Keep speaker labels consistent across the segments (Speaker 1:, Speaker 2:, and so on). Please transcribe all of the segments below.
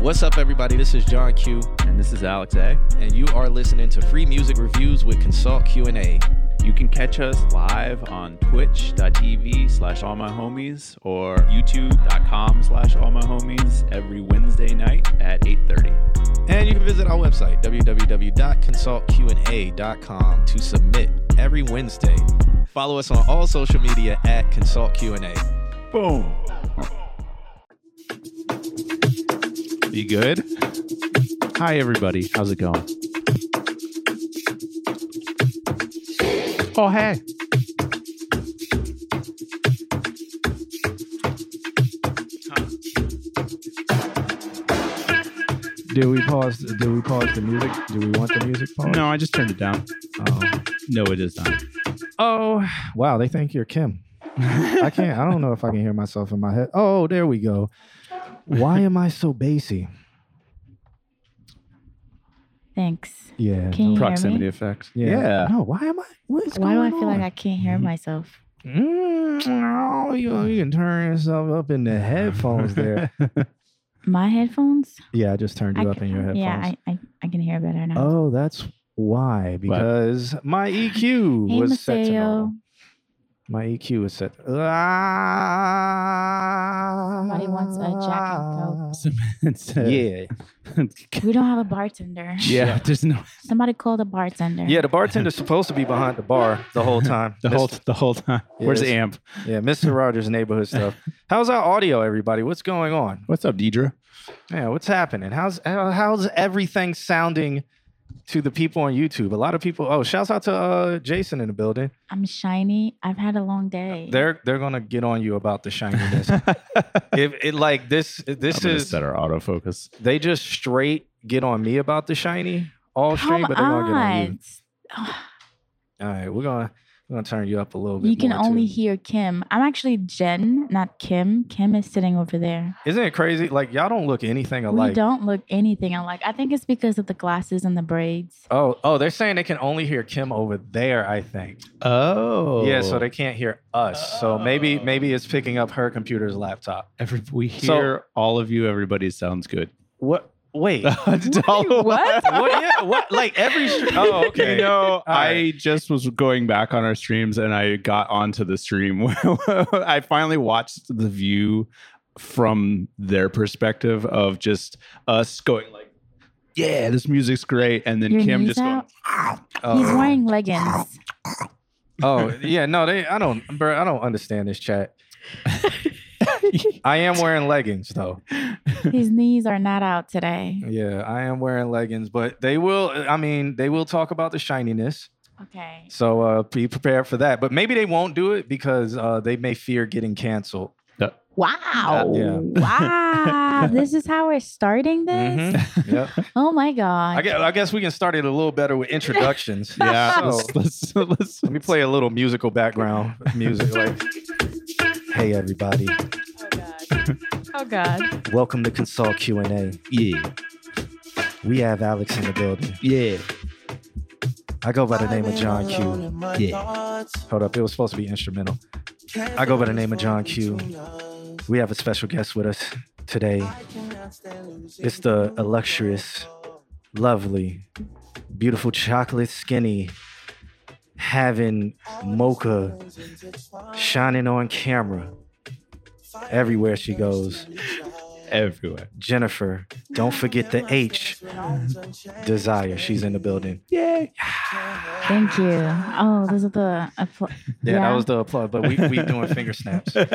Speaker 1: What's up, everybody? This is John Q,
Speaker 2: And this is Alex A.
Speaker 1: and you are listening to Free Music Reviews with Consult Q and A.
Speaker 2: You can catch us live on twitch.tv slash all my homies or youtube.com slash all my homies every Wednesday night at 8.30.
Speaker 1: And you can visit our website, www.consultq&a.com, to submit every Wednesday. Follow us on all social media at Consult Q&A.
Speaker 2: Boom. You good? Hi, everybody. How's it going? Oh, hey.
Speaker 3: Do we pause? Do we pause the music? Do we want the music paused?
Speaker 2: No, I just turned it down.
Speaker 3: Oh.
Speaker 2: No, it is not.
Speaker 3: oh, wow! They think you're Kim. I can't. I don't know if I can hear myself in my head. Oh, there we go. Why am I so bassy?
Speaker 4: Thanks.
Speaker 3: Yeah.
Speaker 4: Can you
Speaker 2: Proximity
Speaker 4: hear me?
Speaker 2: effects.
Speaker 3: yeah. No. Why am I? What is
Speaker 4: Why do I
Speaker 3: going
Speaker 4: feel like I can't hear myself?
Speaker 3: on? Mm, oh, you, you can turn yourself up in the headphones there.
Speaker 4: My headphones?
Speaker 3: yeah, I just turned you
Speaker 4: I
Speaker 3: up
Speaker 4: can-
Speaker 3: in your headphones.
Speaker 4: Yeah, I, I, I can hear better now.
Speaker 3: oh, that's why. Because my EQ
Speaker 4: hey,
Speaker 3: was set to normal.
Speaker 4: Mateo.
Speaker 3: My EQ is set. Ah.
Speaker 4: Somebody
Speaker 3: Somebody
Speaker 4: wants a
Speaker 3: Ah.
Speaker 4: Jack and
Speaker 3: Yeah.
Speaker 4: We don't have a bartender.
Speaker 2: yeah. There's no
Speaker 4: Somebody call the bartender.
Speaker 3: Yeah, the bartender's supposed to be behind the bar the whole time.
Speaker 2: the
Speaker 3: Mr.
Speaker 2: whole the whole time.
Speaker 3: Yeah,
Speaker 2: Where's the
Speaker 3: it's-
Speaker 2: amp?
Speaker 3: Yeah, Mr. Rogers neighborhood stuff. How's our audio, everybody? What's going on?
Speaker 2: What's up, Deidre?
Speaker 3: Yeah, what's happening? How's how- how's everything sounding to the people on YouTube? A lot of people. Oh, shouts out to uh, Jason in the building.
Speaker 4: I'm shiny. I've had a long day.
Speaker 3: They're they're gonna get on you about the shininess. if it like this this is
Speaker 2: our autofocus.
Speaker 3: they just straight get on me about the shiny all
Speaker 4: Come
Speaker 3: stream, but they're gonna get on you.
Speaker 4: on.
Speaker 3: All right, we're gonna we're gonna turn you up a little bit.
Speaker 4: You can
Speaker 3: more,
Speaker 4: only
Speaker 3: too.
Speaker 4: hear Kim. I'm actually Jen, not Kim. Kim is sitting over there.
Speaker 3: Isn't it crazy? Like y'all don't look anything
Speaker 4: We
Speaker 3: alike.
Speaker 4: don't look anything alike. I think it's because of the glasses and the braids.
Speaker 3: Oh, oh, they're saying they can only hear Kim over there. I think.
Speaker 2: Oh.
Speaker 3: Yeah, so they can't hear us. So maybe maybe it's picking up her computer's laptop.
Speaker 2: Every, we
Speaker 3: So-
Speaker 2: hear all of you. Everybody sounds good.
Speaker 3: What? Wait.
Speaker 2: What?
Speaker 4: what?
Speaker 3: what? Yeah. What? Like every. Str- oh, okay.
Speaker 2: You know, I
Speaker 3: right.
Speaker 2: just was going back on our streams and I got onto the stream. I finally watched the view from their perspective of just us going like, "Yeah, this music's great," and then
Speaker 4: Your
Speaker 2: Kim
Speaker 4: knees
Speaker 2: just
Speaker 4: out?
Speaker 3: oh.
Speaker 4: He's wearing leggings.
Speaker 3: Oh yeah. No, they. I don't. Bro, I don't understand this chat. I am wearing leggings though.
Speaker 4: His knees are not out today.
Speaker 3: Yeah, I am wearing leggings, but they will. I mean, they will talk about the shininess.
Speaker 4: Okay.
Speaker 3: So uh, be prepared for that. But maybe they won't do it because uh, they may fear getting canceled.
Speaker 4: Wow.
Speaker 3: yeah.
Speaker 4: Wow. Ah, this is how we're starting this?
Speaker 2: Mm-hmm.
Speaker 3: Mhm. Yep.
Speaker 4: Oh my God.
Speaker 3: I, guess, I guess we can start it a little better with introductions.
Speaker 2: going, "Yeah,
Speaker 3: So,
Speaker 2: let's, let's let's
Speaker 3: let me play a little musical background music. Like, hey everybody,
Speaker 4: oh God. Oh God.
Speaker 3: welcome to Consult Q and A.
Speaker 2: yeah
Speaker 3: We have Alex in the building.
Speaker 2: yeah."
Speaker 3: I go by the name of John Q.
Speaker 2: Yeah.
Speaker 3: Hold up, it was supposed to be instrumental.
Speaker 5: I go by the name of John Q.
Speaker 3: We have a special guest with us today.
Speaker 5: It's the illustrious.
Speaker 3: lovely, beautiful chocolate skinny, having
Speaker 5: Mocha
Speaker 3: mocha shining on camera
Speaker 5: everywhere she goes.
Speaker 2: Everywhere.
Speaker 3: Jennifer. Don't forget the H, Desire. She's in the building.
Speaker 2: Yay.
Speaker 4: Thank you. Oh, those are the. Apl-
Speaker 3: Yeah,
Speaker 4: Yeah.
Speaker 3: that was the applause. But we we doing finger snaps.
Speaker 4: All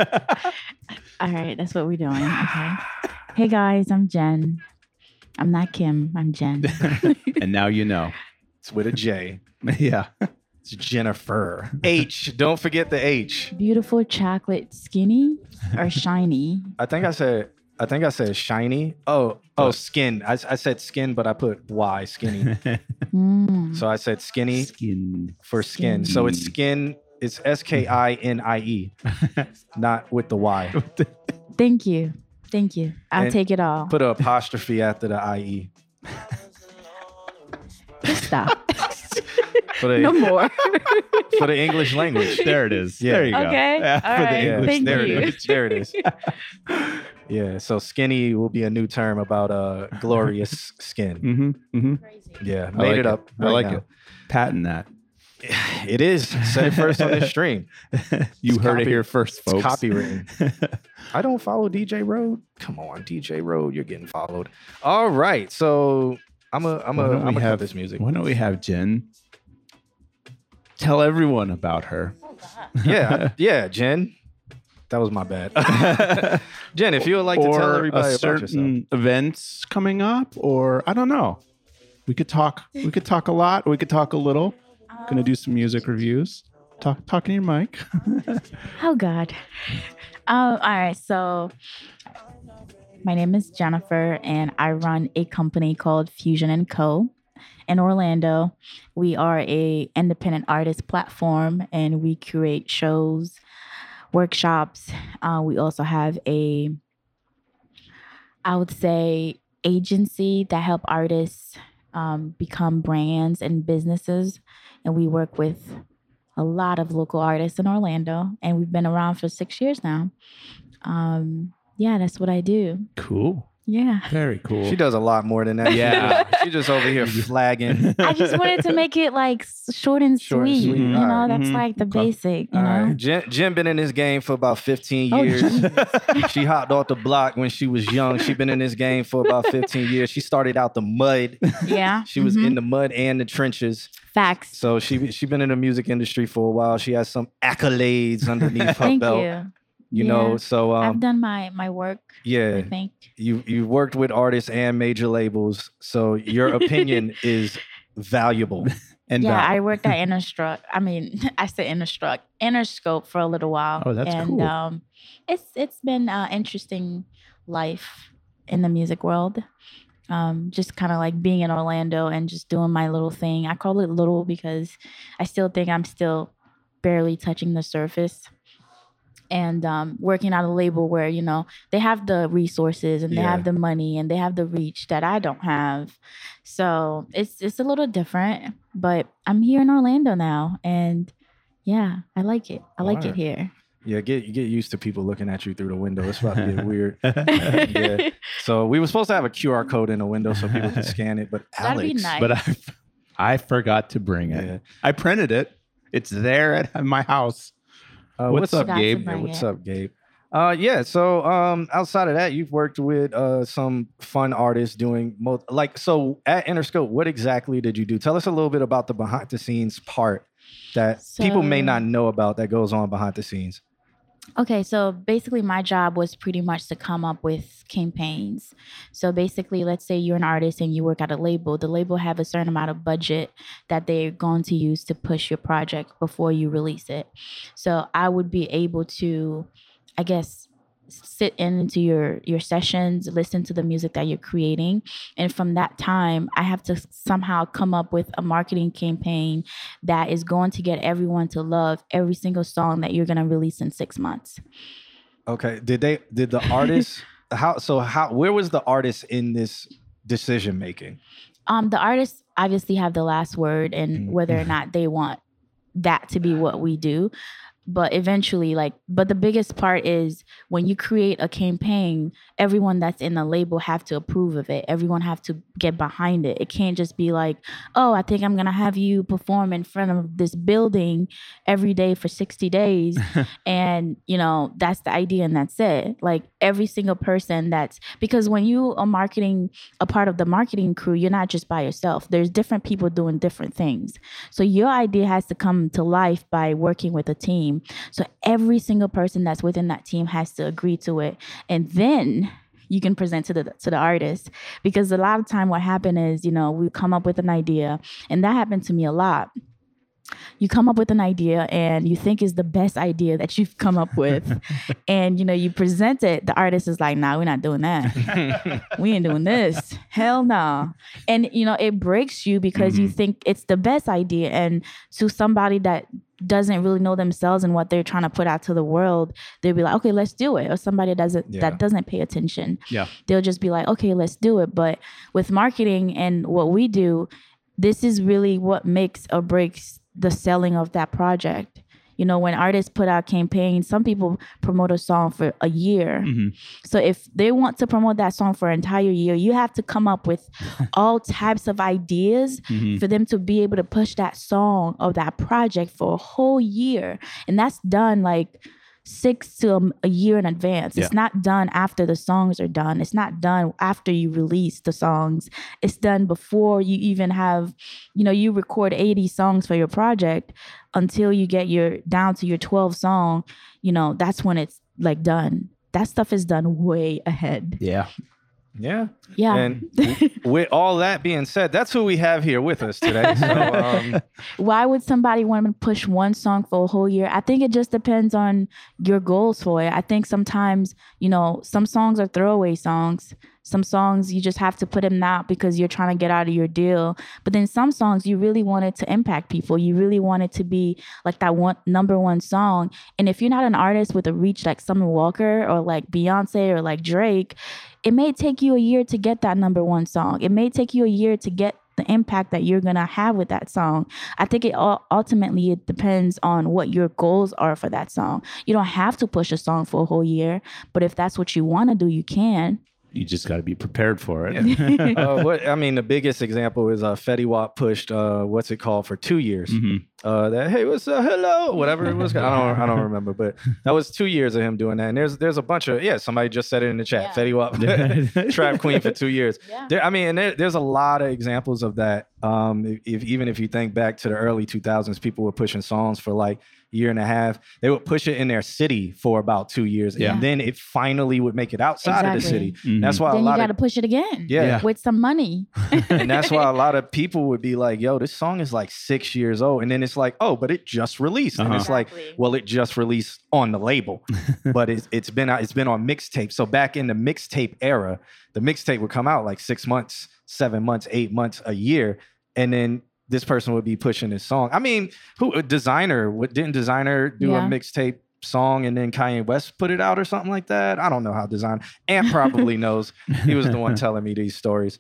Speaker 4: right, that's what we're doing. Okay. Hey guys, I'm Jen. I'm not Kim. I'm Jen.
Speaker 2: and now you know.
Speaker 3: It's with a J.
Speaker 2: Yeah.
Speaker 3: It's Jennifer. H. Don't forget the H.
Speaker 4: Beautiful chocolate skinny or shiny.
Speaker 3: I think I said. I think I said shiny. Oh, oh, skin. I, I said skin, but I put Y, skinny.
Speaker 4: Mm.
Speaker 3: So I said skinny
Speaker 2: Skin.
Speaker 3: for skin. So it's skin. It's S K I N I E, not with the Y.
Speaker 4: Thank you. Thank you. I'll
Speaker 3: And
Speaker 4: take it all.
Speaker 3: Put an apostrophe after the I E.
Speaker 4: Stop.
Speaker 3: For the,
Speaker 4: no more.
Speaker 3: for the English language.
Speaker 2: There it is.
Speaker 3: Yeah.
Speaker 2: There you go.
Speaker 4: Okay.
Speaker 2: Yeah,
Speaker 4: All
Speaker 2: for the
Speaker 4: right.
Speaker 3: Yeah,
Speaker 2: English,
Speaker 4: Thank
Speaker 3: there
Speaker 4: you.
Speaker 3: it is. There it is. Yeah. So skinny will be a new term about uh glorious skin.
Speaker 2: Mm-hmm. Mm-hmm.
Speaker 4: Crazy.
Speaker 3: Yeah. Made
Speaker 2: like
Speaker 3: it
Speaker 2: it.
Speaker 3: up.
Speaker 2: I like it. Patent that.
Speaker 3: it. It is. Said it first on this stream.
Speaker 2: You
Speaker 3: It's
Speaker 2: heard it
Speaker 3: copy-
Speaker 2: here first,
Speaker 3: It's
Speaker 2: folks.
Speaker 3: copywritten. I don't follow DJ Road. Come on, DJ Road, you're getting followed. All right, so I'm a I'm
Speaker 2: Why
Speaker 3: a
Speaker 2: don't
Speaker 3: I'm
Speaker 2: we
Speaker 3: gonna
Speaker 2: have-
Speaker 3: have this music.
Speaker 2: Why don't we have Jen tell everyone about her?
Speaker 3: yeah, I- yeah, Jen, that was my bad. Jen, if you would like to
Speaker 2: or
Speaker 3: tell everybody
Speaker 2: a
Speaker 3: about yourself,
Speaker 2: certain events coming up, or I don't know. We could talk. We could talk a lot. We could talk a little. Gonna do some music reviews. Talk, talk in your mic.
Speaker 4: Oh God. Um, all right. So my name is Jennifer and I run a company called Fusion and Co. in Orlando. We are a independent artist platform and we curate shows, workshops. Uh, we also have a I would say agency that help artists um, become brands and businesses and we work with a lot of local artists in Orlando, and we've been around for six years now. Um, yeah, that's what I do.
Speaker 2: Cool.
Speaker 4: Yeah.
Speaker 2: Very cool.
Speaker 3: she does a lot more than that.
Speaker 2: Yeah.
Speaker 3: she just over here flagging.
Speaker 4: I just wanted to make it like s- short and
Speaker 3: Short and
Speaker 4: sweet.
Speaker 3: sweet,
Speaker 4: You know,
Speaker 3: alright. Mm-hmm.
Speaker 4: that's
Speaker 2: Mhm.
Speaker 4: like the
Speaker 2: Okay.
Speaker 4: basic, you
Speaker 3: All right,
Speaker 4: know.
Speaker 3: Jen, Jen been in this game for about 15
Speaker 4: Oh,
Speaker 3: years.
Speaker 4: jeez.
Speaker 3: she hopped off the block when she was young. She been in this game for about 15 years. She started out the mud.
Speaker 4: yeah.
Speaker 3: She was
Speaker 4: mhm.
Speaker 3: in the mud and the trenches.
Speaker 4: facts.
Speaker 3: So she she been in the music industry for a while. She has some accolades underneath her
Speaker 4: Mm-hmm. Thank
Speaker 3: belt.
Speaker 4: you.
Speaker 3: You
Speaker 4: Yeah.
Speaker 3: know, so
Speaker 4: I've
Speaker 3: um,
Speaker 4: done my my work, I
Speaker 3: yeah,
Speaker 4: think.
Speaker 3: you you worked with artists and major labels, so your opinion is valuable.
Speaker 2: and
Speaker 4: yeah,
Speaker 3: uh,
Speaker 2: Val.
Speaker 4: I worked at Innerstruct. I mean, I said Innerstruct, Interscope for a little while.
Speaker 2: Oh, that's
Speaker 4: and,
Speaker 2: cool.
Speaker 4: um, it's it's been an interesting life in the music world. Um, just kind of like being in Orlando and just doing my little thing. I call it little because I still think I'm still barely touching the surface. And um, working at a label where you know they have the resources and they
Speaker 2: Yeah.
Speaker 4: have the money and they have the reach that I don't have, so it's it's a little different. But I'm here in Orlando now, and yeah, I like it. I like
Speaker 3: Alright.
Speaker 4: it here.
Speaker 3: Yeah, get you get used to people looking at you through the window. It's about to get weird. yeah. So we were supposed to have a QR code in the window so people could scan it, but
Speaker 4: That'd
Speaker 3: Alex,
Speaker 4: be nice.
Speaker 2: but I, I forgot to bring it.
Speaker 3: yeah.
Speaker 2: I printed it. It's there at my house.
Speaker 3: Uh,
Speaker 2: What's up,
Speaker 4: That's
Speaker 2: Gabe?
Speaker 3: Yeah,
Speaker 4: Bring
Speaker 3: what's
Speaker 4: it.
Speaker 3: up, Gabe? Uh, yeah. So, um, outside of that, you've worked with uh some fun artists doing mo- like so at Interscope. What exactly did you do? Tell us a little bit about the behind the scenes part that people may
Speaker 4: So-
Speaker 3: not know about that goes on behind the scenes.
Speaker 4: Okay, so basically, my job was pretty much to come up with campaigns. So basically, let's say you're an artist and you work at a label. The label have a certain amount of budget that they're going to use to push your project before you release it. So I would be able to, I guess, sit in into your your sessions, listen to the music that you're creating, and from that time, I have to somehow come up with a marketing campaign that is going to get everyone to love every single song that you're going to release in six months.
Speaker 3: Okay. Did they? Did the artists? how? So how? Where was the artist in this decision making?
Speaker 4: Um, the artists obviously have the last word and
Speaker 3: Mm.
Speaker 4: whether or not they want that to be what we do. But eventually, like, but the biggest part is when you create a campaign, everyone that's in the label have to approve of it. Everyone have to get behind it. It can't just be like, oh, I think I'm gonna have you perform in front of this building every day for 60 days. and you know, that's the idea and that's it. Like every single person that's because when you are marketing a part of the marketing crew, you're not just by yourself. There's different people doing different things. So your idea has to come to life by working with a team. So every single person that's within that team has to agree to it. And then you can present to the to the artist because a lot of time what happen is you know we come up with an idea and that happened to me a lot you come up with an idea and you think is the best idea that you've come up with and you know you present it the artist is like nah we're not doing that we ain't doing this hell no and you know it breaks you because you think it's the best idea and to somebody that doesn't really know themselves and what they're trying to put out to the world they'll be like okay let's do it or somebody that doesn't
Speaker 3: Yeah.
Speaker 4: that doesn't pay attention
Speaker 2: Yeah.
Speaker 4: they'll just be like okay let's do it but with marketing and what we do this is really what makes or breaks the selling of that project You know, when artists put out campaigns, some people promote a song for a year. So if they want to promote that song for an entire year, you have to come up with all types of ideas for them to be able to push that song or that project for a whole year. And that's done like six to a- a year in advance. It's not done after the songs are done. It's not done after you release the songs. It's done before you even have, you know, you record 80 songs for your project until you get your down to your 12 song, you know, that's when it's like done. That stuff is done way ahead.
Speaker 2: Yeah.
Speaker 3: Yeah.
Speaker 4: Yeah.
Speaker 3: And w- with all that being said, that's who we have here with us today. So, um,
Speaker 4: why would somebody want to push one song for a whole year? I think it just depends on your goals for it. I think sometimes, you know, some songs are throwaway songs. Some songs you just have to put them out because you're trying to get out of your deal. But then some songs you really want it to impact people. You really want it to be like that one number one song. And if you're not an artist with a reach like Summer Walker or like Beyonce or like Drake, it may take you a year to get that number one song. It may take you a year to get the impact that you're gonna have with that song. I think it all ultimately it depends on what your goals are for that song. You don't have to push a song for a whole year, but if that's what you want to do, you can.
Speaker 2: You just got to be prepared for it.
Speaker 3: uh, what, I mean, the biggest example is uh, Fetty Wap pushed, uh, what's it called, for two years.
Speaker 2: Mhm.
Speaker 3: uh, that hey what's up hello whatever it was I don't I don't remember but that was two years of him doing that and there's there's a bunch of yeah somebody just said it in the chat
Speaker 4: Yeah.
Speaker 3: Fetty Wap trap queen for two years
Speaker 4: Yeah.
Speaker 3: there I mean and there, there's a lot of examples of that um if, if even if you think back to the early 2000s people were pushing songs for like a year and a half they would push it in their city for about two years
Speaker 4: Yeah. Mm-hmm.
Speaker 3: and then it finally would make it outside of the
Speaker 4: Exactly.
Speaker 3: city that's why a
Speaker 4: then you
Speaker 3: lot
Speaker 4: got to
Speaker 3: of
Speaker 4: push it again
Speaker 3: Mm-hmm. yeah,
Speaker 4: with some money.
Speaker 3: and that's why a lot of people would be like, yo, this song is like six years old. And then it's like, oh, but it just released. And
Speaker 2: Uh-huh.
Speaker 3: it's like,
Speaker 4: Exactly.
Speaker 3: well, it just released on the label. but it's it's been out, it's been on mixtape. So back in the mixtape era, the mixtape would come out like six months, seven months, eight months, a year. And then this person would be pushing this song. I mean, who a designer what didn't designer do
Speaker 4: Yeah.
Speaker 3: a mixtape song and then Kanye West put it out or something like that? I don't know how design and probably knows he was the one telling me these stories.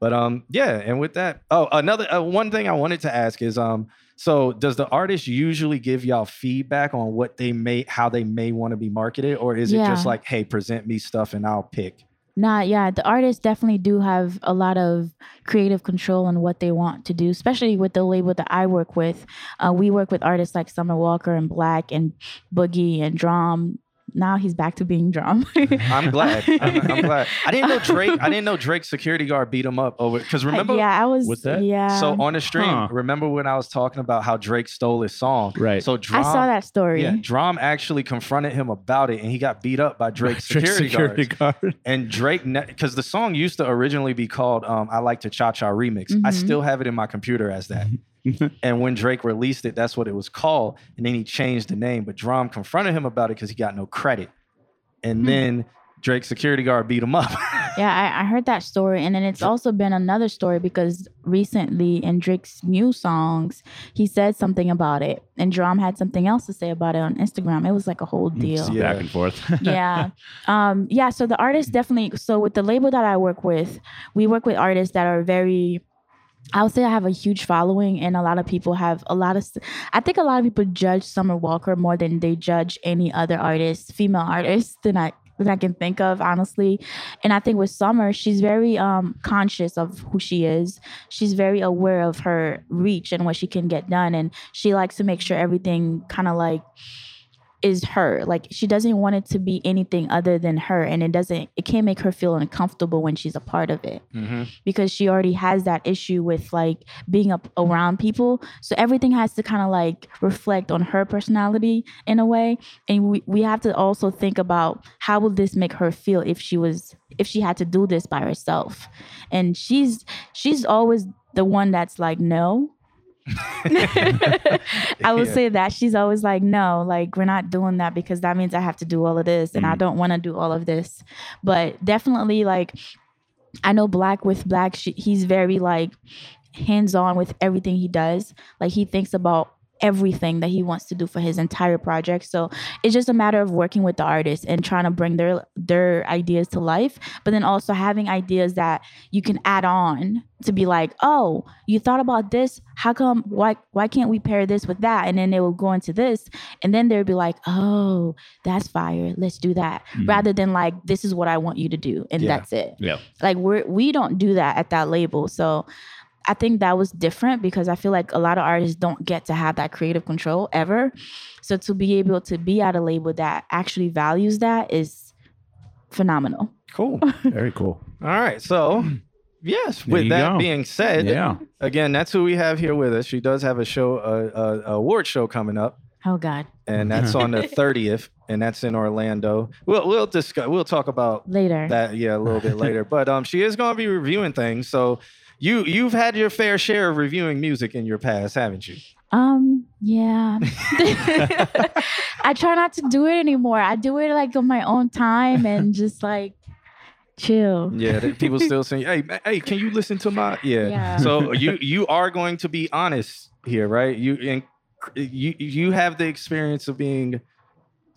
Speaker 3: But um, yeah, and with that, oh, another uh, one thing I wanted to ask is um, so does the artist usually give y'all feedback on what they may, how they may want to be marketed, or is it just
Speaker 4: Yeah.
Speaker 3: like, hey, present me stuff and I'll pick?
Speaker 4: Nah, yeah, the artists definitely do have a lot of creative control on what they want to do, especially with the label that I work with. Uh, we work with artists like Summer Walker and Black and Boogie and Drum. Now he's back to being Drum.
Speaker 3: I'm glad. I'm, I'm glad. I didn't know Drake. I didn't know Drake's security guard beat him up over because remember.
Speaker 4: yeah, I was.
Speaker 2: What's that?
Speaker 4: Yeah.
Speaker 3: So on the stream,
Speaker 2: Huh.
Speaker 3: remember when I was talking about how Drake stole his song?
Speaker 2: Right.
Speaker 3: So
Speaker 4: I
Speaker 3: Drum,
Speaker 4: saw that story.
Speaker 3: Yeah, Drum actually confronted him about it, and he got beat up by Drake's security, guards.
Speaker 2: guard.
Speaker 3: And Drake, because the song used to originally be called um, "I Like to Cha Cha Remix." I
Speaker 4: Mhm.
Speaker 3: still have it in my computer as that. and when Drake released it, that's what it was called. And then he changed the name. But Drum confronted him about it because he got no credit. And
Speaker 4: Hmm.
Speaker 3: then Drake's security guard beat him up.
Speaker 4: Yeah, I, I heard that story. And then it's also been another story because recently in Drake's new songs, he said something about it. And Drum had something else to say about it on Instagram. It was like a whole deal.
Speaker 3: Yeah.
Speaker 2: Back and forth.
Speaker 4: yeah um yeah so the artists definitely so with the label that i work with we work with artists that are very i would say i have a huge following and a lot of people have a lot of s- i think a lot of people judge summer walker more than they judge any other artist female artist than i than I can think of, honestly. And I think with Summer, she's very um, conscious of who she is. She's very aware of her reach and what she can get done. And she likes to make sure everything kind of like is her. Like she doesn't want it to be anything other than her. And it doesn't, it can't make her feel uncomfortable when she's a part of it
Speaker 6: Mm-hmm.
Speaker 4: because she already has that issue with like being up around people. So everything has to kind of like reflect on her personality in a way. And we, we have to also think about how will this make her feel if she was if she had to do this by herself. And she's she's always the one that's like, no. I will
Speaker 3: Yeah.
Speaker 4: say that she's always like, no, like we're not doing that because that means I have to do all of this and I
Speaker 2: Mhm.
Speaker 4: don't want to do all of this. But definitely like I know Black with Black, she, he's very like hands on with everything he does. Like he thinks about everything that he wants to do for his entire project. So it's just a matter of working with the artist and trying to bring their their ideas to life, but then also having ideas that you can add on to be like, oh, you thought about this. How come? Why why can't we pair this with that? And then they will go into this, and then they'll be like, oh, that's fire. Let's do that.
Speaker 2: Mhm.
Speaker 4: Rather than like, this is what I want you to do, and
Speaker 3: Yeah.
Speaker 4: that's it.
Speaker 2: Yeah.
Speaker 4: Like we're we don't do that at that label. So I think that was different because I feel like a lot of artists don't get to have that creative control ever. So to be able to be at a label that actually values that is phenomenal.
Speaker 3: Cool.
Speaker 2: Very cool.
Speaker 3: All right. So, yes,
Speaker 2: There
Speaker 3: with
Speaker 2: you
Speaker 3: that
Speaker 2: go.
Speaker 3: being said,
Speaker 2: Yeah.
Speaker 3: again, that's who we have here with us. She does have a show, uh, a award show coming up.
Speaker 4: Oh God.
Speaker 3: And that's on the 30th, and that's in Orlando. We'll we'll discuss. We'll talk about
Speaker 4: Later.
Speaker 3: that yeah a little bit later but um she is going to be reviewing things so you you've had your fair share of reviewing music in your past haven't you
Speaker 4: Um, yeah. I try not to do it anymore. I do it like on my own time and just like chill.
Speaker 3: yeah that people still saying hey ma- hey can you listen to my yeah,
Speaker 4: Yeah.
Speaker 3: so you you are going to be honest here right you and you you have the experience of being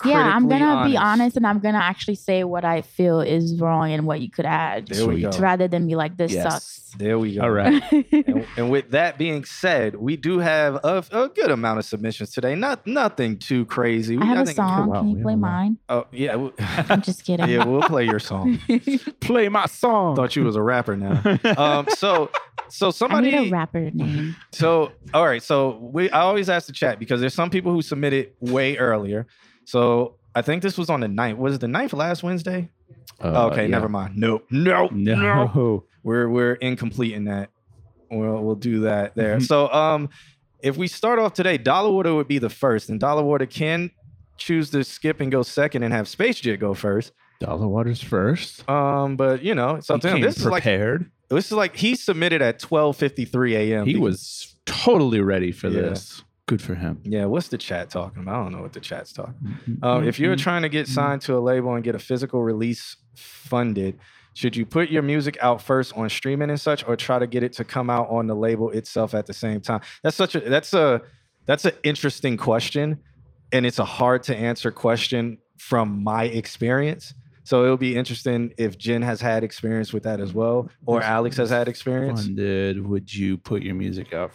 Speaker 4: Yeah, I'm
Speaker 3: critically
Speaker 4: gonna be honest and I'm gonna actually say what I feel is wrong and what you could add.
Speaker 3: there we go
Speaker 4: Rather than be like this
Speaker 2: Yes.
Speaker 4: sucks.
Speaker 3: there we go
Speaker 2: All right.
Speaker 3: and, and with that being said, we do have a, a good amount of submissions today. Not nothing too crazy. We
Speaker 4: I have a
Speaker 3: nothing-
Speaker 4: song.
Speaker 2: wow,
Speaker 4: Can
Speaker 2: we
Speaker 4: you play
Speaker 2: have a lot.
Speaker 4: mine?
Speaker 3: Oh yeah, w-
Speaker 4: I'm just kidding.
Speaker 3: yeah. We'll play your song.
Speaker 2: Play my song.
Speaker 3: Thought you was a rapper now. um so so
Speaker 4: I need a
Speaker 3: somebody
Speaker 4: rapper name.
Speaker 3: so all right so we i always ask the chat because there's some people who submitted way earlier so i think this was on the ninth was it the ninth last wednesday
Speaker 2: Uh,
Speaker 3: okay never mind nope nope
Speaker 2: No.
Speaker 3: we're we're incomplete in that we'll we'll do that
Speaker 2: Mm-hmm.
Speaker 3: there so um if we start off today dollar water would be the first and dollar water can choose to skip and go second and have space jit go first
Speaker 2: Dollar Waters first.
Speaker 3: um but you know it's up to him.
Speaker 2: He
Speaker 3: this
Speaker 2: came
Speaker 3: is like
Speaker 2: prepared.
Speaker 3: this is like he submitted at 12:53 a.m.
Speaker 2: he
Speaker 3: because-
Speaker 2: was totally ready for
Speaker 3: Yeah.
Speaker 2: this. Good for him.
Speaker 3: Yeah, what's the chat talking about? I don't know what the chat's talking.
Speaker 2: Mm,
Speaker 3: Um, if you're trying to get signed to a label and get a physical release funded, should you put your music out first on streaming and such, or try to get it to come out on the label itself at the same time? That's such a that's a that's an interesting question, and it's a hard to answer question from my experience. So it'll be interesting if Jen has had experience with that as well, or
Speaker 2: That's-
Speaker 3: Alex has had experience.
Speaker 2: funded, would you put your music out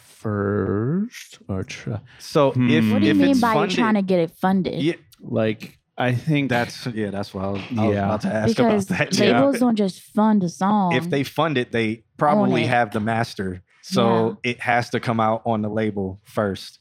Speaker 2: first or try?
Speaker 3: So if
Speaker 2: Hmm.
Speaker 4: What do you
Speaker 3: if
Speaker 4: mean
Speaker 3: it's
Speaker 4: by
Speaker 3: funded,
Speaker 4: you're trying to get it funded?
Speaker 3: yeah,
Speaker 2: Like, I think
Speaker 3: That's yeah. That's what I was, I was
Speaker 2: Yeah.
Speaker 3: about to ask
Speaker 4: because
Speaker 3: about that. Yeah.
Speaker 4: labels don't just fund a song.
Speaker 3: If they fund it, they probably
Speaker 4: it.
Speaker 3: have the master, so it has to come out on the label first.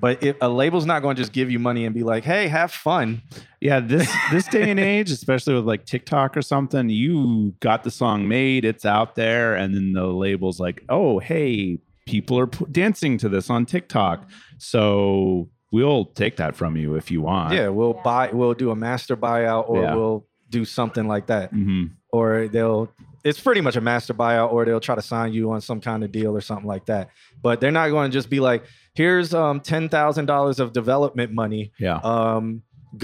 Speaker 3: But if a label's not going to just give you money and be like, "Hey, have fun,"
Speaker 2: yeah, this this day and age, especially with like TikTok or something, you got the song made, it's out there, and then the label's like, oh, hey, people are p- dancing to this on TikTok, so we'll take that from you if you want.
Speaker 3: yeah, we'll
Speaker 4: Yeah.
Speaker 3: buy, we'll do a master buyout, or
Speaker 2: Yeah.
Speaker 3: we'll do something like that,
Speaker 2: hmm
Speaker 3: or they'll. It's pretty much a master buyout, or they'll try to sign you on some kind of deal or something like that. But they're not going to just be like, "Here's um, ten thousand dollars of development money.
Speaker 2: Yeah.
Speaker 3: Um,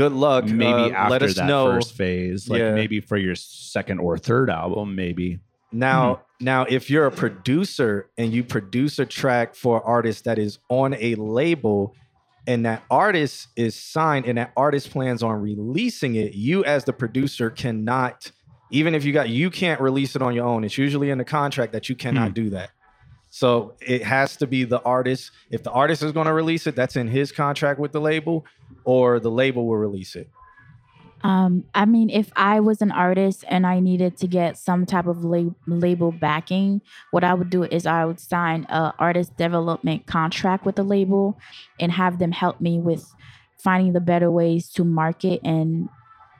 Speaker 3: good luck.
Speaker 2: maybe
Speaker 3: Uh,
Speaker 2: after
Speaker 3: let us
Speaker 2: that
Speaker 3: know
Speaker 2: first phase, like
Speaker 3: Yeah.
Speaker 2: maybe for your second or third album, maybe.
Speaker 3: Now, now, if you're a producer and you produce a track for an artist that is on a label, and that artist is signed, and that artist plans on releasing it, you as the producer cannot, even if you got, you can't release it on your own. It's usually in the contract that you cannot do that. So it has to be the artist. If the artist is going to release it, that's in his contract with the label, or the label will release it.
Speaker 4: Um, I mean, if I was an artist and I needed to get some type of la- label backing, what I would do is I would sign a artist development contract with the label and have them help me with finding the better ways to market and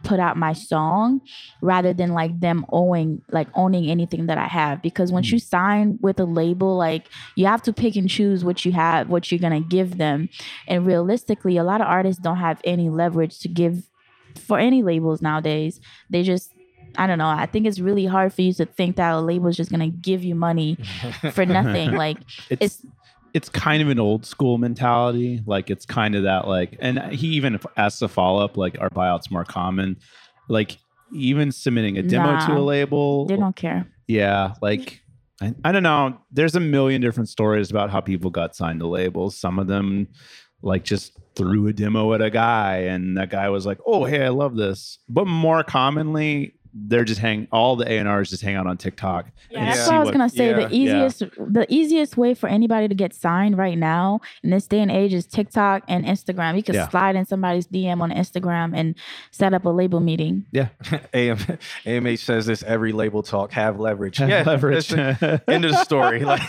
Speaker 4: put out my song rather than like them owing like owning anything that I have because once
Speaker 2: Mm.
Speaker 4: you sign with a label like you have to pick and choose what you have what you're going to give them and realistically a lot of artists don't have any leverage to give for any labels nowadays. They just I don't know. I think it's really hard for you to think that a label is just gonna give you money for nothing. like
Speaker 2: It's, it's kind of an old school mentality. Like it's kind of that like, and he even asks a follow up like, are buyouts more common? Like even submitting a demo to
Speaker 4: Nah.
Speaker 2: a label,
Speaker 4: they don't care.
Speaker 2: yeah, like. I, I don't know. There's a million different stories about how people got signed to labels. Some of them like just threw a demo at a guy and that guy was like, "Oh, hey, I love this." But more commonly, they're just hang all the A&Rs just hang out on TikTok.
Speaker 4: Yeah,
Speaker 2: and
Speaker 4: that's
Speaker 2: see
Speaker 4: what I was gonna say.
Speaker 2: yeah,
Speaker 4: the
Speaker 2: yeah.
Speaker 4: easiest, the easiest way for anybody to get signed right now in this day and age is TikTok and Instagram. You can
Speaker 2: Yeah.
Speaker 4: slide in somebody's DM on Instagram and set up a label meeting.
Speaker 3: AM, AMH says this every label talk have leverage.
Speaker 2: Have
Speaker 3: Yeah,
Speaker 2: leverage.
Speaker 3: that's the End of the story. Like,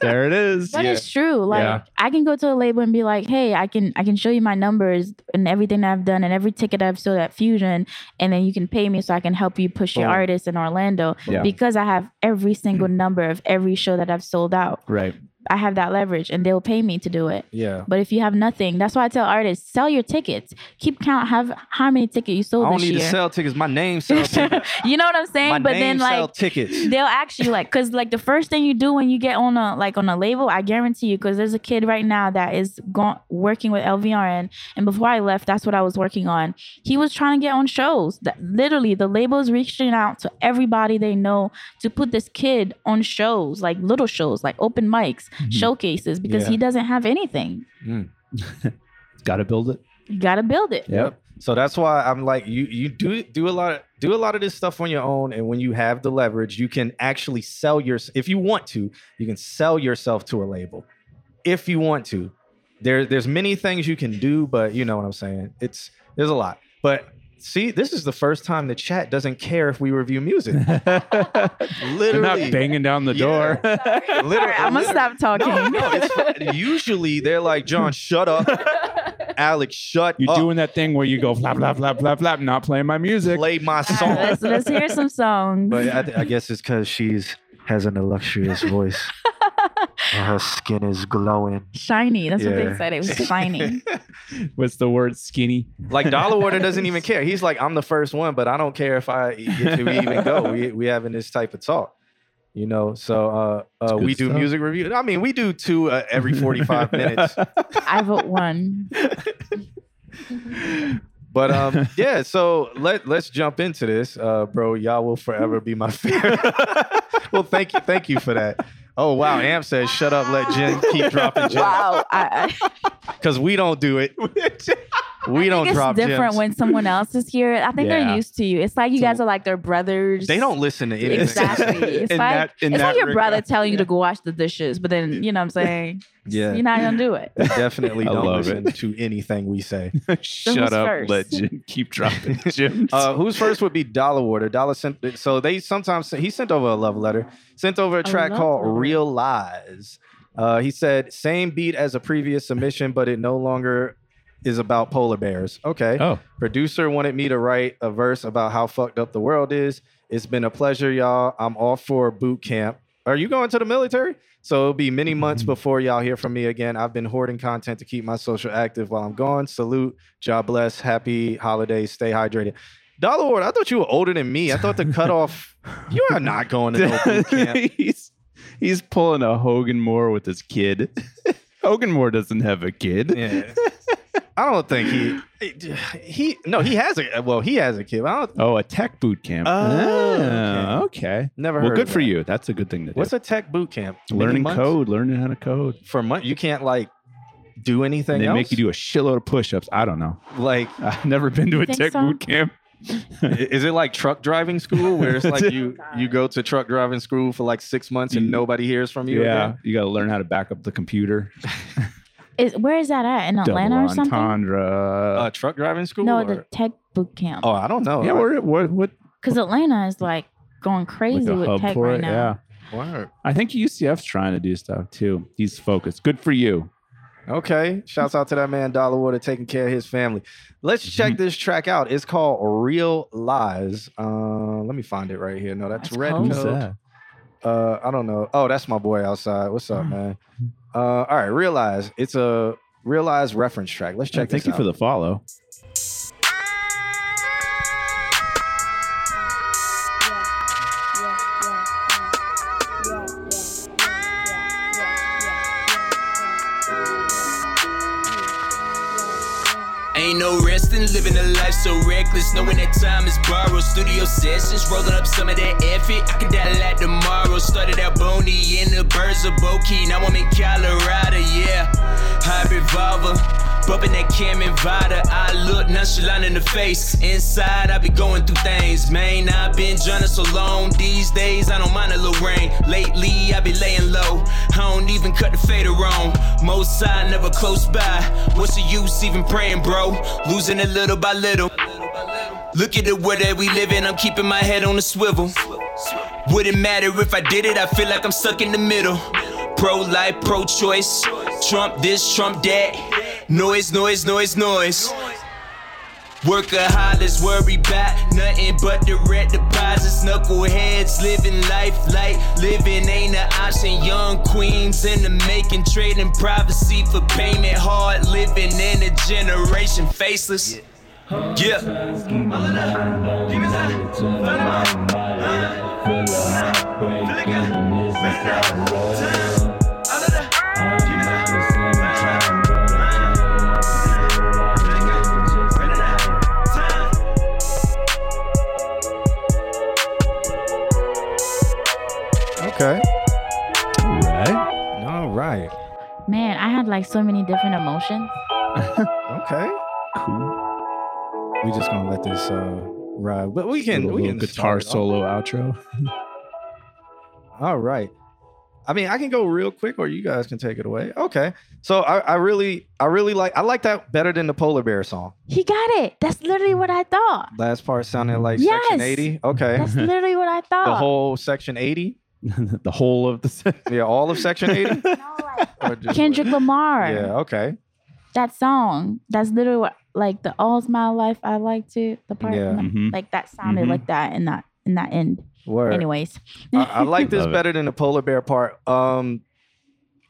Speaker 2: there it is.
Speaker 4: That is true. Like
Speaker 2: Yeah.
Speaker 4: I can go to a label and be like, "Hey, I can I can show you my numbers and everything that I've done and every ticket I've sold at Fusion, and then you can pay me so I can help you push your
Speaker 3: Boom.
Speaker 4: artist in Orlando
Speaker 2: Oh. Yeah.
Speaker 4: because I have every single number of every show that I've sold out.
Speaker 2: Right.
Speaker 4: I have that leverage, and they'll pay me to do it.
Speaker 3: yeah.
Speaker 4: But if you have nothing, that's why I tell artists sell your tickets. Keep count have how many tickets you sold
Speaker 3: I don't
Speaker 4: this
Speaker 3: need to
Speaker 4: year.
Speaker 3: sell tickets. My name sells tickets.
Speaker 4: you know what I'm saying?
Speaker 3: My
Speaker 4: but
Speaker 3: name
Speaker 4: then
Speaker 3: sell
Speaker 4: like
Speaker 3: tickets.
Speaker 4: they'll actually like because like the first thing you do when you get on a like on a label i guarantee you because there's a kid right now that is going working with lvrn and before i left that's what i was working on he was trying to get on shows that literally the labels reaching out to everybody they know to put this kid on shows like little shows like open mics
Speaker 2: Mhm.
Speaker 4: showcases because
Speaker 3: Mm-hmm. Yeah.
Speaker 4: he doesn't have anything
Speaker 3: Hmm.
Speaker 2: Got to build it.
Speaker 4: you gotta build it
Speaker 2: Yep.
Speaker 3: So that's why I'm like you you do do a lot of do a lot of this stuff on your own and when you have the leverage you can actually sell your if you want to you can sell yourself to a label if you want to there there's many things you can do but you know what I'm saying it's there's a lot but see this is the first time the chat doesn't care if we review music
Speaker 2: They're not
Speaker 3: literally
Speaker 2: banging down the
Speaker 3: Yeah.
Speaker 2: door.
Speaker 3: literally
Speaker 4: All right, i'm gonna stop talking
Speaker 3: no, no, it's fine. usually they're like John shut up Alex shut
Speaker 2: You're
Speaker 3: up
Speaker 2: doing that thing where you go flap, flap, flap, flap, flap, not playing my music.
Speaker 3: play my
Speaker 4: All right,
Speaker 3: song
Speaker 4: let's, let's hear some songs
Speaker 3: But I, th- I guess it's because she's has an illustrious voice. and her skin is glowing.
Speaker 4: shiny that's what
Speaker 3: Yeah.
Speaker 4: they said it was shiny
Speaker 2: What's the word skinny?
Speaker 3: Like Dollar Water doesn't even care. He's like, I'm the first one, but I don't care if I if we even go. We we having this type of talk, you know. So uh, uh
Speaker 2: good
Speaker 3: we do
Speaker 2: stuff.
Speaker 3: music review. I mean, we do two uh, every 45 minutes.
Speaker 4: I vote one.
Speaker 3: But um, yeah. So let let's jump into this, uh, bro. Y'all will forever be my favorite. well, thank you, thank you for that. Oh wow, Amp says, shut up, let Jen keep dropping gems.
Speaker 4: Wow, I, I,
Speaker 3: because we don't do it. we
Speaker 4: I
Speaker 3: don't
Speaker 4: think
Speaker 3: drop
Speaker 4: it's different
Speaker 3: gems.
Speaker 4: when someone else is here. I think
Speaker 2: Yeah.
Speaker 4: they're used to you. It's like you
Speaker 2: So-
Speaker 4: guys are like their brothers.
Speaker 3: they don't listen to anything.
Speaker 4: exactly. It's
Speaker 2: In
Speaker 4: like
Speaker 2: that- in
Speaker 4: it's like
Speaker 2: that
Speaker 4: your brother
Speaker 2: regard.
Speaker 4: telling you to go wash the dishes, but then you know what I'm saying
Speaker 3: Yeah,
Speaker 4: you're not gonna do it.
Speaker 3: they definitely
Speaker 2: I
Speaker 3: don't
Speaker 2: love
Speaker 3: listen to anything we say.
Speaker 2: Shut up,
Speaker 4: first?
Speaker 2: let Jim keep dropping gyms.
Speaker 3: Uh, who's first would be Dollar Water. Dollar sent. So they sometimes sent- he sent over a love letter. Sent over a track
Speaker 4: love
Speaker 3: called
Speaker 4: letter.
Speaker 3: "Real Lies." Uh, he said same beat as a previous submission, but it no longer is about polar bears. Okay.
Speaker 2: oh,
Speaker 3: Producer wanted me to write a verse about how fucked up the world is. It's been a pleasure, y'all. I'm off for boot camp. Are you going to the military? So it'll be many months
Speaker 2: Mhm.
Speaker 3: before y'all hear from me again. I've been hoarding content to keep my social active while I'm gone. Salute, job bless, happy holidays, stay hydrated. Dollar Ward, I thought you were older than me. I thought the cutoff, you are not going to no boot camp.
Speaker 2: he's he's pulling a Hogan Moore with his kid. Hogan Moore doesn't have a kid.
Speaker 3: Yeah. I don't think he, he, no, he has a, well, he has a kid. I don't,
Speaker 2: Oh, a tech boot camp.
Speaker 3: Oh,
Speaker 2: Ah, okay.
Speaker 3: never heard
Speaker 2: Well,
Speaker 3: of
Speaker 2: good for
Speaker 3: that.
Speaker 2: you. That's a good thing to do.
Speaker 3: What's a tech boot camp? Many
Speaker 2: learning
Speaker 3: months?
Speaker 2: code, learning how to code.
Speaker 3: for money. You can't like do anything
Speaker 2: they
Speaker 3: else.
Speaker 2: make you do a shitload of push-ups. I don't know.
Speaker 3: like,
Speaker 2: I've never been to a
Speaker 4: Think
Speaker 2: tech
Speaker 4: so?
Speaker 2: boot camp.
Speaker 3: i- is it like truck driving school where it's like you you go to truck driving school for like six months and
Speaker 2: You-
Speaker 3: nobody hears from you?
Speaker 2: yeah,
Speaker 3: again?
Speaker 2: you got to learn how to back up the computer.
Speaker 4: Is where is that at in Atlanta or
Speaker 2: Double
Speaker 4: something?
Speaker 2: entendre.
Speaker 3: uh, truck driving school.
Speaker 4: No,
Speaker 3: or-
Speaker 4: the tech boot camp.
Speaker 3: oh, I don't know.
Speaker 2: yeah,
Speaker 3: I-
Speaker 2: where, what, what,
Speaker 4: Because Atlanta is like going
Speaker 2: like
Speaker 4: crazy
Speaker 2: a
Speaker 4: with
Speaker 2: hub
Speaker 4: tech
Speaker 2: for
Speaker 4: right
Speaker 2: it.
Speaker 4: now.
Speaker 2: Yeah,
Speaker 3: word.
Speaker 2: I think UCF's trying to do stuff too. He's focused. Good for you.
Speaker 3: Okay, shouts out to that man Dollar Water taking care of his family. Let's check this track out. It's called Real Lies. Uh, let me find it right here. No, that's
Speaker 4: That's
Speaker 3: Red
Speaker 4: cold.
Speaker 3: Code. uh I don't know. Oh, that's my boy outside. What's up, man? Uh all right, realize it's a realize reference track. Let's check
Speaker 2: Check. Thank
Speaker 3: this
Speaker 2: you for
Speaker 3: out.
Speaker 2: the follow.
Speaker 7: Ain't no resting, living a life so reckless, knowing that time is
Speaker 8: borrow. Studio sessions, rolling up some of that effort. I could die like tomorrow. Started out bony in the birds of Boki. Now I'm in Colorado, yeah. High revolver. Bumping that Cam Invada, I look nonchalant in the face. Inside, I be going through things, man. I've been drowning so long. These days, I don't mind a little rain. Lately, I be laying low. I don't even cut the fader on. Most side never close by. What's the use even praying, bro? Losing it little by little. Look at the world that we live in, I'm keeping my head on a swivel. Wouldn't matter if I did it, I feel like I'm stuck in the middle. Pro life, pro choice. Trump this, Trump that. Noise, noise, noise, noise. Workaholics worry about nothing but direct deposits. Knuckleheads living life like living ain't an option. Young queens in the making, trading privacy for payment. Hard living in a generation faceless. Yeah.
Speaker 3: Okay.
Speaker 2: Right?
Speaker 3: All right.
Speaker 4: Man, I had like so many different emotions.
Speaker 3: Okay.
Speaker 2: Cool.
Speaker 3: We just gonna let this uh, ride, but we can
Speaker 2: Little-
Speaker 3: we
Speaker 2: little
Speaker 3: can
Speaker 2: guitar
Speaker 3: start it off.
Speaker 2: solo outro.
Speaker 3: All right. I mean, I can go real quick, or you guys can take it away. Okay. So I, I really, I really like, I like that better than the polar bear song.
Speaker 4: He got it. That's literally what I thought.
Speaker 3: Last part sounded
Speaker 2: Mm-hmm.
Speaker 3: like Section
Speaker 4: Yes.
Speaker 3: 80. Okay.
Speaker 4: That's literally what I thought.
Speaker 3: the whole Section 80.
Speaker 2: the whole of the
Speaker 3: Yeah, all of Section 80. Or just-
Speaker 4: Kendrick Lamar.
Speaker 3: Yeah. Okay.
Speaker 4: That song. That's literally what like the All's My Life I liked it. The part
Speaker 3: Yeah.
Speaker 2: Mhm.
Speaker 4: like that sounded
Speaker 2: Mhm.
Speaker 4: like that in that in that end.
Speaker 3: Word.
Speaker 4: Anyways.
Speaker 3: I, I like this
Speaker 2: Love it.
Speaker 3: better than the polar bear part. Um,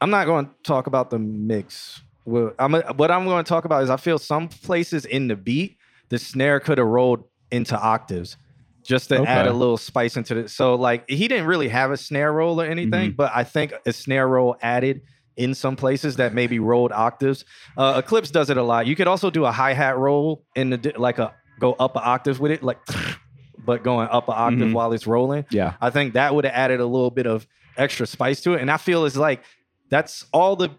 Speaker 3: I'm not going to talk about the mix. Well, I'm what I'm going to talk about is I feel some places in the beat, the snare could have rolled into octaves just to add
Speaker 2: Okay.
Speaker 3: a little spice into it. So like he didn't really have a snare roll or anything,
Speaker 2: Mm-hmm.
Speaker 3: but I think a snare roll added in some places that maybe rolled octaves. Uh, Eclipse does it a lot. You could also do a hi hat roll in the di- like a go up an octave with it, like but going up an octave
Speaker 2: Mhm.
Speaker 3: while it's rolling.
Speaker 2: yeah.
Speaker 3: I think that would have added a little bit of extra spice to it. And I feel it's like that's all the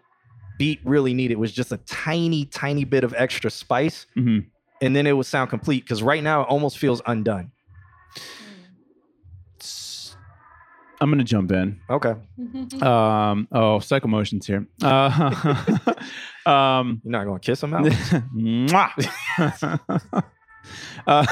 Speaker 3: beat really needed was just a tiny, tiny bit of extra spice.
Speaker 2: Mhm.
Speaker 3: And then it would sound complete because right now it almost feels undone.
Speaker 2: I'm gonna jump in.
Speaker 3: Okay.
Speaker 2: Um, oh, psycho motions here. Uh, um,
Speaker 3: You're not going to kiss him out?
Speaker 2: Mwah. Uh,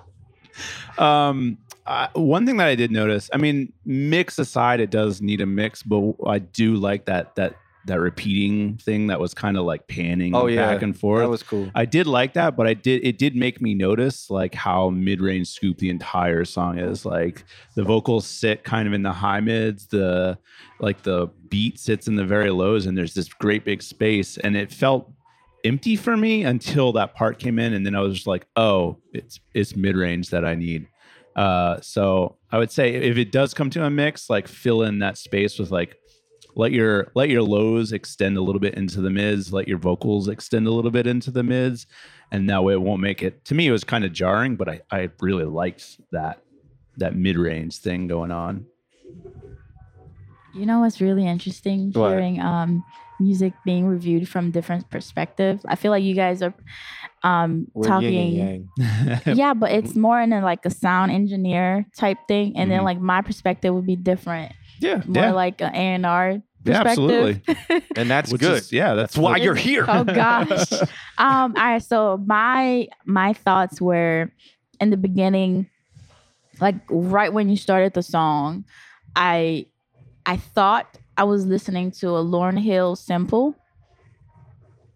Speaker 2: um, I, one thing that I did notice, I mean, mix aside, it does need a mix, but I do like that that that repeating thing that was kind of like panning
Speaker 3: Oh, yeah.
Speaker 2: back and
Speaker 3: that
Speaker 2: forth.
Speaker 3: was cool.
Speaker 2: I did like that, but I did it did make me notice like how mid range scoop the entire song is. Like the vocals sit kind of in the high mids, the like the beat sits in the very lows, and there's this great big space, and it felt empty for me until that part came in, and then I was just like, oh, it's it's mid range that I need. Uh, so I would say if it does come to a mix, like fill in that space with like let your let your lows extend a little bit into the mids, let your vocals extend a little bit into the mids, and that way it won't make it. To me, it was kind of jarring, but I I really liked that that mid range thing going on.
Speaker 4: You know what's really interesting?
Speaker 3: What?
Speaker 4: Hearing um, music being reviewed from different perspectives. I feel like you guys are um,
Speaker 3: We're
Speaker 4: talking.
Speaker 3: yin and yang.
Speaker 4: yeah, but it's
Speaker 2: Mm-hmm.
Speaker 4: more in a, like a sound engineer type thing, and then
Speaker 2: Mhm.
Speaker 4: like my perspective would be different,
Speaker 2: yeah,
Speaker 4: more
Speaker 2: yeah,
Speaker 4: like an A and R
Speaker 2: yeah,
Speaker 4: perspective.
Speaker 2: absolutely.
Speaker 3: And that's
Speaker 2: Which
Speaker 3: good.
Speaker 2: is- yeah, that's,
Speaker 3: that's why
Speaker 2: what-
Speaker 3: you're here.
Speaker 4: Oh gosh. um, all right. So my my thoughts were in the beginning, like right when you started the song, I I thought I was listening to a Lauren Hill simple.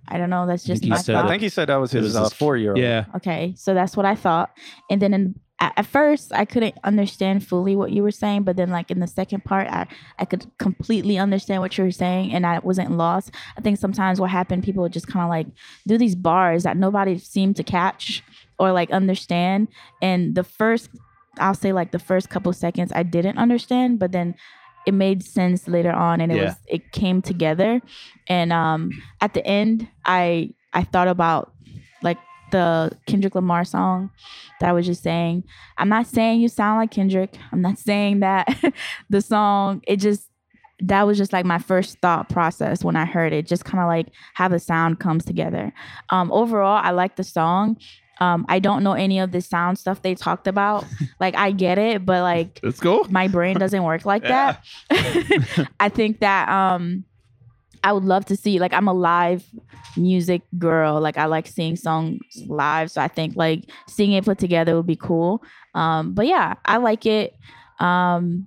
Speaker 4: I don't know. That's
Speaker 2: think
Speaker 4: just
Speaker 2: you
Speaker 4: my
Speaker 2: said
Speaker 4: thought.
Speaker 3: I think he said that was
Speaker 2: It
Speaker 3: his
Speaker 2: was
Speaker 3: uh,
Speaker 2: his-
Speaker 3: four year old.
Speaker 2: Yeah,
Speaker 4: Okay, so that's what I thought. And then in, at at first, I couldn't understand fully what you were saying, but then like in the second part, I I could completely understand what you were saying, and I wasn't lost. I think sometimes what happened, people would just kind of like do these bars that nobody seemed to catch or like understand. And the first, I'll say like the first couple seconds, I didn't understand, but then it made sense later on, and it
Speaker 2: Yeah.
Speaker 4: was it came together. And um, at the end, I I thought about like the Kendrick Lamar song that I was just saying. I'm not saying you sound like Kendrick. I'm not saying that the song. It just that was just like my first thought process when I heard it. Just kind of like how the sound comes together. Um, overall, I like the song. Um, I don't know any of the sound stuff they talked about. like I get it, but like
Speaker 2: Let's go.
Speaker 4: my brain doesn't work like that. I think that um I would love to see like I'm a live music girl. Like I like seeing songs live, so I think like seeing it put together would be cool. Um but yeah, I like it. Um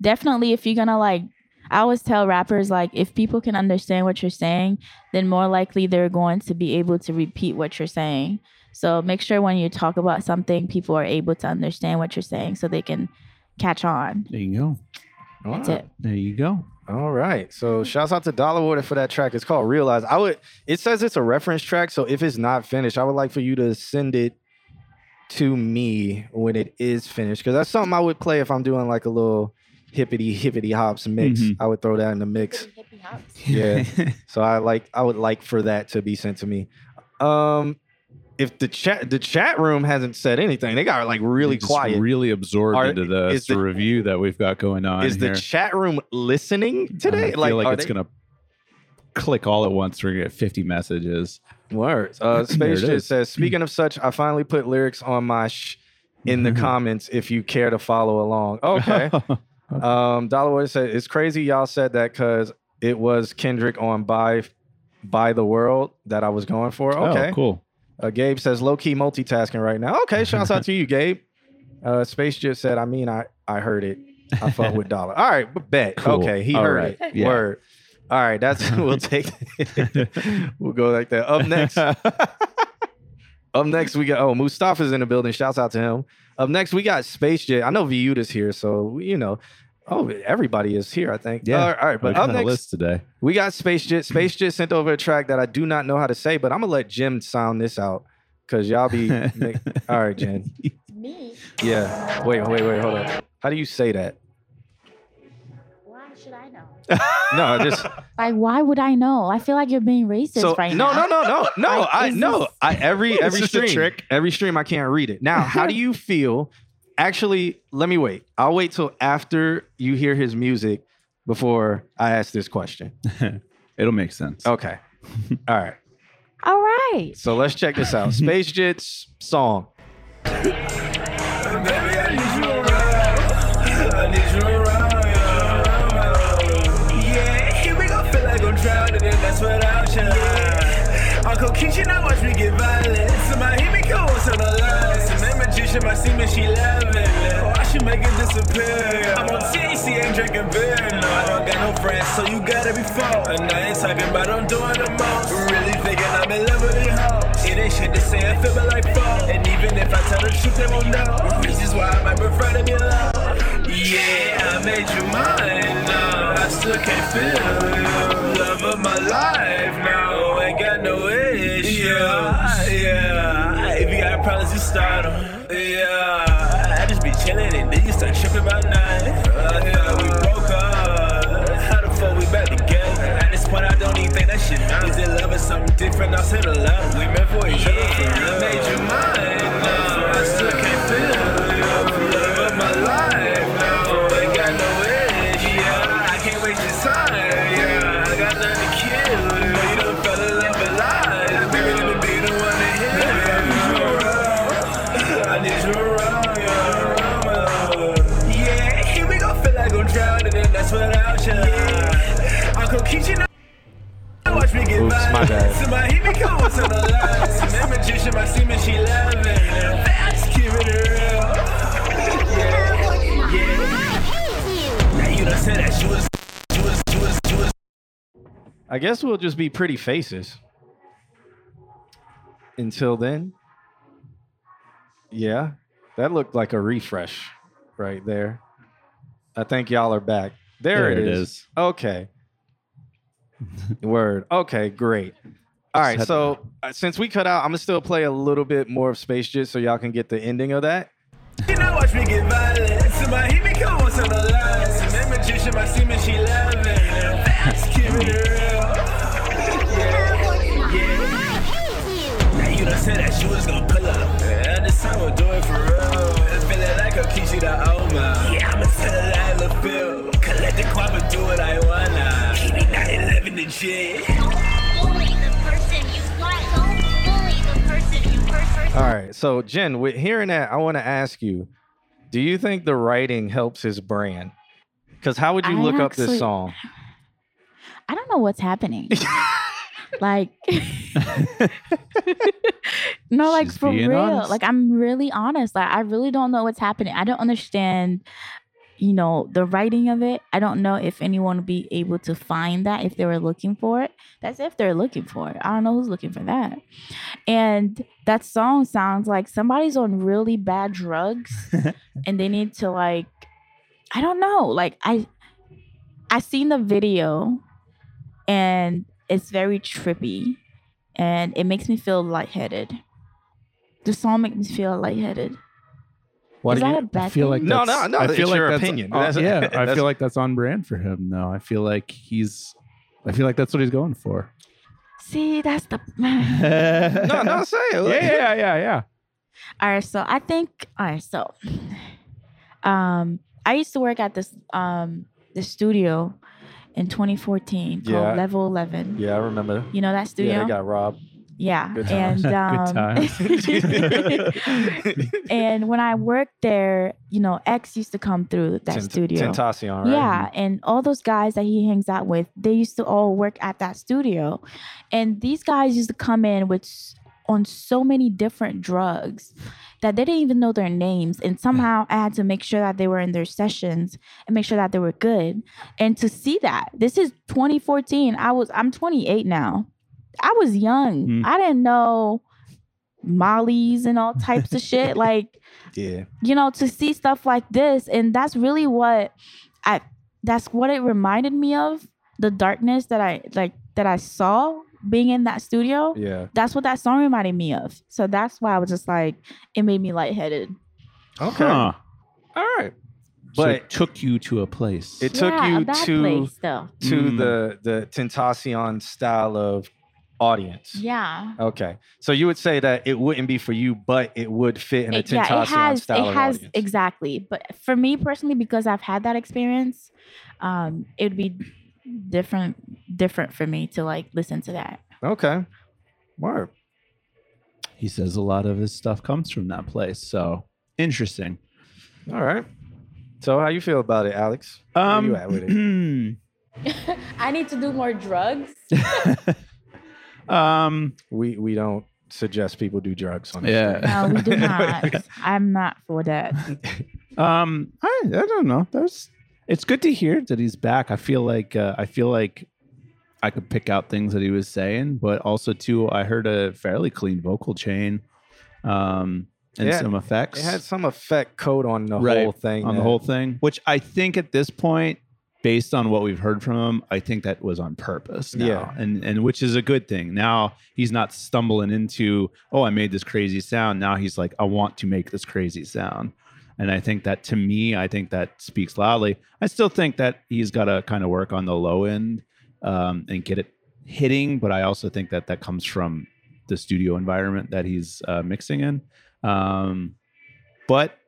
Speaker 4: definitely if you're going to like I always tell rappers like if people can understand what you're saying, then more likely they're going to be able to repeat what you're saying. So make sure when you talk about something, people are able to understand what you're saying so they can catch on.
Speaker 2: There you go.
Speaker 4: That's
Speaker 3: Wow.
Speaker 4: it.
Speaker 2: There you go.
Speaker 3: All right. So shouts out to Dollar Water for that track. It's called Realize. I would it says it's a reference track, so if it's not finished, I would like for you to send it to me when it is finished. Cause that's something I would play if I'm doing like a little hippity hippity hops mix.
Speaker 2: Mhm.
Speaker 3: I would throw that in the mix. Yeah. So I like I would like for that to be sent to me. Um if the chat the chat room hasn't said anything, they got like really
Speaker 2: Just
Speaker 3: quiet.
Speaker 2: Really absorbed
Speaker 3: Are-
Speaker 2: into the,
Speaker 3: is the-
Speaker 2: review that we've got going on.
Speaker 3: is
Speaker 2: here.
Speaker 3: the chat room listening today?
Speaker 2: I feel like,
Speaker 3: are
Speaker 2: it's
Speaker 3: they-
Speaker 2: gonna click all at once. We're gonna get 50 messages.
Speaker 3: Words. Uh,
Speaker 2: There
Speaker 3: Space
Speaker 2: it
Speaker 3: Jit
Speaker 2: is.
Speaker 3: says, speaking of such, I finally put lyrics on my sh in the comments if you care to follow along. Okay. um, Dollarwood said, it's crazy y'all said that because it was Kendrick on by, by the World that I was going for. Okay.
Speaker 2: Oh, cool.
Speaker 3: uh, Gabe says, low key multitasking right now. Okay. Shouts out to you, Gabe. Uh, Space Jit said, I mean, I, I heard it. I fuck with Dollar. All right. b- Bet.
Speaker 2: Cool.
Speaker 3: Okay. He
Speaker 2: All
Speaker 3: heard
Speaker 2: right.
Speaker 3: it.
Speaker 2: Yeah.
Speaker 3: Word. All right, that's we'll take. we'll go like that. Up next, Up next, we got oh Mustafa's in the building. Shouts out to him. Up next, we got Space Jet. I know Viuta's here, so you know, oh everybody is here. I think.
Speaker 2: Yeah.
Speaker 3: All right, all right,
Speaker 2: But
Speaker 3: but up
Speaker 2: the
Speaker 3: next,
Speaker 2: list today.
Speaker 3: we got Space Jet. Space Jet sent over a track that I do not know how to say, but I'm gonna let Jim sound this out because y'all be. make- all right, Jen.
Speaker 4: Me?
Speaker 3: Yeah. Wait, wait, wait. Hold up. How do you say that?
Speaker 4: Why should I know?
Speaker 3: No, just
Speaker 4: Like, why would I know? I feel like you're being racist
Speaker 3: so
Speaker 4: right
Speaker 3: no,
Speaker 4: now.
Speaker 3: no, no, no, no.
Speaker 4: Like,
Speaker 3: I
Speaker 4: is
Speaker 3: no.
Speaker 4: this-
Speaker 3: I every every
Speaker 2: just a
Speaker 3: stream
Speaker 2: trick.
Speaker 3: every stream I can't read it. Now, how do you feel? Actually, let me wait. I'll wait till after you hear his music before I ask this question.
Speaker 2: It'll make sense.
Speaker 3: Okay. All right.
Speaker 4: All right.
Speaker 3: So let's check this out. Space Jit's song.
Speaker 6: Baby, I need you around. I need you around. Yeah, here we go. Feel like I'm drowning, and that's without you. Uncle Keisha, now watch me get violent. Somebody hit me, go on some alliance. And that magician, my semen, she loving it. Oh, I should make it disappear. I'm on THC, ain't drinking beer. No, I don't got no friends, so you gotta be fucked. And I ain't talking about I'm doing the most. Really thinking I'm in love with it, hoe. It ain't shit to say, I feel like fuck. And even if I tell the truth, they won't know. Which is why I might prefer to be alone. Yeah, I made you mine now. I still can't feel you. Love of my life now. Ain't got no issues. Yeah, yeah. If you got problems, you start 'em. Yeah. I just be chillin' and then you start tripping about nothing. Uh, yeah, we broke up. How the fuck we back together? At this point, I don't even think that shit matters. Is it love or something different outside of love? We meant for each other. For real. I made you mine now. I still can't feel you. Love of my life now. Ain't got no edge. Yeah, I can't waste your time. Yeah, I got nothing to kill. Know you done fell in love with lies. Baby, let me be the one to hear. I need you around. Yeah, Yeah, here we go. Feel like I'm drowning, and that's without you. Uncle Keisha. Watch me get
Speaker 3: Oops,
Speaker 6: by.
Speaker 3: my bad.
Speaker 6: Somebody hit me come on to the line. Some that magician, my semen, she loving. I just keep it real. Yeah, yeah. Now you done said that you was, you was, you was, you was.
Speaker 3: I guess we'll just be pretty faces. Until then. Yeah. That looked like a refresh right there. I think y'all are back. There, it is. Okay. Word. Okay, great. All right,
Speaker 2: had
Speaker 3: so uh, since we cut out, I'm gonna still play a little bit more of Space Jit so y'all can get the ending of that.
Speaker 6: You know, watch me get violent. Somebody hit me come on to the line. Some that magician, my semen, she loving. I just keep it real. Yeah, yeah. Now you
Speaker 7: you done said that you was gonna pull up. And this time we'll do it for real. Feeling like a Kishi the Oma. Yeah, I'ma sell it like LaFille. Collect the crop and do what I wanna. Keep me 911 the shit.
Speaker 8: Bully the person you want. Don't bully the person you hurt.
Speaker 3: All right. So, Jen, with hearing that, I want to ask you do you think the writing helps his brand? Because how would you
Speaker 4: I
Speaker 3: look up this
Speaker 4: actually-
Speaker 3: song?
Speaker 4: I don't know what's happening. like, no, like
Speaker 2: She's
Speaker 4: for
Speaker 2: being
Speaker 4: real.
Speaker 2: honest.
Speaker 4: Like, I'm really honest. Like, I really don't know what's happening. I don't understand, you know, the writing of it. I don't know if anyone would be able to find that if they were looking for it. That's if they're looking for it. I don't know who's looking for that. And that song sounds like somebody's on really bad drugs and they need to, like, I don't know. Like, I, I seen the video and it's very trippy and it makes me feel lightheaded. The song makes me feel lightheaded.
Speaker 2: Why
Speaker 4: Is
Speaker 2: do
Speaker 4: that
Speaker 2: you-
Speaker 4: a bad
Speaker 2: I feel like
Speaker 4: thing?
Speaker 3: No,
Speaker 2: that's-
Speaker 3: no, no,
Speaker 2: I
Speaker 3: it's
Speaker 2: feel like
Speaker 3: your
Speaker 2: that's
Speaker 3: opinion.
Speaker 2: on-
Speaker 3: That's-
Speaker 2: yeah, I
Speaker 3: that's-
Speaker 2: feel like that's on brand for him. though. I feel like he's. I feel like that's what he's going for.
Speaker 4: See, that's the
Speaker 3: No,
Speaker 2: no,
Speaker 3: no, say it.
Speaker 2: Yeah, yeah, yeah, yeah.
Speaker 4: All right, so I think all right, so um I used to work at this um this studio in 2014 called
Speaker 3: Yeah.
Speaker 4: Level 11.
Speaker 3: Yeah, I remember.
Speaker 4: You know that studio?
Speaker 3: Yeah, they got robbed.
Speaker 4: Yeah,
Speaker 3: Good
Speaker 4: and
Speaker 3: times.
Speaker 4: um, and when I worked there, you know, X used to come through that
Speaker 3: Tent-
Speaker 4: studio.
Speaker 3: Tentacion, right? Mm-hmm.
Speaker 4: Yeah, and all those guys that he hangs out with, they used to all work at that studio, and these guys used to come in with s- on so many different drugs that they didn't even know their names, and somehow I had to make sure that they were in their sessions and make sure that they were good, and to see that this is 2014, I was I'm 28 now, I was young,
Speaker 2: Mm.
Speaker 4: I didn't know mollies and all types of shit like
Speaker 3: Yeah.
Speaker 4: you know to see stuff like this and that's really what i that's what it reminded me of the darkness that i like that i saw being in that studio
Speaker 3: Yeah.
Speaker 4: that's what that song reminded me of so that's why i was just like it made me lightheaded
Speaker 3: Okay.
Speaker 2: Huh.
Speaker 3: All right.
Speaker 1: So
Speaker 3: But
Speaker 1: it took you to a place.
Speaker 3: it took
Speaker 4: Yeah, a
Speaker 3: you
Speaker 4: bad
Speaker 3: to
Speaker 4: place though
Speaker 3: to
Speaker 2: Mm.
Speaker 3: the the Tentacion style of audience.
Speaker 4: yeah
Speaker 3: Okay. So you would say that it wouldn't be for you, but it would fit in a
Speaker 4: It-
Speaker 3: Tentacion
Speaker 4: has
Speaker 3: style
Speaker 4: it
Speaker 3: of
Speaker 4: has
Speaker 3: audience.
Speaker 4: exactly but for me personally because i've had that experience um it would be different different for me to like listen to that
Speaker 3: okay. Word.
Speaker 2: He says a lot of his stuff comes from that place. So interesting.
Speaker 3: All right. So how you feel about it, Alex?
Speaker 2: Um,
Speaker 3: Where you at with
Speaker 4: i need to do more drugs
Speaker 2: um,
Speaker 3: We we don't suggest people do drugs on this
Speaker 2: Yeah.
Speaker 3: stream.
Speaker 4: No, we do not.
Speaker 3: uh,
Speaker 4: I'm not for that.
Speaker 2: um, I, I don't know. There's. It's good to hear that he's back. I feel like uh, I feel like I could pick out things that he was saying, but also too, I heard a fairly clean vocal chain, um, and
Speaker 3: Yeah,
Speaker 2: some effects.
Speaker 3: It had some effect code on the
Speaker 2: Right,
Speaker 3: whole thing.
Speaker 2: on the
Speaker 3: that-
Speaker 2: whole thing, which I think at this point, based on what we've heard from him, I think that was on purpose. Now,
Speaker 3: Yeah.
Speaker 2: and and which is a good thing. Now he's not stumbling into oh I made this crazy sound. Now he's like I want to make this crazy sound, and I think that to me, I think that speaks loudly. I still think that he's got to kind of work on the low end um, and get it hitting, but I also think that that comes from the studio environment that he's uh, mixing in. Um, but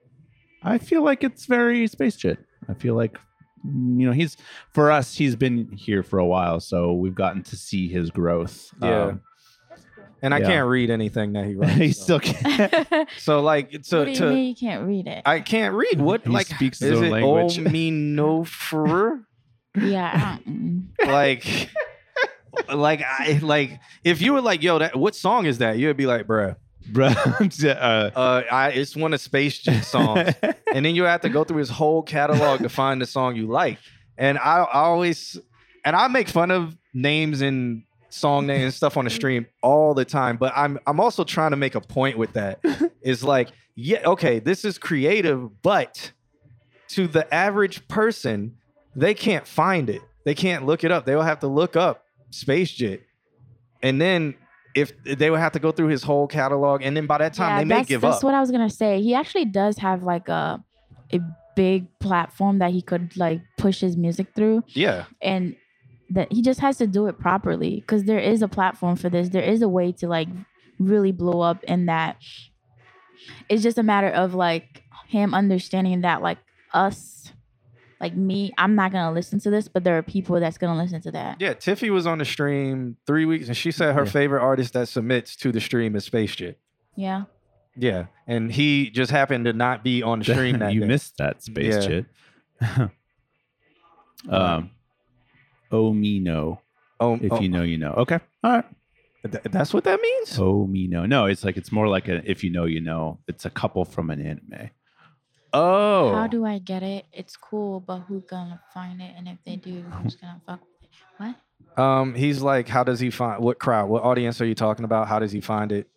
Speaker 2: I feel like it's very space jet. I feel like you know he's for us he's been here for a while so we've gotten to see his growth
Speaker 3: Yeah.
Speaker 2: Um,
Speaker 3: and I
Speaker 2: yeah.
Speaker 3: can't read anything that he writes.
Speaker 2: he
Speaker 3: so.
Speaker 2: still can't
Speaker 3: so like
Speaker 4: what
Speaker 3: to
Speaker 4: do you
Speaker 3: to
Speaker 4: mean you can't read it?
Speaker 3: I can't read. What
Speaker 2: he
Speaker 3: like
Speaker 2: speaks his
Speaker 3: is
Speaker 2: own
Speaker 3: it
Speaker 2: language
Speaker 3: Ominofer?
Speaker 4: yeah. I don't- mm,
Speaker 3: like like I like if you were like, yo, that what song is that? You'd be like, bruh,
Speaker 2: Bruh, I'm just, uh,
Speaker 3: uh, I it's one of Space Jam songs. and then you have to go through his whole catalog to find the song you like. And I, I always and I make fun of names and song names and stuff on the stream all the time, but I'm I'm also trying to make a point with that. It's like, yeah, okay, this is creative, but to the average person, they can't find it. They can't look it up. They will have to look up Space Jet. And then if they would have to go through his whole catalog, and then by that time
Speaker 4: Yeah,
Speaker 3: they may
Speaker 4: that's,
Speaker 3: give
Speaker 4: that's
Speaker 3: up.
Speaker 4: what I was gonna say. He actually does have like a a big platform that he could like push his music through,
Speaker 3: yeah.
Speaker 4: and that he just has to do it properly because there is a platform for this. There is a way to like really blow up and that it's just a matter of like him understanding that like us like me i'm not gonna listen to this but there are people that's gonna listen to that
Speaker 3: Yeah, Tiffy was on the stream three weeks, and she said her favorite artist that submits to the stream is Space Jit.
Speaker 4: yeah
Speaker 3: Yeah, and he just happened to not be on the stream that
Speaker 2: you
Speaker 3: day.
Speaker 2: missed that space
Speaker 3: Yeah.
Speaker 2: shit. um, oh me no.
Speaker 3: Oh,
Speaker 2: If
Speaker 3: oh,
Speaker 2: you know, you know. Okay, all right.
Speaker 3: th- that's what that means.
Speaker 2: Oh me no. No, it's like it's more like a if you know, you know. It's a couple from an anime.
Speaker 3: Oh,
Speaker 4: how do i get it it's cool but who gonna find it and if they do who's gonna fuck with it what
Speaker 3: um, he's like, how does he find what crowd, what audience are you talking about? How does he find it,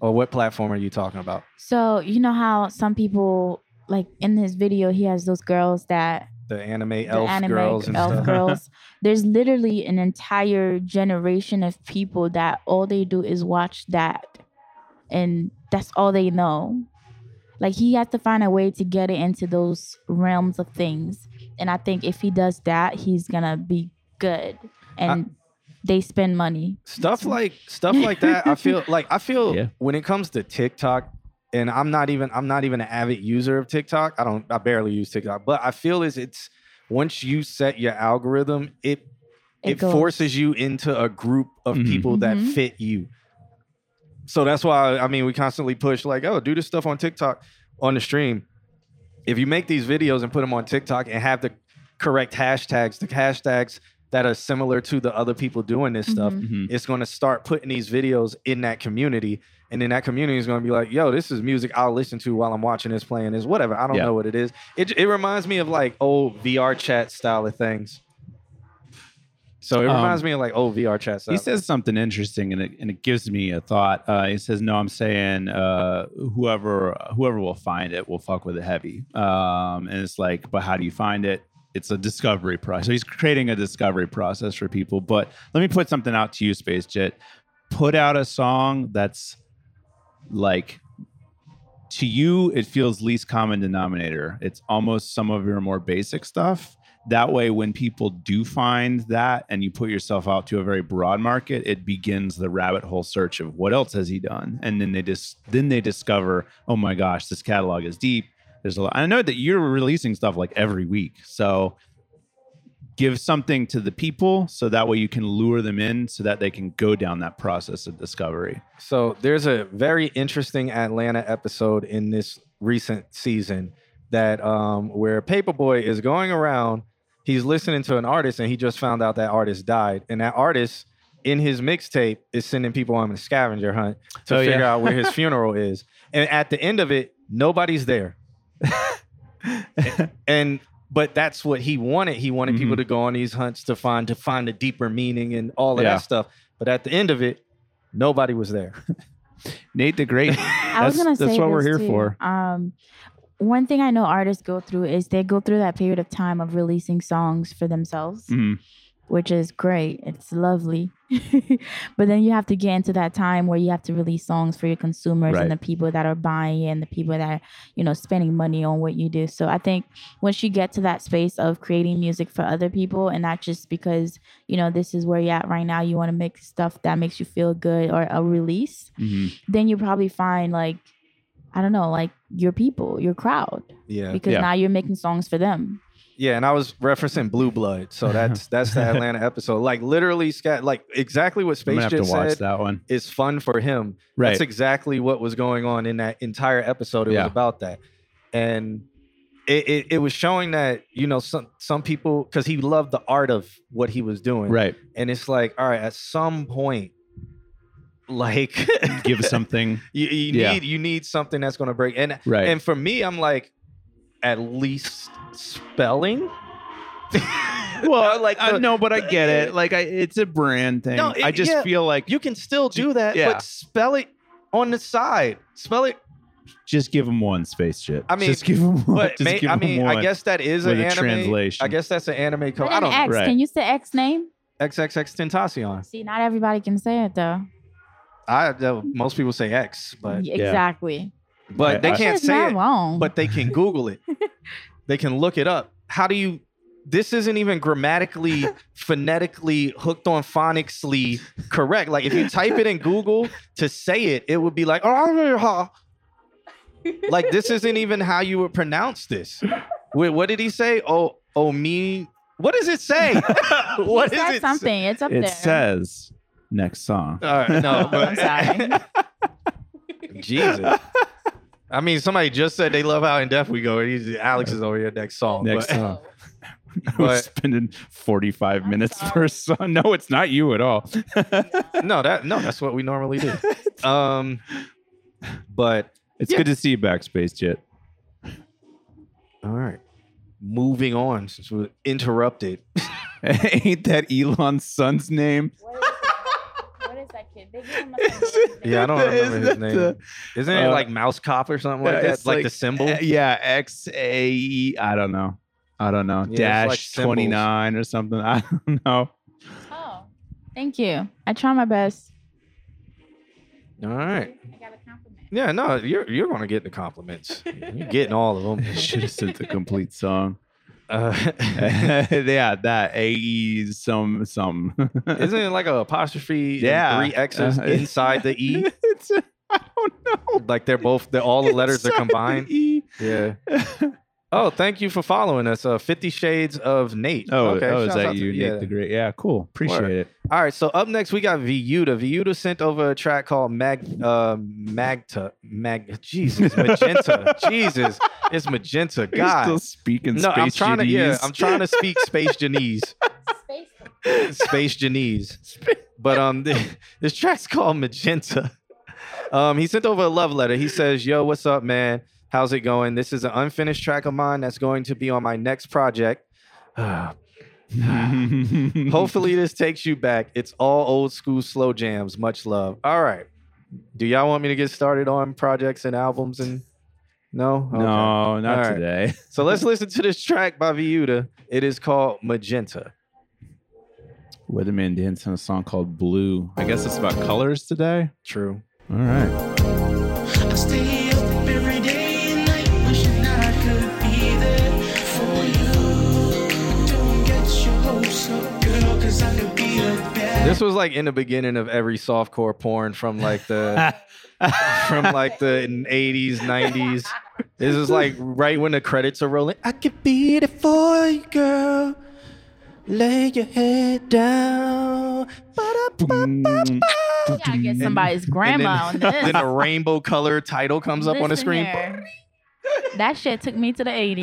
Speaker 3: or what platform are you talking about?
Speaker 4: so you know how some people like in his video he has those girls that
Speaker 3: The anime
Speaker 4: the
Speaker 3: elf
Speaker 4: anime
Speaker 3: girls and
Speaker 4: elf
Speaker 3: stuff.
Speaker 4: girls there's literally an entire generation of people that all they do is watch that and that's all they know like he has to find a way to get it into those realms of things and i think if he does that he's gonna be good and they spend money
Speaker 3: stuff like stuff like that i feel like i feel
Speaker 2: Yeah.
Speaker 3: when it comes to tiktok and i'm not even i'm not even an avid user of tiktok i don't i barely use tiktok but i feel is it's once you set your algorithm it
Speaker 4: It
Speaker 3: it,
Speaker 4: goes.
Speaker 3: forces you into a group of
Speaker 2: Mhm.
Speaker 3: people
Speaker 4: Mhm.
Speaker 3: that fit you so that's why i mean we constantly push like oh do this stuff on tiktok on the stream if you make these videos and put them on tiktok and have the correct hashtags the hashtags that are similar to the other people doing this stuff
Speaker 4: Mhm.
Speaker 2: Mhm.
Speaker 3: it's going to start putting these videos in that community and then that community is going to be like yo this is music i'll listen to while i'm watching this playing this whatever i don't
Speaker 2: Yeah.
Speaker 3: know what it is it, it reminds me of like old vr chat style of things so it
Speaker 2: Um,
Speaker 3: reminds me of like old vr chat style
Speaker 2: He says something interesting, and it, and it gives me a thought. Uh, he says, "No, I'm saying uh, whoever whoever will find it will fuck with it heavy." Um, and it's like, but how do you find it? It's a discovery process. So he's creating a discovery process for people. But let me put something out to you, Space Jet. Put out a song that's like to you it feels least common denominator it's almost some of your more basic stuff that way when people do find that and you put yourself out to a very broad market it begins the rabbit hole search of what else has he done and then they just then they discover oh my gosh this catalog is deep there's a lot i know that you're releasing stuff like every week so give something to the people so that way you can lure them in so that they can go down that process of discovery
Speaker 3: So there's a very interesting Atlanta episode in this recent season that um, where Paperboy is going around, he's listening to an artist and he just found out that artist died, and that artist in his mixtape is sending people on a scavenger hunt to
Speaker 2: Oh, yeah.
Speaker 3: figure out where his funeral is, and at the end of it, nobody's there. and but that's what he wanted. He wanted people
Speaker 2: Mm-hmm.
Speaker 3: to go on these hunts to find to find a deeper meaning and all of
Speaker 2: Yeah.
Speaker 3: that stuff. But at the end of it, nobody was there.
Speaker 2: nate the great
Speaker 4: I was
Speaker 2: That's-
Speaker 4: gonna say
Speaker 2: that's what we're
Speaker 4: this,
Speaker 2: here
Speaker 4: too.
Speaker 2: for.
Speaker 4: Um, one thing I know artists go through is they go through that period of time of releasing songs for themselves,
Speaker 2: Mhm.
Speaker 4: which is great. It's lovely, but then you have to get into that time where you have to release songs for your consumers
Speaker 2: Right.
Speaker 4: and the people that are buying and the people that are, you know spending money on what you do. So I think once you get to that space of creating music for other people and not just because you know this is where you're at right now, you want to make stuff that makes you feel good or a release
Speaker 2: Mhm.
Speaker 4: then you probably find like I don't know, like your people, your crowd,
Speaker 3: Yeah.
Speaker 4: because
Speaker 2: Yeah.
Speaker 4: now you're making songs for them.
Speaker 3: Yeah, and I was referencing Blue Blood. So that's that's the Atlanta episode. Like literally scat like exactly what
Speaker 2: I'm
Speaker 3: Space
Speaker 2: gonna have
Speaker 3: Jam
Speaker 2: to watch
Speaker 3: said
Speaker 2: that one.
Speaker 3: is fun for him.
Speaker 2: Right.
Speaker 3: That's exactly what was going on in that entire episode. It
Speaker 2: Yeah.
Speaker 3: was about that. And it, it, it was showing that, you know, some some people because he loved the art of what he was doing.
Speaker 2: right.
Speaker 3: And it's like, all right, at some point, like
Speaker 2: Give something.
Speaker 3: you, you
Speaker 2: Yeah.
Speaker 3: need you need something that's gonna break. And
Speaker 2: Right.
Speaker 3: and for me, I'm like, at least spelling. well, like
Speaker 2: I
Speaker 3: the-
Speaker 2: know, uh, but I get it. Like, I, it's a brand thing.
Speaker 3: No, it-
Speaker 2: I just
Speaker 3: yeah.
Speaker 2: feel like you
Speaker 3: you can still do that,
Speaker 2: Yeah.
Speaker 3: but spell it on the side. Spell it.
Speaker 2: just give them one space shit.
Speaker 3: I mean,
Speaker 2: just give them one.
Speaker 3: But
Speaker 2: just
Speaker 3: may,
Speaker 2: give
Speaker 3: I
Speaker 2: 'em
Speaker 3: mean, I
Speaker 2: one.
Speaker 3: guess that is an
Speaker 2: with a
Speaker 3: anime.
Speaker 2: translation.
Speaker 3: I guess that's an anime code.
Speaker 4: Put
Speaker 3: I
Speaker 4: an
Speaker 3: don't
Speaker 4: X.
Speaker 3: know.
Speaker 2: Right.
Speaker 4: Can you say X name?
Speaker 3: XXX Tentacion.
Speaker 4: See, not everybody can say it though.
Speaker 3: I uh, most people say X, but
Speaker 4: Y- exactly.
Speaker 3: but
Speaker 2: I-
Speaker 3: they
Speaker 2: I-
Speaker 3: can't
Speaker 4: It's not
Speaker 3: say it.
Speaker 4: wrong.
Speaker 3: But they can Google it. they can look it up. How do you this isn't even grammatically, phonetically, hooked on phonicsly correct. Like if you type it in Google to say it, it would be like, oh, like this isn't even how you would pronounce this. Wait, what did he say? Oh, oh me. What does it say? what
Speaker 4: He
Speaker 3: is
Speaker 4: said
Speaker 3: it? say?
Speaker 4: something. It's up
Speaker 2: It
Speaker 4: there.
Speaker 2: says next song.
Speaker 3: All right, no,
Speaker 4: Oh, I'm
Speaker 3: but-
Speaker 4: sorry.
Speaker 3: Jesus. I mean, somebody just said they love how in depth we go. He's, Alex is over here next song.
Speaker 2: Next
Speaker 3: but-
Speaker 2: song. I was
Speaker 3: but-
Speaker 2: spending 45
Speaker 4: I'm
Speaker 2: minutes
Speaker 4: sorry.
Speaker 2: per song. No, it's not you at all.
Speaker 3: no, that no, that's what we normally do. Um, but
Speaker 2: It's
Speaker 3: Yeah.
Speaker 2: good to see you back, Space Jet.
Speaker 3: all right, moving on since we were interrupted.
Speaker 2: Ain't that Elon's son's name?
Speaker 4: what is that kid? They give him a
Speaker 3: Yeah, I don't
Speaker 2: Isn't
Speaker 3: remember his
Speaker 2: that
Speaker 3: name.
Speaker 2: the-
Speaker 3: Isn't it
Speaker 2: uh,
Speaker 3: like mouse cop or something like
Speaker 2: Yeah,
Speaker 3: that?
Speaker 2: it's
Speaker 3: Like,
Speaker 2: like-
Speaker 3: the symbol.
Speaker 2: Uh, yeah, X A E. I don't know. I don't know.
Speaker 3: it's
Speaker 2: Dash
Speaker 3: like symbols.
Speaker 2: 29 or something. I don't know.
Speaker 4: Oh, thank you. I try my best.
Speaker 3: All right.
Speaker 4: I got a compliment.
Speaker 3: Yeah, no, you're you're gonna get the compliments. You're getting all of them.
Speaker 2: Should have sent the complete song.
Speaker 3: Uh,
Speaker 2: yeah, that A E some some.
Speaker 3: isn't it like a apostrophe? and
Speaker 2: Yeah.
Speaker 3: three X's
Speaker 2: Uh,
Speaker 3: inside the E.
Speaker 2: it's, I don't know.
Speaker 3: Like they're both. They're, all the letters are
Speaker 2: Inside the
Speaker 3: combined.
Speaker 2: E.
Speaker 3: Yeah. Oh, thank you for following us. Uh, Fifty Shades of Nate.
Speaker 2: Oh, oh, is
Speaker 3: shouts out
Speaker 2: that
Speaker 3: to-
Speaker 2: you, Nate
Speaker 3: yeah.
Speaker 2: the Great? Yeah, cool. Appreciate
Speaker 3: Word.
Speaker 2: it.
Speaker 3: All right, so up next we got Viuda. Viuda sent over a track called Mag uh, Magta Mag. Jesus, Magenta. Jesus, it's Magenta.
Speaker 2: Are you still
Speaker 3: God,
Speaker 2: speaking
Speaker 3: no,
Speaker 2: space
Speaker 3: I'm trying to. Yeah,
Speaker 2: GDs?
Speaker 3: I'm trying to speak Space Janese. Space Janese. But um, this track's called Magenta. Um, he sent over a love letter. He says, "Yo, what's up, man? How's it going? This is an unfinished track of mine that's going to be on my next project." Hopefully this takes you back. It's all old school slow jams. Much love. All right. Do y'all want me to get started on projects and albums and no? Okay.
Speaker 2: No, not
Speaker 3: All right.
Speaker 2: today.
Speaker 3: So let's listen to this track by Viuda. It is called Magenta.
Speaker 2: Weatherman danced on a song called Blue. I guess it's about colors today.
Speaker 3: True.
Speaker 2: All right.
Speaker 7: I stay up every day and night wishing I could be there for you. Don't get your hopes up, girl, 'cause I could be a bad
Speaker 3: This was like in the beginning of every softcore porn from like the from like the 80s, 90s. This is like right when the credits are rolling. I could be there for you, girl. Lay your head down.
Speaker 4: You gotta get somebody's
Speaker 3: And
Speaker 4: grandma
Speaker 3: then,
Speaker 4: on this.
Speaker 3: then the rainbow color title comes up on the
Speaker 4: Listen
Speaker 3: screen.
Speaker 4: here. That shit took me to the 80s.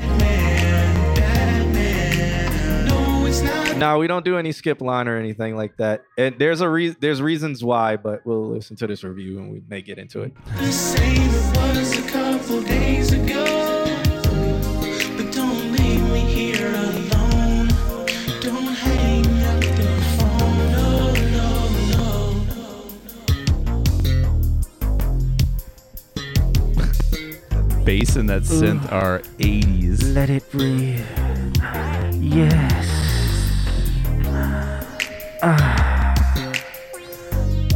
Speaker 7: man, bad man. No, it's not
Speaker 3: No, we don't do any skip line or anything like that. And there's a re- there's reasons why, but we'll listen to this review and we may get into it.
Speaker 7: the same it was a couple days ago. But don't leave me here alone. Don't hang up the phone. No, no, no, no.
Speaker 2: Bass and that synth are 80s.
Speaker 3: Let it breathe.
Speaker 6: Ah.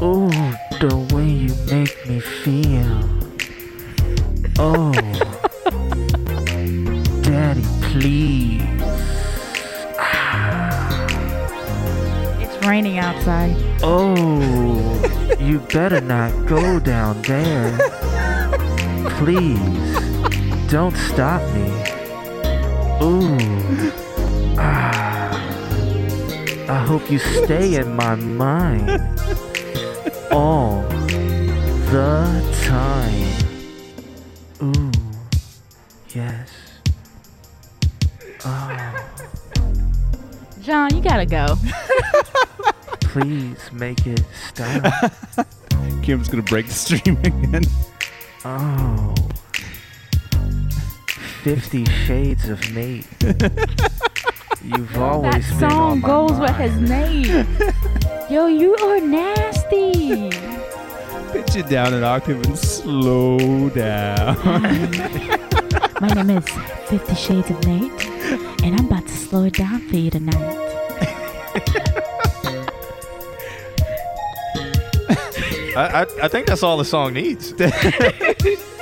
Speaker 6: Oh, the way you make me feel. Oh, daddy, please. Ah.
Speaker 4: it's raining outside.
Speaker 6: Oh, you better not go down there. Please, don't stop me. Ooh, ah, I hope you stay in my mind all the time. Ooh, yes. Ah.
Speaker 4: John, you gotta go.
Speaker 6: Please make it stop.
Speaker 2: Kim's going to break the stream again.
Speaker 6: Oh. Fifty Shades of Nate. You've
Speaker 4: That
Speaker 6: always been on
Speaker 4: song
Speaker 6: my
Speaker 4: goes with
Speaker 6: mind.
Speaker 4: his name. Yo, you are nasty.
Speaker 2: Pitch it down an octave and slow down.
Speaker 4: My name is Fifty Shades of Nate, and I'm about to slow it down for you tonight.
Speaker 3: I, I I think that's all the song needs.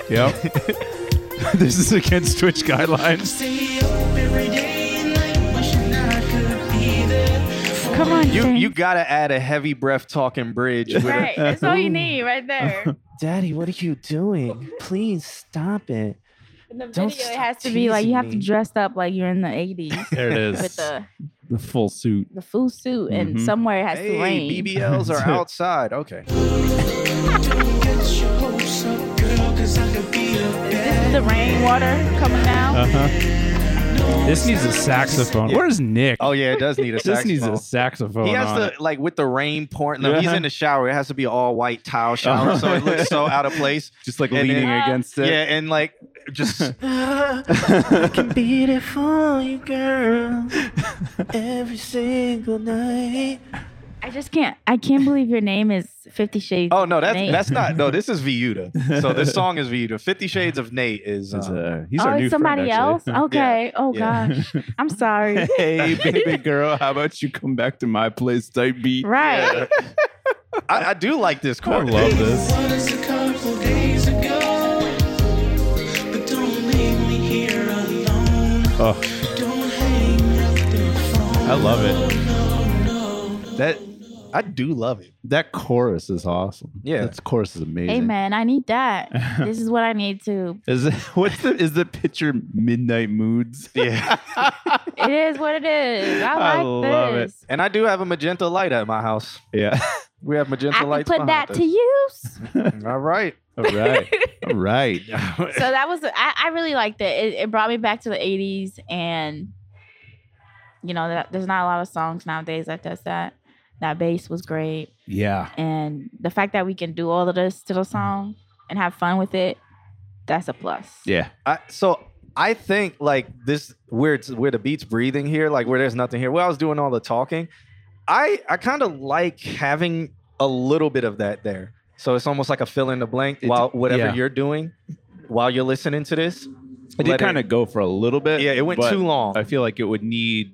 Speaker 2: yep. this is against Twitch guidelines.
Speaker 7: Stay up every day
Speaker 4: Come on,
Speaker 3: You
Speaker 4: James.
Speaker 3: you gotta add a heavy breath talking bridge. With
Speaker 9: Right. That's all you need right there.
Speaker 3: Daddy, what are you doing? Please stop it.
Speaker 9: In the
Speaker 3: Don't
Speaker 9: video, it
Speaker 3: stop
Speaker 9: has
Speaker 4: to be like you
Speaker 3: teasing
Speaker 4: have to
Speaker 3: me.
Speaker 4: dress up like you're in the 80s
Speaker 2: There it is.
Speaker 4: with the
Speaker 2: the full suit.
Speaker 4: the full suit and
Speaker 2: Mhm.
Speaker 4: somewhere it has
Speaker 3: Mm-hmm. Hey,
Speaker 4: to rain.
Speaker 3: BBLs are outside. Okay.
Speaker 4: This is the rainwater coming down.
Speaker 2: Uh-huh. This needs a saxophone.
Speaker 3: Yeah.
Speaker 2: Where's Nick?
Speaker 3: Oh yeah, it does need a
Speaker 2: this needs a
Speaker 3: saxophone.
Speaker 2: saxophone.
Speaker 3: He has
Speaker 2: on
Speaker 3: to
Speaker 2: it.
Speaker 3: like with the rain pouring. No, he's
Speaker 2: Uh-huh.
Speaker 3: in the shower. It has to be all white towel shower, so it looks so out of place.
Speaker 2: just like
Speaker 3: and
Speaker 2: leaning
Speaker 4: Ah.
Speaker 9: then-
Speaker 2: against it.
Speaker 3: Yeah, and like just
Speaker 4: I just can't. I can't believe your name is Fifty Shades.
Speaker 3: oh no, that's
Speaker 4: Nate.
Speaker 3: that's not no. This is Viuda. So this song is Viuda. Fifty Shades of Nate is.
Speaker 2: It's,
Speaker 3: Um,
Speaker 2: uh, he's
Speaker 4: oh,
Speaker 2: our
Speaker 4: it's
Speaker 2: new
Speaker 4: somebody
Speaker 2: friend,
Speaker 4: else.
Speaker 2: actually.
Speaker 4: Okay. Oh
Speaker 3: Yeah.
Speaker 4: gosh. I'm sorry.
Speaker 2: hey, baby girl, how about you come back to my place, type beat?
Speaker 4: right.
Speaker 3: I, I do like this
Speaker 2: I
Speaker 3: chord.
Speaker 2: love this. Oh. I love it.
Speaker 3: That I do love it.
Speaker 2: That chorus is awesome.
Speaker 3: Yeah.
Speaker 2: that chorus is amazing.
Speaker 4: Hey man, I need that. this is what I need to.
Speaker 2: Is it, what's the is the picture midnight moods?
Speaker 3: Yeah,
Speaker 4: It is what it is. I like
Speaker 2: I love it.
Speaker 4: this.
Speaker 3: and I do have a magenta light at my house.
Speaker 2: Yeah.
Speaker 3: We have magenta
Speaker 4: I can
Speaker 3: lights.
Speaker 4: put that
Speaker 3: behind
Speaker 4: to use.
Speaker 3: us. All right.
Speaker 2: All right. All right.
Speaker 4: so that was I, I really liked it. it. It brought me back to the '80s, and you know, that, there's not a lot of songs nowadays that does that. That bass was great,
Speaker 2: Yeah.
Speaker 4: and the fact that we can do all of this to the song and have fun with it, that's a plus.
Speaker 2: Yeah.
Speaker 3: I, so I think like this where it's where the beat's breathing here, like where there's nothing here. Where I was doing all the talking, I I kind of like having a little bit of that there. So it's almost like a fill in the blank
Speaker 2: It-
Speaker 3: while whatever
Speaker 2: yeah.
Speaker 3: you're doing, while you're listening to this.
Speaker 2: It
Speaker 3: let
Speaker 2: did kind of go for a little bit.
Speaker 3: yeah. It went
Speaker 2: but
Speaker 3: too long.
Speaker 2: I feel like it would need.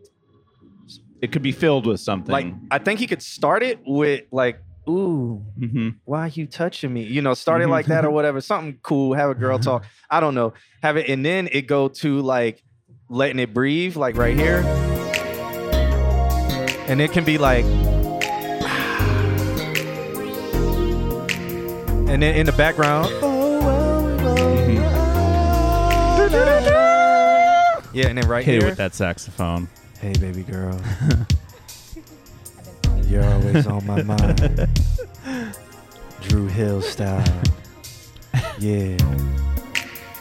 Speaker 2: It could be filled with something.
Speaker 3: like I think he could start it with like, ooh,
Speaker 2: Mhm.
Speaker 3: why are you touching me? You know, start it like that or whatever. Something cool. Have a girl talk. I don't know. Have it, and then it go to like letting it breathe, like right here, and it can be like, and then in the background. Yeah, and then right
Speaker 10: Hit it
Speaker 3: here.
Speaker 10: with that saxophone.
Speaker 3: Hey, baby girl. You're always on my mind. Drew Hill style. Yeah.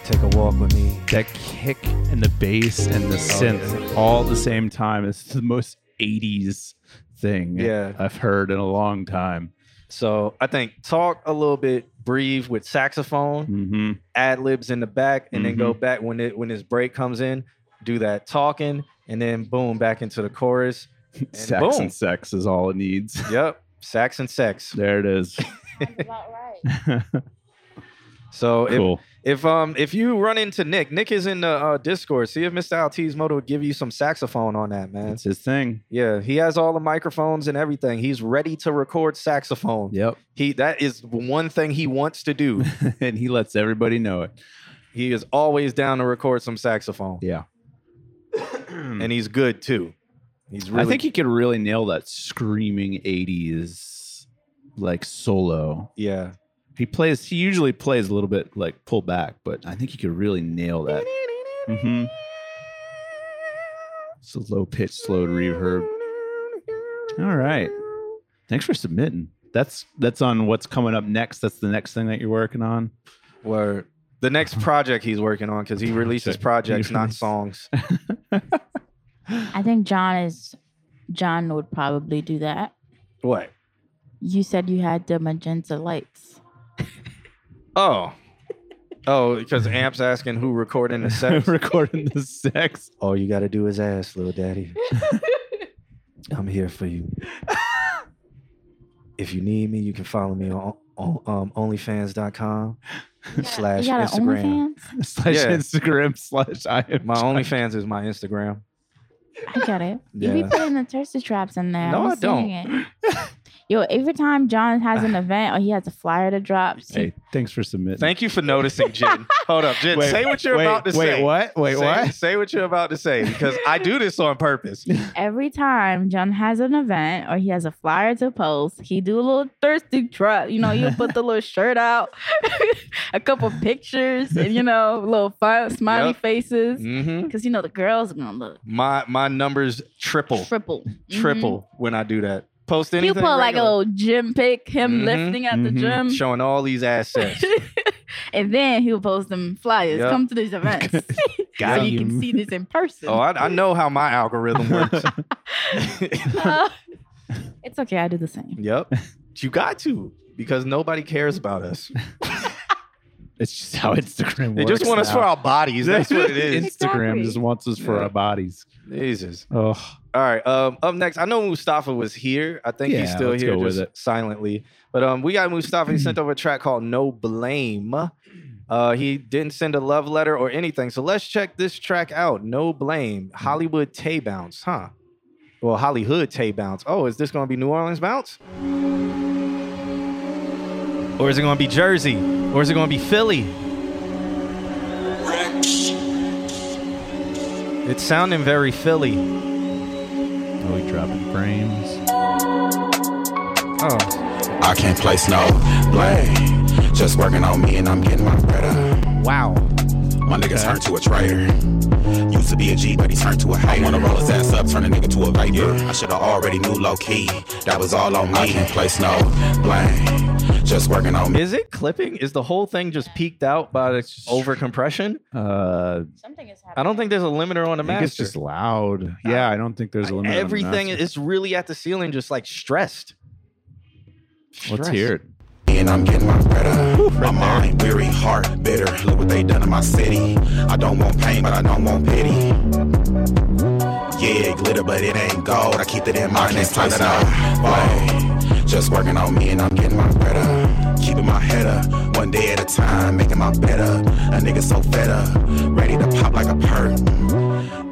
Speaker 3: Take a walk with me. Oh,
Speaker 2: that kick and the bass and the synth all at the same time is the most 80s thing
Speaker 3: Yeah.
Speaker 2: I've heard in a long time.
Speaker 3: So I think talk a little bit, breathe with saxophone,
Speaker 2: hmm
Speaker 3: ad libs in the back, and then go
Speaker 2: Mhm.
Speaker 3: back when it when this break comes in. Do that talking, and then boom, back into the chorus.
Speaker 2: Sax
Speaker 3: boom.
Speaker 2: and sex is all it needs.
Speaker 3: Yep, sax and sex.
Speaker 2: There it is.
Speaker 3: So if
Speaker 2: cool.
Speaker 3: If um if you run into Nick, Nick is in the uh, Discord. See if Mr. Altiz Moto will give you some saxophone on that, man.
Speaker 2: That's his thing.
Speaker 3: Yeah, he has all the microphones and everything. He's ready to record saxophone.
Speaker 2: Yep.
Speaker 3: He that is one thing he wants to do.
Speaker 2: and he lets everybody know it.
Speaker 3: he is always down to record some saxophone,
Speaker 2: Yeah.
Speaker 3: and he's good too. He's really.
Speaker 2: I think he could really nail that screaming 80s like solo.
Speaker 3: yeah.
Speaker 2: He plays he usually plays a little bit like pull back, but I think he could really nail that. Mhm. It's a low pitch, slowed reverb. All right. Thanks for submitting. That's that's on what's coming up next. That's the next thing that you're working on.
Speaker 3: Where the next project he's working on because he releases projects, not
Speaker 2: release-
Speaker 3: songs.
Speaker 4: I think John is John would probably do that.
Speaker 3: What?
Speaker 4: You said you had the magenta lights.
Speaker 3: Oh. Oh, because Amp's asking who recording the sex.
Speaker 2: Recording the sex.
Speaker 3: All you gotta do is ask, little daddy. I'm here for you. if you need me, you can follow me on, on um, OnlyFans.com slash
Speaker 4: You got an
Speaker 3: Instagram.
Speaker 4: OnlyFans?
Speaker 2: slash
Speaker 3: Yeah.
Speaker 2: Instagram slash I am
Speaker 3: My OnlyFans is my Instagram.
Speaker 4: I get it. You
Speaker 3: Yeah.
Speaker 4: be putting the thirster traps in there.
Speaker 3: No,
Speaker 4: I'm
Speaker 3: I don't.
Speaker 4: seeing it. Yo, every time John has an event or he has a flyer to drop,
Speaker 2: Hey, thanks for submitting.
Speaker 3: Thank you for noticing, Jen. Hold up, Jen. say what you're
Speaker 2: wait,
Speaker 3: about to
Speaker 2: wait,
Speaker 3: say.
Speaker 2: what?
Speaker 3: say,
Speaker 2: Wait, what?
Speaker 3: Say what you're about to say because I do this on purpose.
Speaker 4: every time John has an event or he has a flyer to post, he do a little thirsty trap. You know, you put the little shirt out, a couple pictures, and you know, little fun, smiley
Speaker 3: Yep.
Speaker 4: faces.
Speaker 3: hmm
Speaker 4: Cause you know the girls are gonna look
Speaker 3: My my numbers triple,
Speaker 4: triple. Mhm.
Speaker 3: triple when I do that. Post
Speaker 4: You
Speaker 3: anything.
Speaker 4: put like a
Speaker 3: regular,
Speaker 4: little gym pic, him
Speaker 3: Mhm,
Speaker 4: lifting at
Speaker 2: mhm.
Speaker 4: the gym.
Speaker 3: showing all these assets.
Speaker 4: and then he'll post them flyers.
Speaker 3: Yep.
Speaker 4: Come to these events. so
Speaker 2: Got
Speaker 4: you
Speaker 2: him.
Speaker 4: can see this in person.
Speaker 3: oh, I, I know how my algorithm works.
Speaker 4: Uh, it's okay. I do the same.
Speaker 3: yep, you got to because nobody cares about us.
Speaker 2: It's just how Instagram
Speaker 3: They
Speaker 2: works.
Speaker 3: just want us
Speaker 2: now.
Speaker 3: for our bodies. That's what it is.
Speaker 2: Instagram
Speaker 4: Exactly.
Speaker 2: just wants us for
Speaker 3: Yeah.
Speaker 2: our bodies.
Speaker 3: Jesus.
Speaker 2: Oh,
Speaker 3: All right. Um, up next, I know Mustafa was here. I think he's
Speaker 2: Yeah,
Speaker 3: still
Speaker 2: let's
Speaker 3: here
Speaker 2: go with
Speaker 3: just
Speaker 2: it.
Speaker 3: silently. But um, we got Mustafa. He sent over a track called No Blame. Uh, he didn't send a love letter or anything. So let's check this track out. No Blame. Hollywood Tay Bounce, huh? Well, Hollywood Tay Bounce. Oh, is this going to be New Orleans Bounce? Or is it going to be Jersey? Or is it going to be Philly? It's sounding very Philly.
Speaker 2: oh, he dropping frames.
Speaker 3: Oh,
Speaker 10: I can't place no blame. Just working on me and I'm getting my bread up.
Speaker 3: wow.
Speaker 10: My nigga turned to a traitor. Used to be a G, but he turned to a hater. I wanna roll his ass up, turn a nigga to a vapor. I shoulda already knew low key. That was all on me. I can't place no blame. Just working on me.
Speaker 3: Is it clipping? Is the whole thing just peaked out by the over compression?
Speaker 2: Uh,
Speaker 4: Something is happening.
Speaker 3: I don't think there's a limiter on the
Speaker 2: I think it's
Speaker 3: master.
Speaker 2: just loud. Yeah, I don't think there's a limit. on the
Speaker 3: Everything
Speaker 2: master.
Speaker 3: is really at the ceiling, just like stressed.
Speaker 2: Let's
Speaker 3: Stressed.
Speaker 2: hear it.
Speaker 10: And I'm getting my bread up. My mind weary, heart bitter. Look what they done in my city. I don't want pain, but I don't want pity. Yeah, glitter, but it ain't gold. I keep it in mind next time that I play. Just working on me and I'm getting my bread up. Keeping my head up, one day at a time, making my bed up. A nigga so fed up, ready to pop like a perk.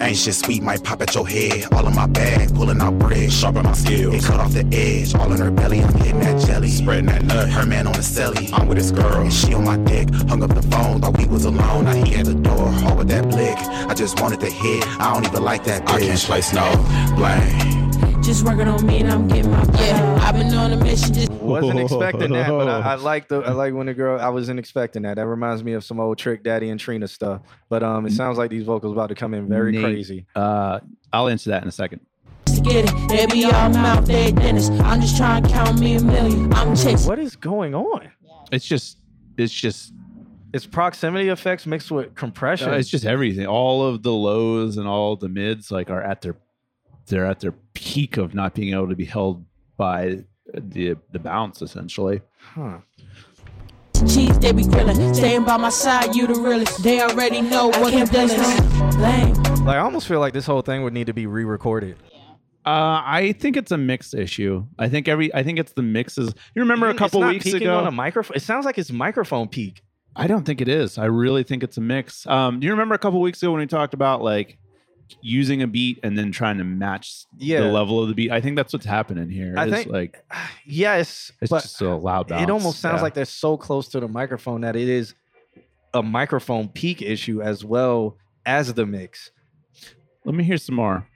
Speaker 10: Anxious sweet might pop at your head. All in my bag, pulling out bread, sharpen my skills. It cut off the edge, all in her belly. I'm hitting that jelly, spreading that nut. Her man on the celly, I'm with his girl. and She on my dick, hung up the phone, thought we was alone. Now he at the door, all with that blick. I just wanted to hit. I don't even like that. Bitch. I can't place no blame.
Speaker 11: Just working on me and I'm getting my yeah. I've been on a mission just
Speaker 3: Wasn't expecting that, but I, I
Speaker 2: Whoa.
Speaker 3: like the I like when the girl. I wasn't expecting that. That reminds me of some old Trick Daddy and Trina stuff. But um,
Speaker 2: Mm.
Speaker 3: it sounds like these vocals about to come in very
Speaker 2: Nate.
Speaker 3: crazy.
Speaker 2: Uh, I'll answer that in a second.
Speaker 11: to get it. They be all mouth, they dentist. I'm just trying to count me a million. I'm chasing.
Speaker 3: What is going on?
Speaker 2: It's just, it's just,
Speaker 3: It's proximity effects mixed with compression.
Speaker 2: uh, it's just everything. All of the lows and all the mids like are at their, they're at their peak of not being able to be held by the the bounce essentially.
Speaker 3: huh.
Speaker 11: Cheese, they be grilling. Staying by my side, you the realest. They already know what I'm dealing. Blame.
Speaker 3: Like I almost feel like this whole thing would need to be re-recorded.
Speaker 2: Uh, I think it's a mix issue. I think every, I think it's the mixes. You remember a
Speaker 3: Mm, It's
Speaker 2: couple
Speaker 3: not
Speaker 2: weeks
Speaker 3: peaking
Speaker 2: ago
Speaker 3: on a microphone. It sounds like it's microphone peak.
Speaker 2: I don't think it is. I really think it's a mix. Um, do you remember a couple weeks ago when we talked about like using a beat and then trying to match
Speaker 3: Yeah.
Speaker 2: the level of the beat? I think that's what's happening here.
Speaker 3: I
Speaker 2: It's
Speaker 3: think-
Speaker 2: like
Speaker 3: yes,
Speaker 2: it's
Speaker 3: but
Speaker 2: just a loud bounce.
Speaker 3: It almost sounds
Speaker 2: Yeah.
Speaker 3: like they're so close to the microphone that it is a microphone peak issue as well as the mix.
Speaker 2: Let me hear some more.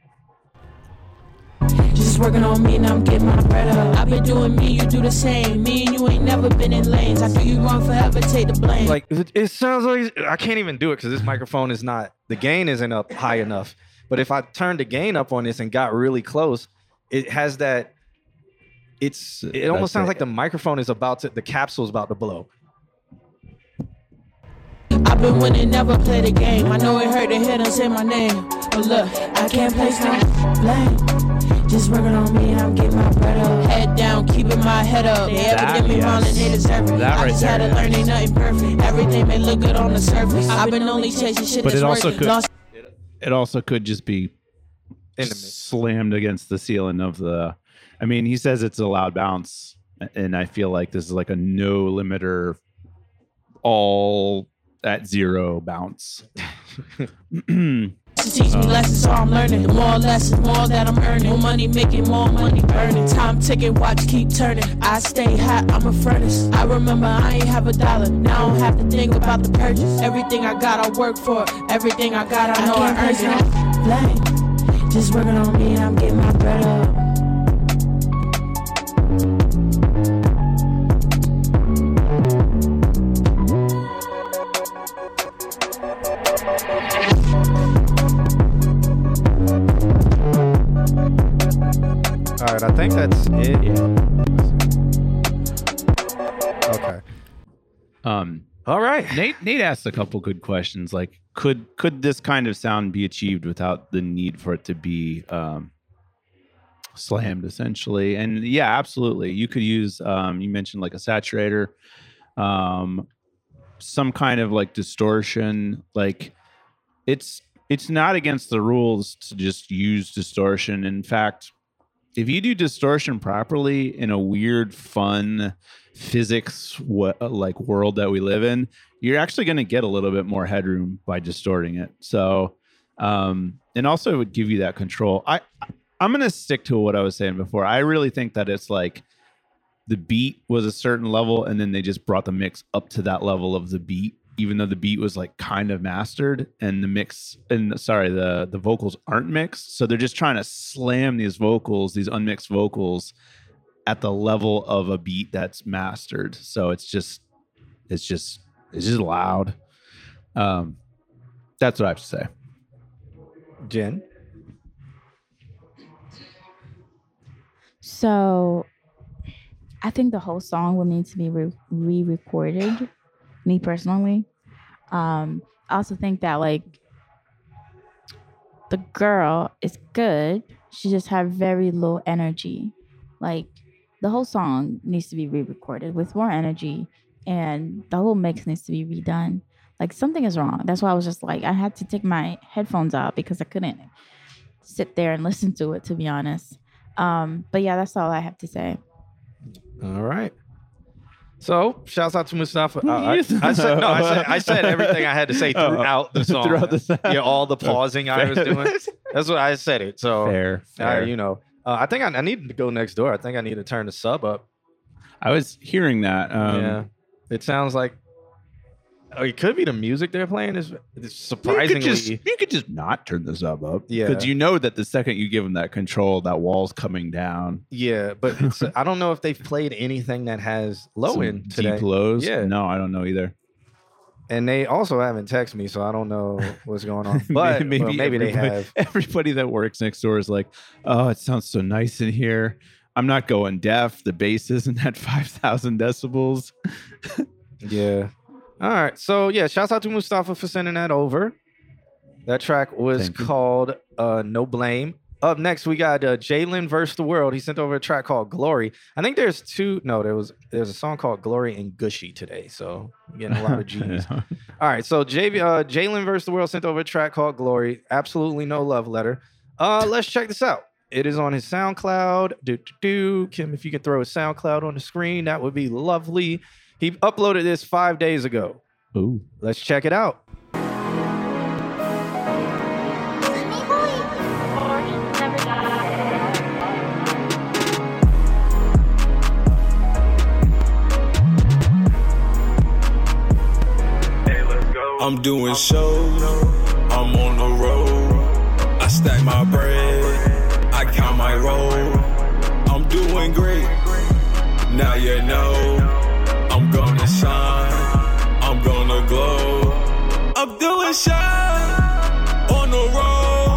Speaker 11: Just working on me and I'm getting my bread up. I've been doing me, you do the same. Me and you ain't never been in lanes. I do you wrong forever, take the blame.
Speaker 3: Like it, it sounds like I can't even do it because this microphone is not the gain isn't up high enough. But if I turned the gain up on this and got really close, it has that. It's it almost
Speaker 2: That's
Speaker 3: sounds
Speaker 2: it.
Speaker 3: like the microphone is about to the capsule's about to blow.
Speaker 11: I've been winning, never play the game. I know it hurt to hear them say my name. But look, I can't place no blame. Just working on me, I'm getting my bread up. Head down, keeping my head up. They ever
Speaker 2: That,
Speaker 11: get me wrong and they
Speaker 2: yes.
Speaker 11: deserve it.
Speaker 2: That
Speaker 11: I
Speaker 2: right
Speaker 11: just
Speaker 2: there,
Speaker 11: had to
Speaker 2: yes.
Speaker 11: learn ain't nothing perfect. Everything may look good on the surface. I've been only chasing shit
Speaker 2: But it
Speaker 11: that's
Speaker 2: also
Speaker 11: worth
Speaker 2: could-
Speaker 11: it. Lost
Speaker 2: It also could just be
Speaker 3: In the mix.
Speaker 2: slammed against the ceiling of the. I mean, he says it's a loud bounce, and I feel like this is like a no limiter, all at zero bounce.
Speaker 11: to teach me lessons, so I'm learning. More lessons, more that I'm earning. More money making, more money burning. Time ticking, watch keep turning. I stay hot, I'm a furnace. I remember I ain't have a dollar. Now I don't have to think about the purchase. Everything I got, I work for. Everything I got, I know I, earned it. Blame. Just working on me, I'm getting my bread up.
Speaker 3: All right, I think that's it. Okay.
Speaker 2: Um,
Speaker 3: All right.
Speaker 2: Nate Nate asked a couple good questions. Like, could could this kind of sound be achieved without the need for it to be um, slammed, essentially? And yeah, absolutely. You could use. Um, you mentioned like a saturator, um, some kind of like distortion. Like, it's it's not against the rules to just use distortion. In fact, if you do distortion properly in a weird, fun physics wo- like world that we live in, you're actually going to get a little bit more headroom by distorting it. So, um, and also it would give you that control. I, I'm going to stick to what I was saying before. I really think that it's like the beat was a certain level, and then they just brought the mix up to that level of the beat, even though the beat was like kind of mastered, and the mix and sorry, the the vocals aren't mixed. So they're just trying to slam these vocals, these unmixed vocals, at the level of a beat that's mastered. So it's just, it's just, it's just loud. Um, that's what I have to say.
Speaker 3: Jen.
Speaker 4: So I think the whole song will need to be re- re-recorded. Me personally, um, I also think that like the girl is good. She just had very low energy. Like the whole song needs to be re-recorded with more energy, and the whole mix needs to be redone. Like something is wrong. That's why I was just like I had to take my headphones out because I couldn't sit there and listen to it. To be honest. Um, but yeah, that's all I have to say.
Speaker 3: All right. So, shouts out to Mustafa. Uh, I, I said no. I said, I said everything I had to say
Speaker 2: Oh.
Speaker 3: throughout the song.
Speaker 2: Throughout the song.
Speaker 3: yeah, all the pausing I was doing. That's what I said it. So,
Speaker 2: Fair,
Speaker 3: uh,
Speaker 2: fair.
Speaker 3: you know, uh, I think I, I need to go next door. I think I need to turn the sub up.
Speaker 2: I was hearing that. Um,
Speaker 3: yeah, it sounds like oh, it could be the music they're playing is is
Speaker 2: You
Speaker 3: surprisingly.
Speaker 2: could, just, you could just not turn the sub up.
Speaker 3: Yeah.
Speaker 2: Because you know that the second you give them that control, that wall's coming down.
Speaker 3: yeah, but it's, I don't know if they've played anything that has low
Speaker 2: Some
Speaker 3: end today.
Speaker 2: Deep lows.
Speaker 3: Yeah.
Speaker 2: No, I don't know either.
Speaker 3: And they also haven't texted me, so I don't know what's going on. But maybe, maybe they
Speaker 2: everybody-
Speaker 3: have.
Speaker 2: Everybody that works next door is like, oh, it sounds so nice in here. I'm not going deaf. The bass isn't at 5,000 decibels.
Speaker 3: Yeah. All right. So yeah, shouts out to Mustafa for sending that over. That track was
Speaker 2: Thank you.
Speaker 3: called uh, "No Blame." Up next, we got uh, Jalen versus the World. He sent over a track called "Glory." I think there's two. No, there was there's a song called "Glory" and "Gushy" today. So we're getting a lot of G's.
Speaker 2: Yeah.
Speaker 3: All right. So JV, uh, Jalen versus the World sent over a track called "Glory." Absolutely no love letter. Uh, let's check this out. It is on his SoundCloud. Do do do. Kim, if you can throw his SoundCloud on the screen, that would be lovely. He uploaded this five days ago.
Speaker 2: Ooh.
Speaker 3: Let's check it out.
Speaker 12: I'm doing shows, I'm on the road. I stack my bread, I count my roll. I'm doing great, now you know. I'm gonna shine, I'm gonna glow. I'm doing shine on the road.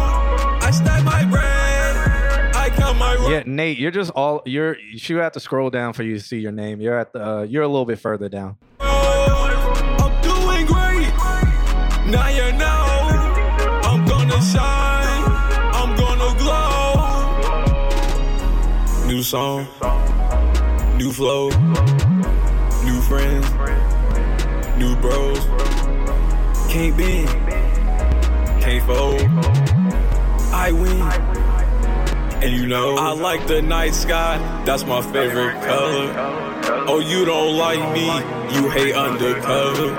Speaker 12: I stack my bread, I count my roll.
Speaker 3: Yeah, Nate, you're just all you're. You have to scroll down for you to see your name. You're at the. Uh, you're a little bit further down.
Speaker 12: I'm doing great, now you know. I'm gonna shine, I'm gonna glow. New song, new flow, new friends, new bros. Can't bend, can't fold. I win. And you know, I like the night sky, that's my favorite color. Oh, you don't like me, you hate undercover.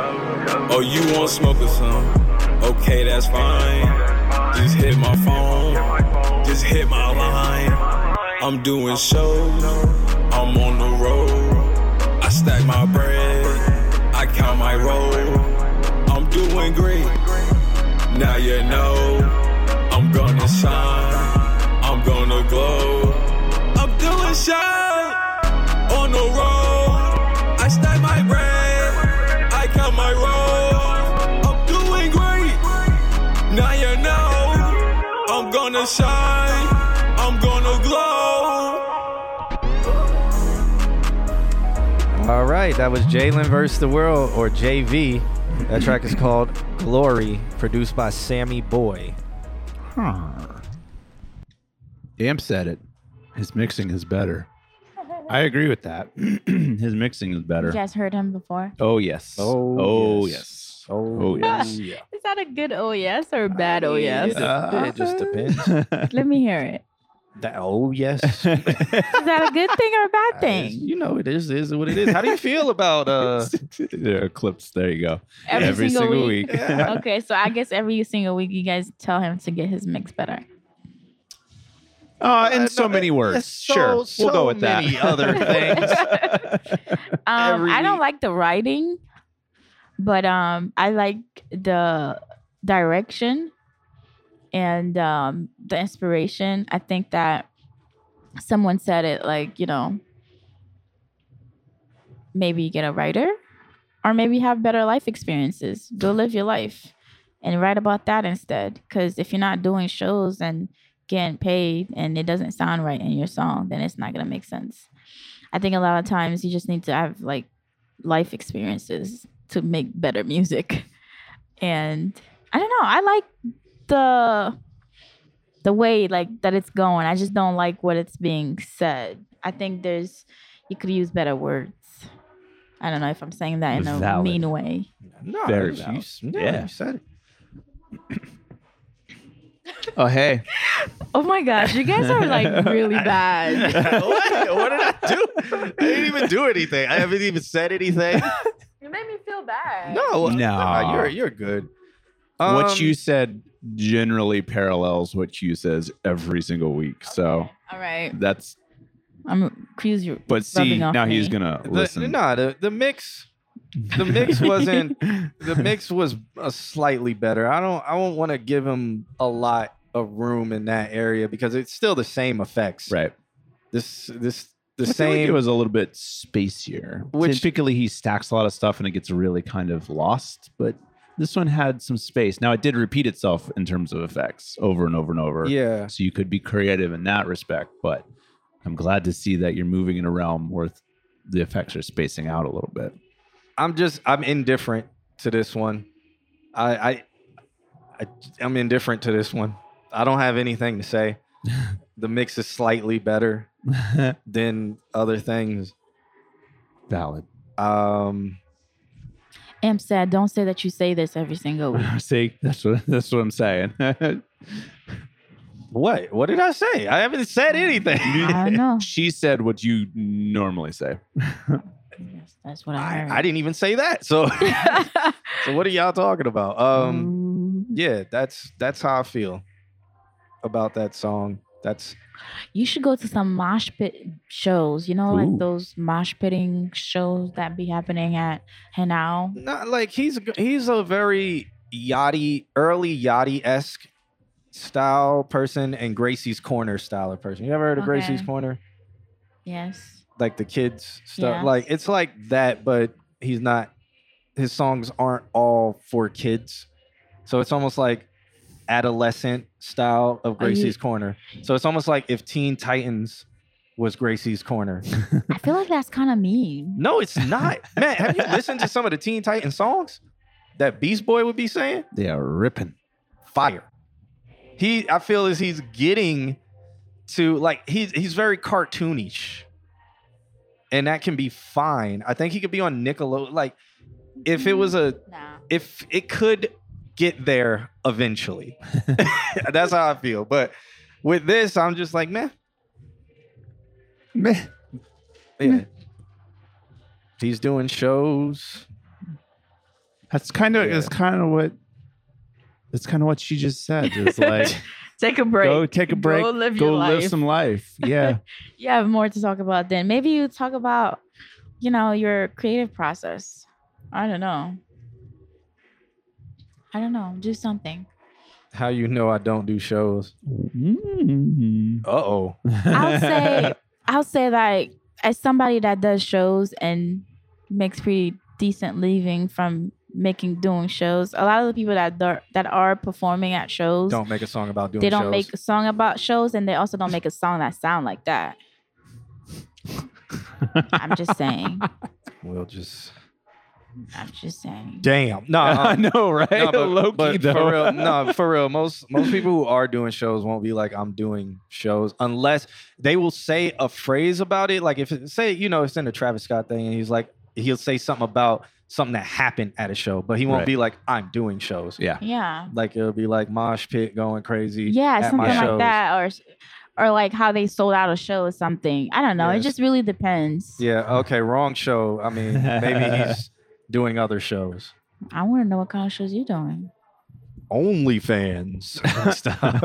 Speaker 12: Oh, you want smoke or something? Okay, that's fine. Just hit my phone, just hit my line. I'm doing shows, I'm on the road. I stack my bread, I count my roll. I'm doing great, now you know. I'm gonna shine, I'm gonna glow. I'm doing shine on the road. I stack my bread, I count my roll. I'm doing great. Now you know I'm gonna shine, I'm gonna glow.
Speaker 3: All right, that was Jalen versus the World or JV. That track is called Glory, produced by Sammy Boy.
Speaker 2: Amp said it. His mixing is better. I agree with that. His mixing is better.
Speaker 4: You guys heard him before?
Speaker 2: Oh yes.
Speaker 3: Oh,
Speaker 2: Oh
Speaker 3: yes.
Speaker 2: yes.
Speaker 3: Oh,
Speaker 2: yes.
Speaker 3: yeah.
Speaker 4: Is that a good oh yes or a bad oh yes?
Speaker 2: Uh,
Speaker 3: It just depends.
Speaker 4: Let me hear it.
Speaker 3: That, oh yes,
Speaker 4: Is that a good thing or a bad thing?
Speaker 3: you know it is is what it is. How do you feel about uh?
Speaker 2: there are clips. There you go.
Speaker 4: Every single
Speaker 2: week.
Speaker 4: week. okay, so I guess every single week you guys tell him to get his mix better.
Speaker 2: Uh, in so many words.
Speaker 3: so-
Speaker 2: sure. We'll
Speaker 3: so
Speaker 2: go with
Speaker 3: many
Speaker 2: that.
Speaker 3: other things.
Speaker 4: Um,
Speaker 3: Every
Speaker 4: I don't
Speaker 3: week.
Speaker 4: like the writing, but um, I like the direction and um, the inspiration. I think that someone said it like, you know, maybe get a writer or maybe have better life experiences. Go live your life and write about that instead. Because if you're not doing shows and getting paid and it doesn't sound right in your song, then it's not going to make sense. I think a lot of times you just need to have like life experiences to make better music. And I don't know, I like the the way like that it's going. I just don't like what it's being said. I think there's you could use better words. I don't know if I'm saying that in a
Speaker 2: Valid.
Speaker 4: mean way.
Speaker 3: No,
Speaker 2: Very
Speaker 3: you-
Speaker 2: valid.
Speaker 3: you- no,
Speaker 2: Yeah.
Speaker 3: you said it.
Speaker 2: Oh hey.
Speaker 4: Oh my gosh, you guys are like really bad.
Speaker 3: what? what did I do? I didn't even do anything. I haven't even said anything.
Speaker 9: You made me feel bad.
Speaker 3: No,
Speaker 2: Oh, No.
Speaker 3: nah, you're you're good.
Speaker 2: what
Speaker 3: Um,
Speaker 2: you said generally parallels what you says every single week. So
Speaker 4: All right.
Speaker 2: that's
Speaker 4: I'm cruise you.
Speaker 2: but see
Speaker 4: rubbing off
Speaker 2: now
Speaker 4: me.
Speaker 2: he's gonna
Speaker 3: the,
Speaker 2: listen.
Speaker 3: Nah, the, the mix, the mix wasn't. the mix was uh, slightly better. I don't. I won't want to give him a lot of room in that area because it's still the same effects.
Speaker 2: right.
Speaker 3: This this the
Speaker 2: I feel like
Speaker 3: same.
Speaker 2: it was a little bit spacier.
Speaker 3: Which-
Speaker 2: Typically, he stacks a lot of stuff and it gets really kind of lost. But this one had some space. Now it did repeat itself in terms of effects over and over and over.
Speaker 3: yeah.
Speaker 2: So you could be creative in that respect. But I'm glad to see that you're moving in a realm where th- the effects are spacing out a little bit.
Speaker 3: I'm just. I'm indifferent to this one. I I, I I'm indifferent to this one. I don't have anything to say. the mix is slightly better than other things.
Speaker 2: Valid.
Speaker 3: Um.
Speaker 4: Am said, don't say that you say this every single week.
Speaker 2: see, that's what that's what I'm saying.
Speaker 3: What? What did I say? I haven't said anything.
Speaker 4: I don't know.
Speaker 2: she said what you normally say.
Speaker 4: Yes, That's what I heard.
Speaker 3: I, I didn't even say that. So so what are y'all talking about? Um
Speaker 4: Mm,
Speaker 3: yeah, that's that's how I feel about that song. That's
Speaker 4: you should go to some mosh pit shows. You know,
Speaker 2: Ooh.
Speaker 4: like those mosh pitting shows that be happening at Hanau.
Speaker 3: not like he's a g- he's a very yachty early yachty esque style person and Gracie's Corner style of person. You ever heard of Gracie's
Speaker 4: Okay.
Speaker 3: Corner?
Speaker 4: Yes.
Speaker 3: Like the kids stuff.
Speaker 4: Yeah.
Speaker 3: Like it's like that, but he's not. His songs aren't all for kids, so it's almost like adolescent style of
Speaker 4: Are you-
Speaker 3: Gracie's Corner. So it's almost like if Teen Titans was Gracie's Corner.
Speaker 4: I feel like that's kind of mean.
Speaker 3: No, it's not. Man, have you listened to some of the Teen Titans songs that Beast Boy would be saying?
Speaker 2: They are ripping.
Speaker 3: Fire. He I feel as he's getting to like he's he's very cartoonish. And that can be fine. I think he could be on Nickelodeon. Like, if it was a
Speaker 4: Nah.
Speaker 3: if it could get there eventually. That's how I feel. But with this, I'm just like, man.
Speaker 2: Meh.
Speaker 3: Yeah. He's doing shows.
Speaker 2: That's kind of
Speaker 3: Yeah.
Speaker 2: that's kind of what It's kind of what she just said. It's like
Speaker 4: Take a break.
Speaker 2: go take a break,
Speaker 4: Go live your life.
Speaker 2: some life. Yeah,
Speaker 4: you have more to talk about then. Maybe you talk about, you know, your creative process. I don't know. I don't know. Do something.
Speaker 3: How you know I don't do shows?
Speaker 2: Mm.
Speaker 3: Uh oh.
Speaker 4: I'll say I'll say like as somebody that does shows and makes pretty decent living from making doing shows, a lot of the people that dar- that are performing at shows
Speaker 3: Don't make a song about doing
Speaker 4: they don't
Speaker 3: shows.
Speaker 4: make a song about shows and they also don't make a song that sound like that. I'm just saying.
Speaker 3: We'll just.
Speaker 4: I'm just saying.
Speaker 3: Damn. No,
Speaker 2: I know, right?
Speaker 3: No, but,
Speaker 2: Low-key,
Speaker 3: but
Speaker 2: though.
Speaker 3: for real, no, for real. Most most people who are doing shows won't be like, I'm doing shows unless they will say a phrase about it. Like if it- say, you know, it's in the Travis Scott thing, and he's like, he'll say something about something that happened at a show, but he won't
Speaker 2: Right.
Speaker 3: be like, I'm doing shows.
Speaker 2: yeah.
Speaker 4: Yeah.
Speaker 3: Like it'll be like mosh pit going crazy.
Speaker 4: Yeah,
Speaker 3: at my
Speaker 4: something like
Speaker 3: shows.
Speaker 4: that or s- or like how they sold out a show or something. I don't know. It
Speaker 3: Yes.
Speaker 4: just really depends.
Speaker 3: Yeah. Okay. Wrong show. I mean, maybe he's doing other shows.
Speaker 4: I want to know what kind of shows you're doing.
Speaker 3: OnlyFans and stuff.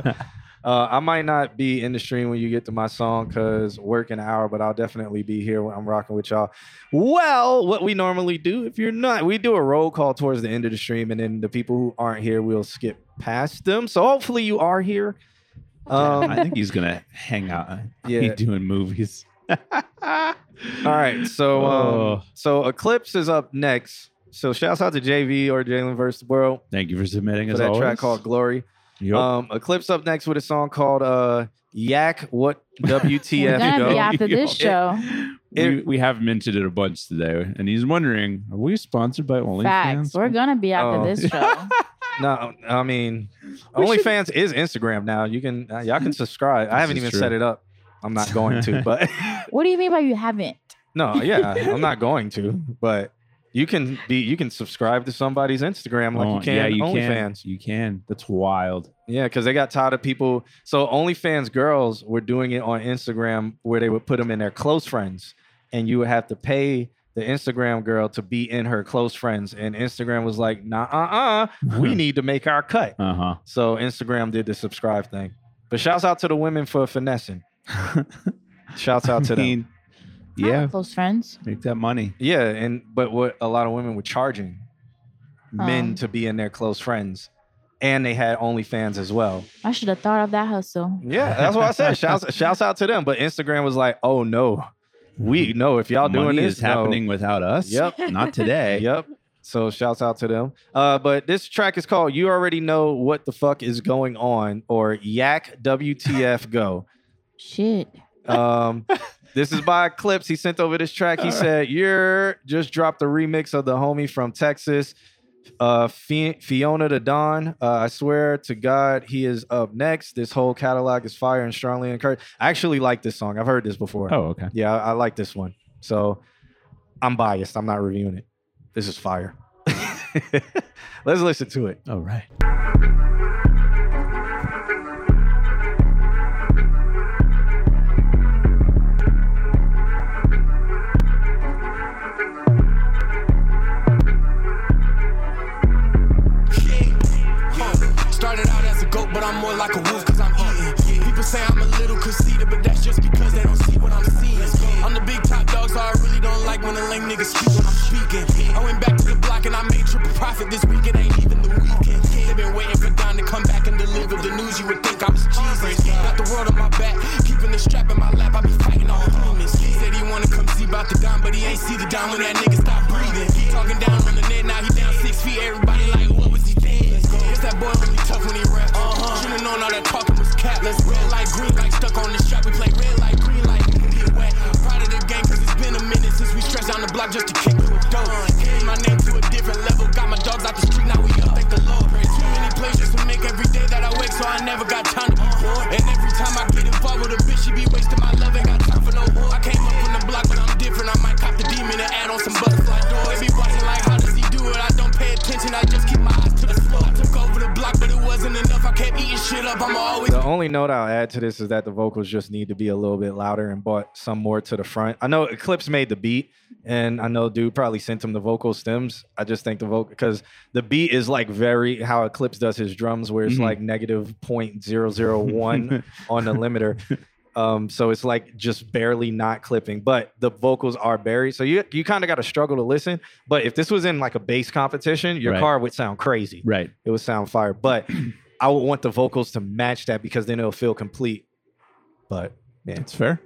Speaker 3: Uh, I might not be in the stream when you get to my song because work an hour, but I'll definitely be here when I'm rocking with y'all. Well, what we normally do, if you're not, we do a roll call towards the end of the stream, and then the people who aren't here, we'll skip past them. So hopefully you are here. Um,
Speaker 2: I think he's gonna hang out.
Speaker 3: Yeah.
Speaker 2: He doing movies.
Speaker 3: All right, so um,
Speaker 2: Oh.
Speaker 3: so Eclipse is up next. So shouts out to JV or Jalen versus the World
Speaker 2: Thank you for submitting
Speaker 3: for
Speaker 2: as
Speaker 3: that
Speaker 2: always.
Speaker 3: track called Glory.
Speaker 2: Yup.
Speaker 3: Um, Eclipse up next with a song called uh, "Yak What WTF."
Speaker 4: We're gonna
Speaker 3: Yo.
Speaker 4: be after this
Speaker 2: Yo.
Speaker 4: show.
Speaker 2: we, we have mentioned it a bunch today, and he's wondering, are we sponsored by OnlyFans?
Speaker 4: Facts. We're gonna be after
Speaker 3: Oh.
Speaker 4: this show.
Speaker 3: No, Um, I mean,
Speaker 2: We should-
Speaker 3: OnlyFans is Instagram now. You can uh, y'all can subscribe. I
Speaker 2: This
Speaker 3: haven't
Speaker 2: is
Speaker 3: even
Speaker 2: true.
Speaker 3: set it up. I'm not going to, but
Speaker 4: what do you mean by you haven't?
Speaker 3: no, yeah, I'm not going to. But you can be you can subscribe to somebody's Instagram like
Speaker 2: Oh,
Speaker 3: you can
Speaker 2: yeah, you
Speaker 3: OnlyFans.
Speaker 2: can. You can. That's wild.
Speaker 3: Yeah, because they got tired of people. So OnlyFans girls were doing it on Instagram where they would put them in their close friends, and you would have to pay the Instagram girl to be in her close friends. And Instagram was like, nah, uh, uh, we need to make our cut.
Speaker 2: Uh huh.
Speaker 3: So Instagram did the subscribe thing. But shouts out to the women for finessing. shouts out to
Speaker 2: I
Speaker 3: them.
Speaker 2: mean,
Speaker 4: I have
Speaker 2: yeah,
Speaker 4: Close friends.
Speaker 2: make that money.
Speaker 3: Yeah, and but what a lot of women were charging men
Speaker 4: Um.
Speaker 3: to be in their close friends, and they had OnlyFans as well.
Speaker 4: I should have thought of that hustle.
Speaker 3: Yeah, that's what I said. Shouts, shouts out to them. But Instagram was like, oh no, we know if y'all doing
Speaker 2: Mm-hmm. money
Speaker 3: this,
Speaker 2: is
Speaker 3: no."
Speaker 2: happening without us.
Speaker 3: Yep.
Speaker 2: Not today.
Speaker 3: Yep. So shouts out to them. Uh, but this track is called "You Already Know What the Fuck Is Going On" or Yak WTF Go.
Speaker 4: Shit.
Speaker 3: Um, this is by Eclipse. He sent over this track. He said, "You're just dropped a remix of the homie from Texas, uh, Fi- Fiona the Don. Uh, I swear to God, he is up next. This whole catalog is fire and strongly encouraged. I actually like this song. I've heard this before.
Speaker 2: Oh, okay.
Speaker 3: Yeah, I, I like this one. So I'm biased. I'm not reviewing it. This is fire. Let's listen to it.
Speaker 2: All right.
Speaker 13: Yeah. Started out as a goat, but I'm more like a wolf cause I'm eating. People say I'm a little conceited, but that's just because they don't see what I'm seeing. I'm the big top dog, so I really don't like when a lame nigga speak when I'm speaking. I went back to the block and I made triple profit this week, it ain't even the weekend. They've been waiting for Don to come back and deliver the news, you would think I was Jesus. Got the world on my back, keeping the strap in my lap, I be fighting all demons. He said he wanna come see about the Don, but he ain't see the Don when that nigga stop breathing. He talking down on the net, now he down six feet, everybody like, what was he thinking? It's that boy really tough when he rap. Uh-huh. Should've known all that talking was capless. Red light, green light, stuck on the strap. We play red light, green light, we can get wet. Proud of the game, cause it's been a minute since we stretched down the block just to kick to a dope. Carry my name to a different level. Got my dogs out the street, now we up. Thank the Lord. Too many pleasures to make every day that I wake, so I never got time to be bored. And every time I get involved with a bitch, she be wasting my love. Ain't got time for no war. I came up from the block, but I'm different. I might cop the demon and add on some butterfly doors. They be watching like, how does he do it? I don't pay attention, I just keep my eyes to the floor. I took over the block, but it wasn't enough. I kept eating this shit up, I'ma always
Speaker 3: The only note I'll add to this is that the vocals just need to be a little bit louder and brought some more to the front. I know Eclipse made the beat, and I know dude probably sent him the vocal stems. I just think the vocal because the beat is like very how Eclipse does his drums, where it's
Speaker 2: Mhm.
Speaker 3: like negative point zero zero one on the limiter. Um, so it's like just barely not clipping, but the vocals are buried. So you you kind of got to struggle to listen. But if this was in like a bass competition, your
Speaker 2: Right.
Speaker 3: car would sound crazy.
Speaker 2: Right.
Speaker 3: It would sound fire. But I would want the vocals to match that because then it'll feel complete. But yeah,
Speaker 2: it's fair.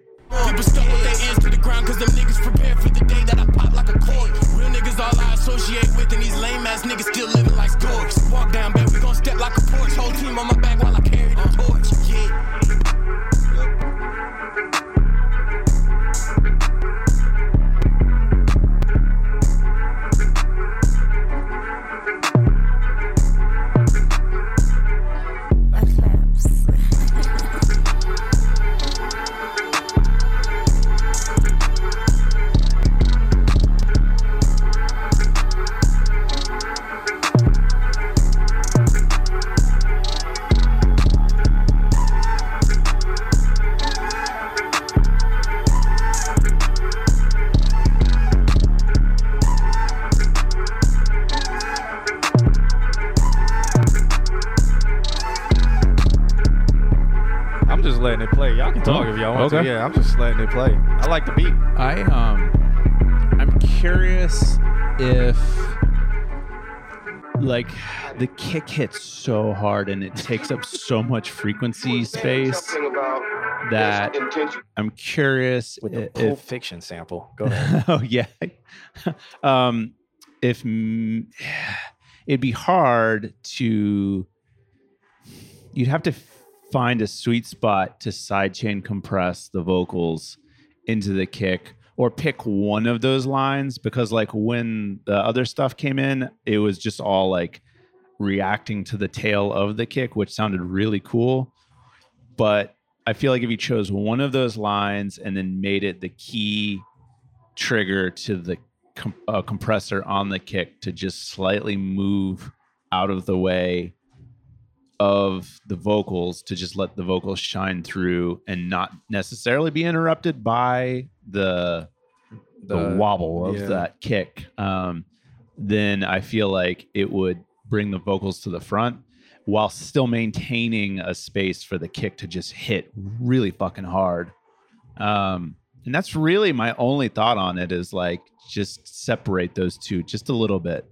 Speaker 13: People stuck with their ears to the ground cause them niggas prepared for the day that I pop like a cork. Real niggas all I associate with and these lame ass niggas still living like storks. Walk down, baby, we gon' step like a porch. Whole team on my back while I carry the torch. Yeah.
Speaker 3: I'm just letting it play. Y'all can talk if y'all want
Speaker 2: Oh, Okay.
Speaker 3: to. Yeah, I'm just letting it play. I like the beat.
Speaker 2: I um I'm curious if like the kick hits so hard and it takes up so much frequency space that I'm curious
Speaker 3: With the
Speaker 2: i-
Speaker 3: Pulp
Speaker 2: if
Speaker 3: Fiction sample. Go ahead.
Speaker 2: oh yeah. um, if mm, it'd be hard to, you'd have to find a sweet spot to sidechain compress the vocals into the kick, or pick one of those lines because like when the other stuff came in, it was just all like reacting to the tail of the kick, which sounded really cool but I feel like if you chose one of those lines and then made it the key trigger to the com- uh, compressor on the kick to just slightly move out of the way of the vocals to just let the vocals shine through and not necessarily be interrupted by the the,
Speaker 3: The-
Speaker 2: wobble of
Speaker 3: yeah.
Speaker 2: that kick um, then I feel like it would bring the vocals to the front while still maintaining a space for the kick to just hit really fucking hard. Um, and that's really my only thought on it is like just separate those two just a little bit.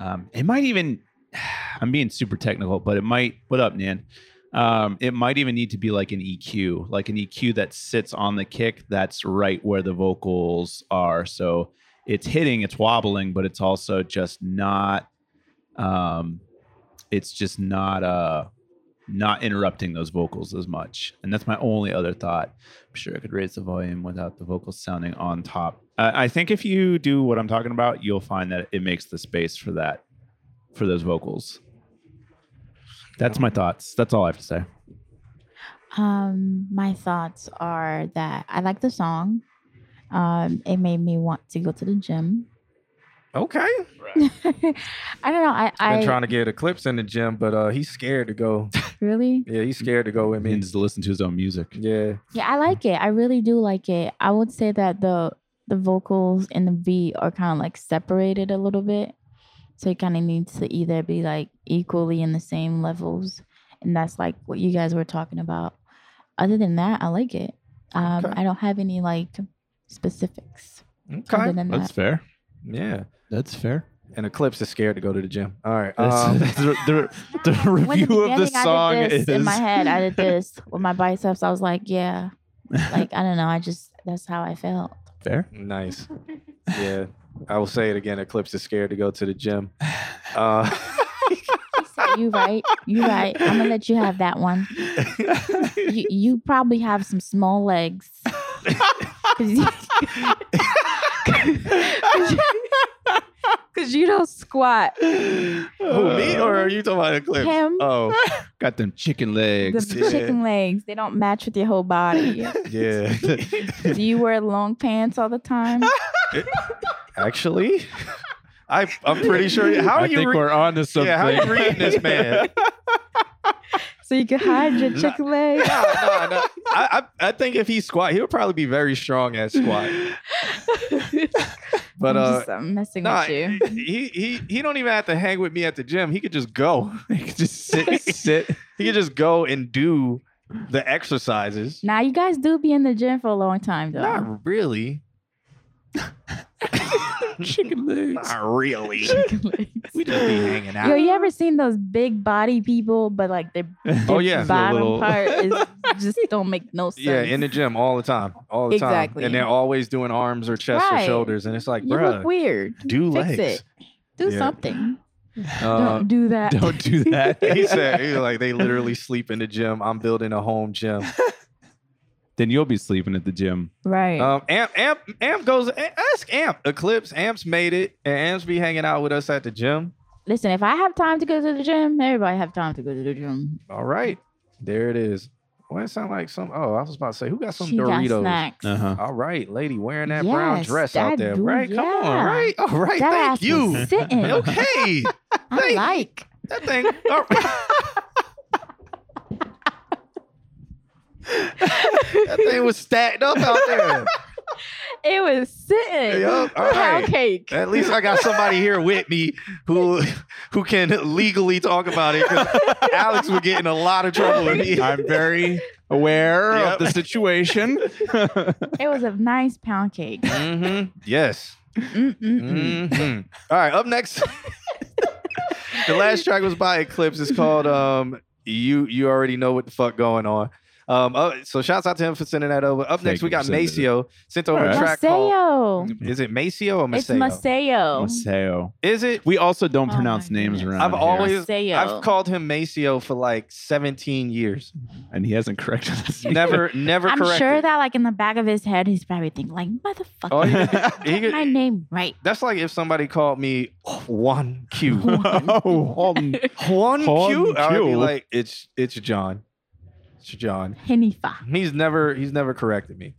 Speaker 2: Um, it might even, I'm being super technical, but it might, what up, Nan? Um, it might even need to be like an EQ, like an EQ that sits on the kick that's right where the vocals are. So it's hitting, it's wobbling, but it's also just not, um, it's just not, uh, not interrupting those vocals as much. And that's my only other thought. I'm sure I could raise the volume without the vocals sounding on top. I I think if you do what I'm talking about, you'll find that it makes the space for that, for those vocals. That's my thoughts. That's all I have to say.
Speaker 4: Um, my thoughts are that I like the song. Um, it made me want to go to the gym.
Speaker 3: okay.
Speaker 4: I don't know. I, I
Speaker 3: Been trying to get Eclipse in the gym, but uh, he's scared to go.
Speaker 4: really.
Speaker 3: Yeah, he's scared to go with me.
Speaker 2: Means to listen to his own music.
Speaker 3: Yeah.
Speaker 4: Yeah, I like it. I really do like it. I would say that the the vocals and the beat are kind of like separated a little bit. So it kind of needs to either be like equally in the same levels. And that's like what you guys were talking about. Other than that, I like it. Um, I don't have any like specifics. Other than that.
Speaker 2: fair.
Speaker 3: Yeah.
Speaker 2: That's fair.
Speaker 3: And Eclipse is scared to go to the gym. All right.
Speaker 2: That's-
Speaker 3: um,
Speaker 2: the, the, the
Speaker 4: When the
Speaker 2: review of the
Speaker 4: beginning,
Speaker 2: song
Speaker 4: I did
Speaker 2: is
Speaker 4: this in my head. I did this with my biceps. I was like, yeah, like I don't know. I just that's how I felt.
Speaker 2: fair.
Speaker 3: Nice. Yeah. I will say it again. Eclipse is scared to go to the gym. Uh,
Speaker 4: So you right. You right. I'm gonna let you have that one. You, you probably have some small legs. 'Cause you- 'cause you- Cause you don't squat.
Speaker 3: who, me or are you talking about Eclipse?
Speaker 4: Him.
Speaker 3: Oh,
Speaker 2: Got them chicken legs.
Speaker 4: The chicken legs, they don't match with your whole body.
Speaker 3: yeah.
Speaker 4: Do you wear long pants all the time?
Speaker 3: Actually, I, I'm pretty sure. How are
Speaker 2: I
Speaker 3: you?
Speaker 2: think
Speaker 3: re-
Speaker 2: we're on to something.
Speaker 3: yeah, how you reading this man?
Speaker 14: so you can hide your chick leg.
Speaker 3: no, no. I, I, I think if he squat, he'll probably be very strong at squat. but
Speaker 4: I'm
Speaker 3: uh,
Speaker 4: just, I'm messing
Speaker 3: nah,
Speaker 4: with you.
Speaker 3: He, he he don't even have to hang with me at the gym. He could just go. He could just sit. sit. He could just go and do the exercises.
Speaker 4: Now you guys do be in the gym for a long time though.
Speaker 3: Not really.
Speaker 2: Chicken legs.
Speaker 3: Not really. We just be hanging out.
Speaker 4: Yo, you ever seen those big body people, but like their
Speaker 3: Oh,
Speaker 4: their
Speaker 3: yeah. The
Speaker 4: bottom
Speaker 3: little-
Speaker 4: part is just don't make no sense.
Speaker 3: Yeah, in the gym all the time, all the
Speaker 4: Exactly.
Speaker 3: time, and they're always doing arms or chest
Speaker 4: Right.
Speaker 3: or shoulders, and it's like,
Speaker 4: you
Speaker 3: bruh,
Speaker 4: look weird.
Speaker 3: do
Speaker 4: Fix
Speaker 3: legs.
Speaker 4: it. Do
Speaker 3: Yeah.
Speaker 4: something.
Speaker 3: Uh,
Speaker 4: don't do that.
Speaker 2: Don't do that.
Speaker 3: he said, he was like, they literally sleep in the gym. I'm building a home gym.
Speaker 2: Then you'll be sleeping at the gym.
Speaker 4: Right.
Speaker 3: Um, Amp, Amp, Amp goes. A- Ask Amp. Eclipse. Amp's made it, and Amp's be hanging out with us at the gym.
Speaker 4: Listen, if I have time to go to the gym, everybody have time to go to the gym.
Speaker 3: All right, there it is. Why it sound like some? Oh, I was about to say, who got some
Speaker 4: She got
Speaker 3: Doritos?
Speaker 4: snacks.
Speaker 2: Uh-huh.
Speaker 3: All right, lady, wearing that brown
Speaker 4: Yes,
Speaker 3: dress out
Speaker 4: that
Speaker 3: there,
Speaker 4: do-
Speaker 3: right? Come
Speaker 4: yeah.
Speaker 3: on, right? All right,
Speaker 4: That
Speaker 3: thank
Speaker 4: ass was
Speaker 3: you.
Speaker 4: sitting.
Speaker 3: Okay,
Speaker 4: I like.
Speaker 3: that thing. all right. that thing was stacked up out there.
Speaker 4: It was sitting.
Speaker 3: Yup, all
Speaker 4: Pound
Speaker 3: right.
Speaker 4: cake.
Speaker 3: At least I got somebody here with me who who can legally talk about it. 'cause Alex would get in a lot of trouble with me.
Speaker 2: I'm very aware
Speaker 3: Yep.
Speaker 2: of the situation.
Speaker 4: It was a nice pound cake.
Speaker 3: hmm Yes.
Speaker 4: Mm-mm-mm.
Speaker 2: Mm-hmm.
Speaker 3: Mhm. All right. Up next, the last track was by Eclipse. It's called um, "You You Already Know What the Fuck Going On." Um, uh, so shouts out to him for sending that over. Up next,
Speaker 2: you
Speaker 3: we got
Speaker 2: for sending it.
Speaker 3: Maceo sent over a
Speaker 2: Alright.
Speaker 3: track called.
Speaker 4: Maceo.
Speaker 3: Is it Maceo or
Speaker 4: It's
Speaker 3: Maceo?
Speaker 4: Maceo.
Speaker 2: Maseo.
Speaker 3: Is it?
Speaker 2: We also don't
Speaker 4: Oh
Speaker 2: pronounce
Speaker 4: my
Speaker 2: names
Speaker 4: goodness.
Speaker 2: around
Speaker 3: I've
Speaker 2: here,
Speaker 3: always
Speaker 4: Maceo.
Speaker 3: I've called him Maceo for like 17 years.
Speaker 2: and he hasn't corrected us.
Speaker 3: Never, never
Speaker 4: I'm
Speaker 3: corrected.
Speaker 4: sure that like in the back of his head, he's probably thinking like, motherfucker,
Speaker 3: Oh, he-
Speaker 4: got
Speaker 3: he could-
Speaker 4: my name right.
Speaker 3: That's like if somebody called me Juan Q.
Speaker 2: oh, um,
Speaker 3: Juan,
Speaker 2: Juan
Speaker 3: Q. I would be
Speaker 2: Q.
Speaker 3: like, it's it's John. It's John.
Speaker 4: Hanifa.
Speaker 3: He's never he's never corrected me.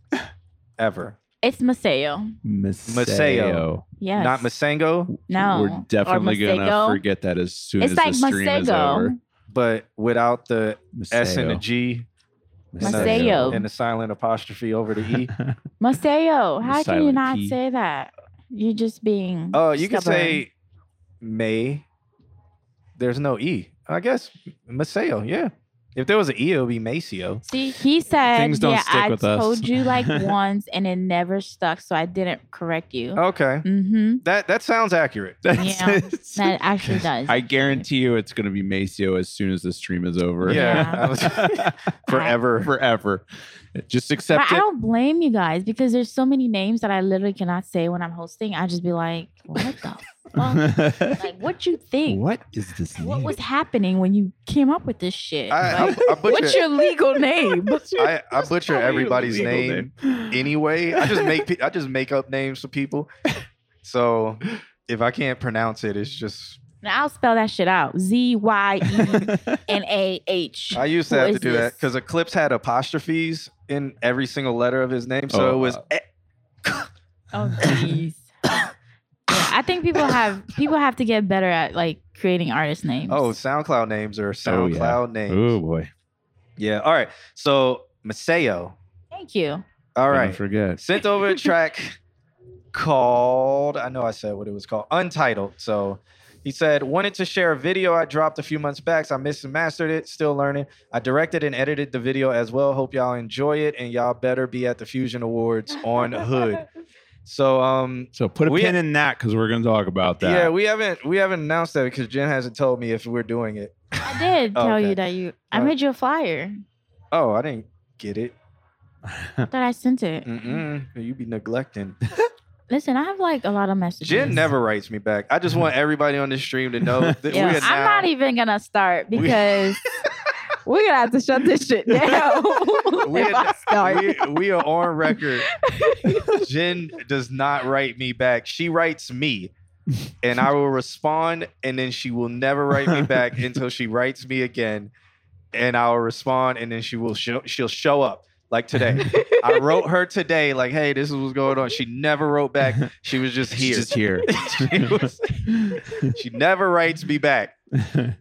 Speaker 3: Ever.
Speaker 4: It's Maceo.
Speaker 2: Maseo.
Speaker 4: Yes.
Speaker 3: Not Masango,
Speaker 4: No.
Speaker 2: We're
Speaker 4: Or
Speaker 2: definitely gonna
Speaker 4: Masego.
Speaker 2: forget that as soon
Speaker 4: It's
Speaker 2: as
Speaker 4: like
Speaker 2: the stream is over.
Speaker 4: Masego.
Speaker 3: but without the S and the
Speaker 2: Maseo.
Speaker 3: G and the,
Speaker 4: Maceo.
Speaker 3: and the silent apostrophe over the E.
Speaker 4: Maceo. How can you
Speaker 2: silent
Speaker 4: not
Speaker 2: P.
Speaker 4: say that? You're just being.
Speaker 3: Oh, you could
Speaker 4: stubborn.
Speaker 3: say May. There's no E. I guess Maceo, yeah. If there was an E, it would be Maceo.
Speaker 4: See, he said,
Speaker 2: Things don't
Speaker 4: "Yeah,
Speaker 2: stick
Speaker 4: I
Speaker 2: with us."
Speaker 4: told you like once, and it never stuck, so I didn't correct you."
Speaker 3: Okay.
Speaker 4: Mm-hmm.
Speaker 3: That that sounds accurate.
Speaker 2: That's
Speaker 4: Yeah,
Speaker 2: it.
Speaker 4: That actually does.
Speaker 2: I guarantee you it's going to be Maceo as soon as the stream is over.
Speaker 4: Yeah.
Speaker 3: I was-
Speaker 2: Forever. Forever. Just
Speaker 4: But
Speaker 2: accept
Speaker 4: I
Speaker 2: it.
Speaker 4: don't blame you guys because there's so many names that I literally cannot say when I'm hosting. I just be like, "What the fuck? like, what you think?
Speaker 2: what is this?
Speaker 4: Um, What
Speaker 2: name?
Speaker 4: was happening when you came up with this shit?
Speaker 3: I,
Speaker 4: Like,
Speaker 3: I, I butcher,
Speaker 4: what's your legal name?
Speaker 3: I, I butcher everybody's
Speaker 2: Legal
Speaker 3: name anyway. I just make pe- I just make up names for people. So if I can't pronounce it, it's just
Speaker 4: Now, I'll spell that shit out. Z Y E N A H.
Speaker 3: I used to
Speaker 4: Who
Speaker 3: have to
Speaker 4: is
Speaker 3: do that
Speaker 4: this?
Speaker 3: because Eclipse had apostrophes in every single letter of his name. So
Speaker 2: Oh,
Speaker 3: it was
Speaker 2: wow.
Speaker 3: eh,
Speaker 4: Oh jeez. Yeah, I think people have people have to get better at like creating artist names.
Speaker 3: oh SoundCloud names or
Speaker 2: Oh, yeah.
Speaker 3: SoundCloud names.
Speaker 2: Oh boy.
Speaker 3: Yeah. All right. So Maceo.
Speaker 4: thank you.
Speaker 3: All
Speaker 2: Don't
Speaker 3: right.
Speaker 2: forget.
Speaker 3: Sent over a track called, I know I said what it was called, Untitled. So he said, wanted to share a video I dropped a few months back. So I missed and mastered it, still learning. I directed and edited the video as well. Hope y'all enjoy it and y'all better be at the Fusion Awards on Hood. So um
Speaker 2: So put a
Speaker 3: We-
Speaker 2: pin in that because we're going to talk about that.
Speaker 3: yeah, we haven't we haven't announced that because Jen hasn't told me if we're doing it.
Speaker 4: I did
Speaker 3: Oh,
Speaker 4: tell
Speaker 3: okay.
Speaker 4: you that you I
Speaker 3: Alright.
Speaker 4: made you a flyer.
Speaker 3: Oh, I didn't get it.
Speaker 4: I thought I sent it.
Speaker 3: Mm-mm. You be neglecting.
Speaker 4: Listen, I have like a lot of messages.
Speaker 3: Jen never writes me back. I just want everybody on the stream to know that we
Speaker 4: Yeah.
Speaker 3: are
Speaker 4: I'm
Speaker 3: now-
Speaker 4: not even gonna start
Speaker 3: We-
Speaker 4: because
Speaker 14: We're gonna have to shut this shit down.
Speaker 3: We
Speaker 14: if
Speaker 3: are,
Speaker 14: I start.
Speaker 3: we, we are on record. Jen does not write me back. She writes me, and I will respond, and then she will never write me back until she writes me again, and I will respond, and then she will show, she'll show up like today. I wrote her today, like, "Hey, this is what's going on." She never wrote back. She was just
Speaker 2: She's
Speaker 3: here.
Speaker 2: just here.
Speaker 3: she, was- she never writes me back.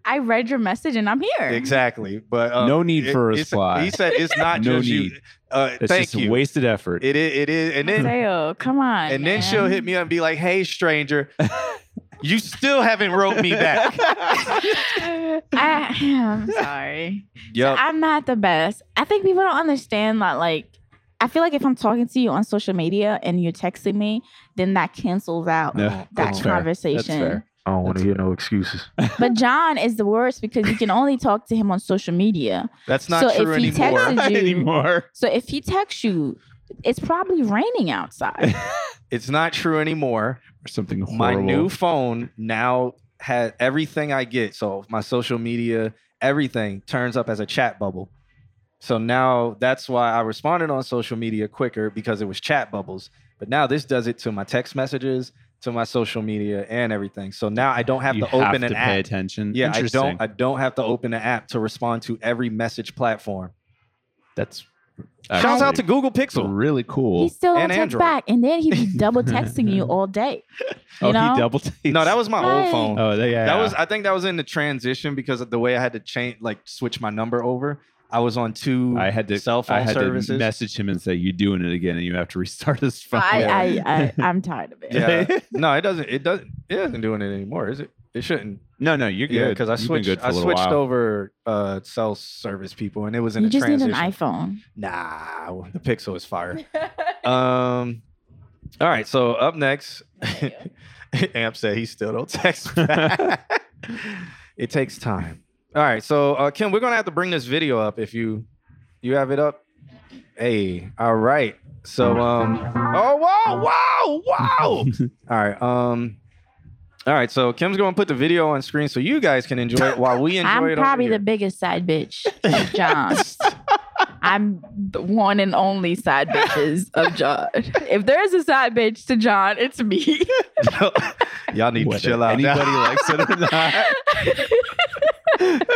Speaker 4: I read your message and I'm here.
Speaker 3: Exactly, but um,
Speaker 2: No need for a
Speaker 3: it's-
Speaker 2: reply.
Speaker 3: He said it's not
Speaker 2: No
Speaker 3: just
Speaker 2: need.
Speaker 3: you. Uh,
Speaker 2: It's
Speaker 3: thank
Speaker 2: just
Speaker 3: you.
Speaker 2: wasted effort.
Speaker 3: It is. It is. And then
Speaker 4: Dale, come on.
Speaker 3: and then she'll hit me up and be like, "Hey, stranger, you still haven't wrote me back."
Speaker 4: I am sorry.
Speaker 3: Yup.
Speaker 4: I'm not the best. I think people don't understand that. Like, I feel like if I'm talking to you on social media and you're texting me, then that cancels out
Speaker 15: No,
Speaker 4: that
Speaker 15: that's fair. That's
Speaker 4: conversation.
Speaker 15: fair. I don't want to hear no excuses.
Speaker 4: But John is the worst because you can only talk to him on social media.
Speaker 3: That's not
Speaker 4: So
Speaker 3: true
Speaker 4: if he
Speaker 3: anymore.
Speaker 4: texted Not you-
Speaker 2: anymore.
Speaker 4: So if he texts you, it's probably raining outside.
Speaker 3: It's not true anymore.
Speaker 2: Or something horrible.
Speaker 3: My new phone now has everything I get. So my social media, everything turns up as a chat bubble. So now that's why I responded on social media quicker because it was chat bubbles. But now this does it to my text messages, to my social media, and everything. So now I don't have
Speaker 2: You
Speaker 3: to open
Speaker 2: have
Speaker 3: an
Speaker 2: to
Speaker 3: app.
Speaker 2: pay attention.
Speaker 3: Yeah, I
Speaker 2: Interesting.
Speaker 3: don't. I don't have to open an app to respond to every message platform.
Speaker 2: That's
Speaker 3: Shouts out
Speaker 2: actually
Speaker 3: to Google Pixel.
Speaker 2: Really cool.
Speaker 4: He still don't
Speaker 3: And
Speaker 4: text
Speaker 3: Android.
Speaker 4: back, and then he be double texting you all day. You
Speaker 2: oh,
Speaker 4: know?
Speaker 2: he double takes.
Speaker 3: No, that was my old
Speaker 4: Right.
Speaker 3: phone.
Speaker 2: Oh, yeah, yeah.
Speaker 3: That was I think that was in the transition because of the way I had to change like switch my number over. I was on two
Speaker 2: I had to
Speaker 3: cell phone
Speaker 2: I had
Speaker 3: services.
Speaker 2: to message him and say you're doing it again, and you have to restart his phone.
Speaker 4: I, I, I, I'm tired of it.
Speaker 3: yeah. no, it doesn't it doesn't it isn't doing it anymore, is it? It shouldn't.
Speaker 2: no, no, you're good.
Speaker 3: Yeah, because I
Speaker 2: You've been
Speaker 3: switched
Speaker 2: good for
Speaker 3: I
Speaker 2: a little
Speaker 3: switched
Speaker 2: while.
Speaker 3: over uh cell service people and it was in
Speaker 4: You
Speaker 3: a
Speaker 4: just need
Speaker 3: transition.
Speaker 4: an iPhone.
Speaker 3: Nah, Ah, the Pixel is fire. um all right, so up next Amp said he still don't text back. it takes time. All right, so uh, Kim, we're gonna have to bring this video up if you you have it up. Hey, all right. So um oh whoa, whoa, whoa. all right, um all right, so Kim's gonna put the video on screen so you guys can enjoy it while we enjoy it.
Speaker 4: I'm
Speaker 3: over
Speaker 4: probably
Speaker 3: here.
Speaker 4: the biggest side bitch of John. I'm the one and only side bitches of John. If there is a side bitch to John, it's me.
Speaker 3: Y'all need to
Speaker 2: Whether
Speaker 3: chill out. now.
Speaker 2: Anybody likes it or not.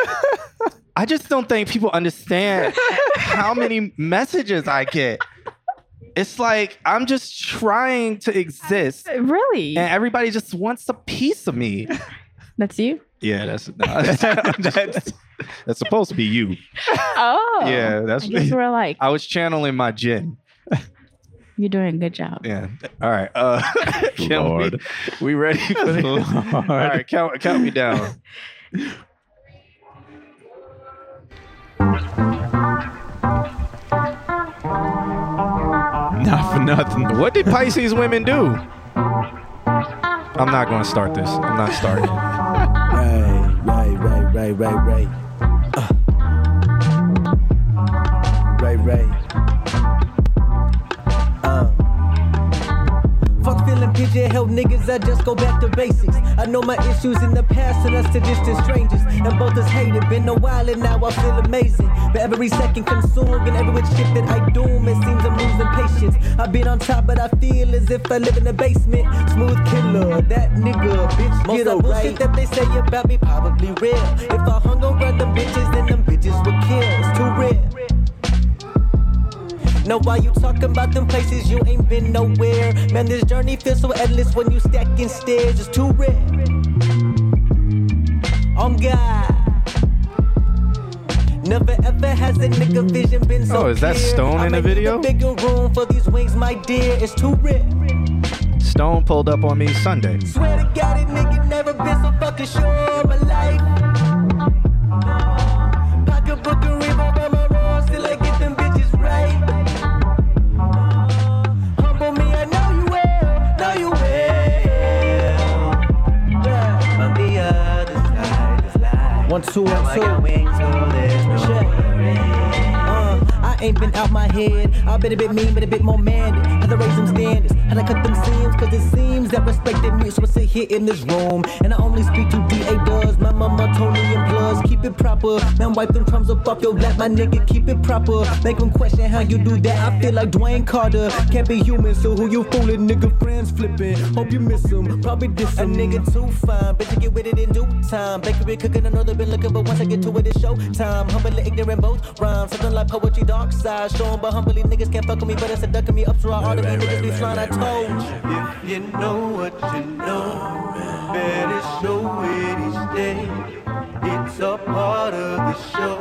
Speaker 3: I just don't think people understand how many messages I get. It's like I'm just trying to exist, and
Speaker 4: really?
Speaker 3: everybody just wants a piece of me.
Speaker 4: That's you?
Speaker 3: Yeah, that's that's, that's supposed to be you.
Speaker 4: Oh.
Speaker 3: Yeah, that's-
Speaker 4: I guess we're like,
Speaker 3: I was channeling my Jin.
Speaker 4: you're doing a good job.
Speaker 3: Yeah. All right. Uh, Kim, we-
Speaker 2: Lord.
Speaker 3: We, ready for this? All right. Count count me down.
Speaker 2: Not for nothing.
Speaker 3: What did Pisces women do? I'm not going to start this. I'm not starting.
Speaker 16: Right, right, right, right, right, right. Uh. Right, right. Uh. Fuck feeling pigeonholed, niggas. I just go back to basics. I know my issues in the past and us to distant strangers. And both us hated. Been a while and now I feel amazing. But every second consumed and every shit that I doom, it seems I'm losing patience. I've been on top, but I feel as if I live in a basement. Smooth killer, that nigga, bitch. Most of the bullshit that they say about me probably real. If I hung around them bitches, then them bitches would kill. It's too real. Now why you talking about them places you ain't been nowhere? Man, this journey feels so endless when you stacking stairs. It's too rare. On God. Never ever has a nigga vision been so
Speaker 3: Oh, is that
Speaker 16: clear.
Speaker 3: Stone
Speaker 16: I
Speaker 3: in the
Speaker 16: may need
Speaker 3: video?
Speaker 16: a Bigger room for these wings, my dear. It's too rare.
Speaker 3: Stone pulled up on me Sunday.
Speaker 16: Swear to God, a nigga never been so fucking sure of my life. Pocketbook and revolver, my roll, still I get them bitches right. Humble me, I know you will, know you will. Yeah. On the other side is life. One, two, one, two. Uh, I ain't been out my head. I've been a bit mean, but a bit more manly. Had to raise them standards, had to cut them seams, cause it seems that respected mutuals sit here in this room. And I only speak to DA does. My mama told me in plus, keep it proper. Man, wipe them crumbs up off your lap, my nigga, keep it proper. Make them question how you do that. I feel like Dwayne Carter. Can't be human, so who you fooling, nigga? Friends flipping. Hope you miss him, probably diss him. A nigga too fine, bitch, you get with it in due time. Bakery cooking, I know they been looking, but once I get to it, it's showtime. Humble and ignorant both rhyme. Something like poetry, dark upside. Show 'em, but humbly niggas can't fuck with me, but it's a duck of me. Up to our artery, niggas be flying, I told
Speaker 17: If you know what you know, better show it each day. It's a part of the show.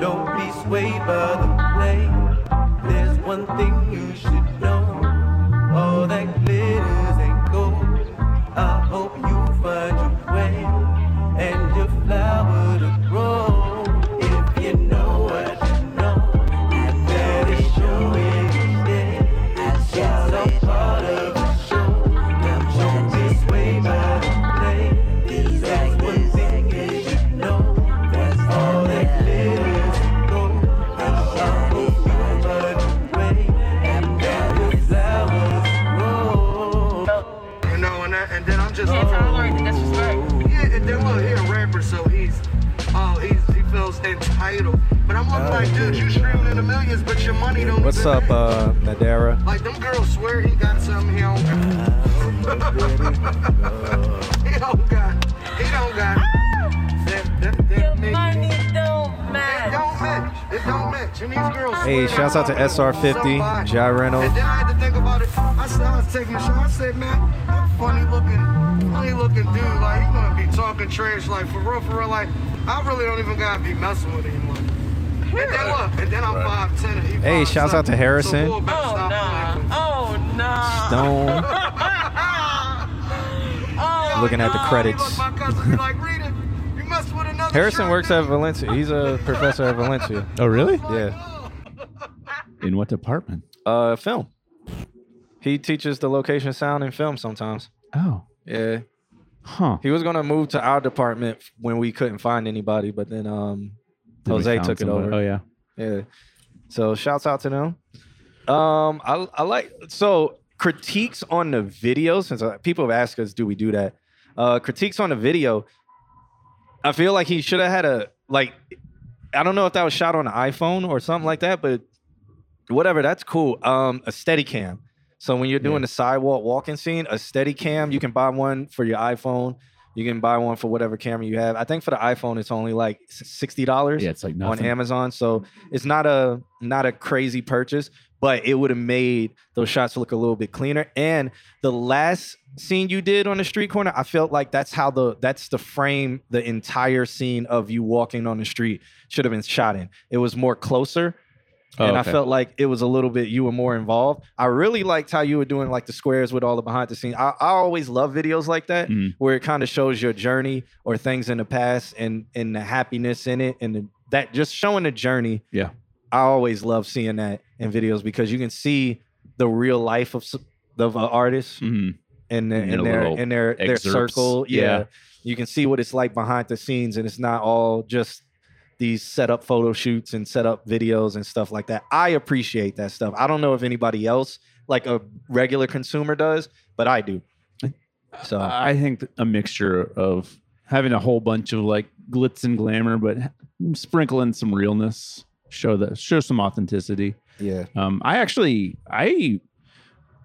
Speaker 17: Don't be swayed by the play. There's one thing you should know. All that glitters ain't gold. I hope you find your way and your flower to grow. If you know what you know, you better show it each day. It's a part of the show. Don't be swayed by the play. That's one thing you should know. That's all that glitters is gold. I hope you find your way and that your flowers grow. You know, and, that, and then I'm just. Yeah, and then look, he a rapper, so he's, oh, he's, he feels entitled. But I'm looking like, dude, you streaming in the millions, but your money don't.
Speaker 3: What's up, uh, Nadara?
Speaker 17: Like them girls swear he got something he don't got. he don't got. He don't got. That, that, that nigga- it Ah! don't match. Ah. It don't match. And these girls
Speaker 3: Hey,
Speaker 17: swear they
Speaker 3: shouts out to
Speaker 17: fucking
Speaker 3: SR50,
Speaker 17: somebody.
Speaker 3: Ja Reno.
Speaker 17: And then I had to think about it. I said, I was taking a shot. I said, man, that funny looking, funny looking dude. Like, he gonna be talking trash. Like, for real, for real. Like, I really don't even gotta be messing with him. Like, and then look, and then I'm 5'10 and he
Speaker 3: Hey, shouts out to Harrison.
Speaker 17: Oh, nah. Oh, nah.
Speaker 3: Stone.
Speaker 17: Oh,
Speaker 3: Looking at the
Speaker 17: nah.
Speaker 3: credits.
Speaker 17: My cousin be like, Rita, you messed with another
Speaker 3: Harrison
Speaker 17: shirt,
Speaker 3: works at Valencia. He's a professor at Valencia.
Speaker 2: Oh, really?
Speaker 3: Yeah.
Speaker 2: In what department?
Speaker 3: Uh, film. He teaches the location sound and film sometimes.
Speaker 2: Oh.
Speaker 3: Yeah.
Speaker 2: Huh.
Speaker 3: He was gonna move to our department f- when we couldn't find anybody, but then um
Speaker 2: Then we
Speaker 3: Jose
Speaker 2: found
Speaker 3: took
Speaker 2: somebody.
Speaker 3: it over.
Speaker 2: Oh, yeah.
Speaker 3: Yeah. So shouts out to them. Um, I I like so critiques on the video since uh, people have asked us, do we do that? Uh, critiques on the video. I feel like he should have had a like. I don't know if that was shot on an iPhone or something like that, but whatever, that's cool. Um, a steady cam. So when you're doing the sidewalk walking scene, a steady cam, you can buy one for your iPhone. You can buy one for whatever camera you have. I think for the iPhone, it's only like s- sixty dollars. Yeah, it's like on
Speaker 2: nothing.
Speaker 3: Amazon, so it's not a not a crazy purchase, but it would have made those shots look a little bit cleaner. And the last scene you did on the street corner, I felt like that's how the that's the frame the entire scene of you walking on the street should have been shot in. It was more closer
Speaker 2: Oh,
Speaker 3: and
Speaker 2: okay.
Speaker 3: I felt like it was a little bit you were more involved. I really liked how you were doing like the squares with all the behind the scenes. I, I always love videos like that
Speaker 2: Mm.
Speaker 3: where it kind of shows your journey or things in the past and and the happiness in it and the, that just showing the journey.
Speaker 2: Yeah.
Speaker 3: I always love seeing that in videos because you can see the real life of s- of an artist and their
Speaker 2: And
Speaker 3: in
Speaker 2: their
Speaker 3: their
Speaker 2: little
Speaker 3: in their their
Speaker 2: excerpts.
Speaker 3: circle. Yeah.
Speaker 2: Yeah.
Speaker 3: you can see what it's like behind the scenes, and it's not all just these set up photo shoots and set up videos and stuff like that. I appreciate that stuff. I don't know if anybody else, like a regular consumer, does, but I do. So
Speaker 2: I think th- a mixture of having a whole bunch of like glitz and glamour, but h- sprinkle in some realness, show that show some authenticity.
Speaker 3: Yeah.
Speaker 2: Um, I actually I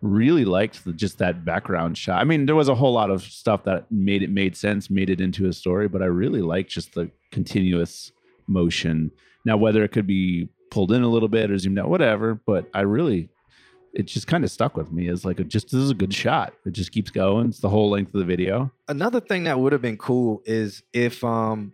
Speaker 2: really liked the, just that background shot. I mean, there was a whole lot of stuff that made it made sense, made it into a story, but I really liked just the continuous motion. Now, whether it could be pulled in a little bit or zoomed out, whatever, but I really it just kind of stuck with me as like it just this is a good shot. It just keeps going. It's the whole length of the video.
Speaker 3: another thing that would have been cool is if um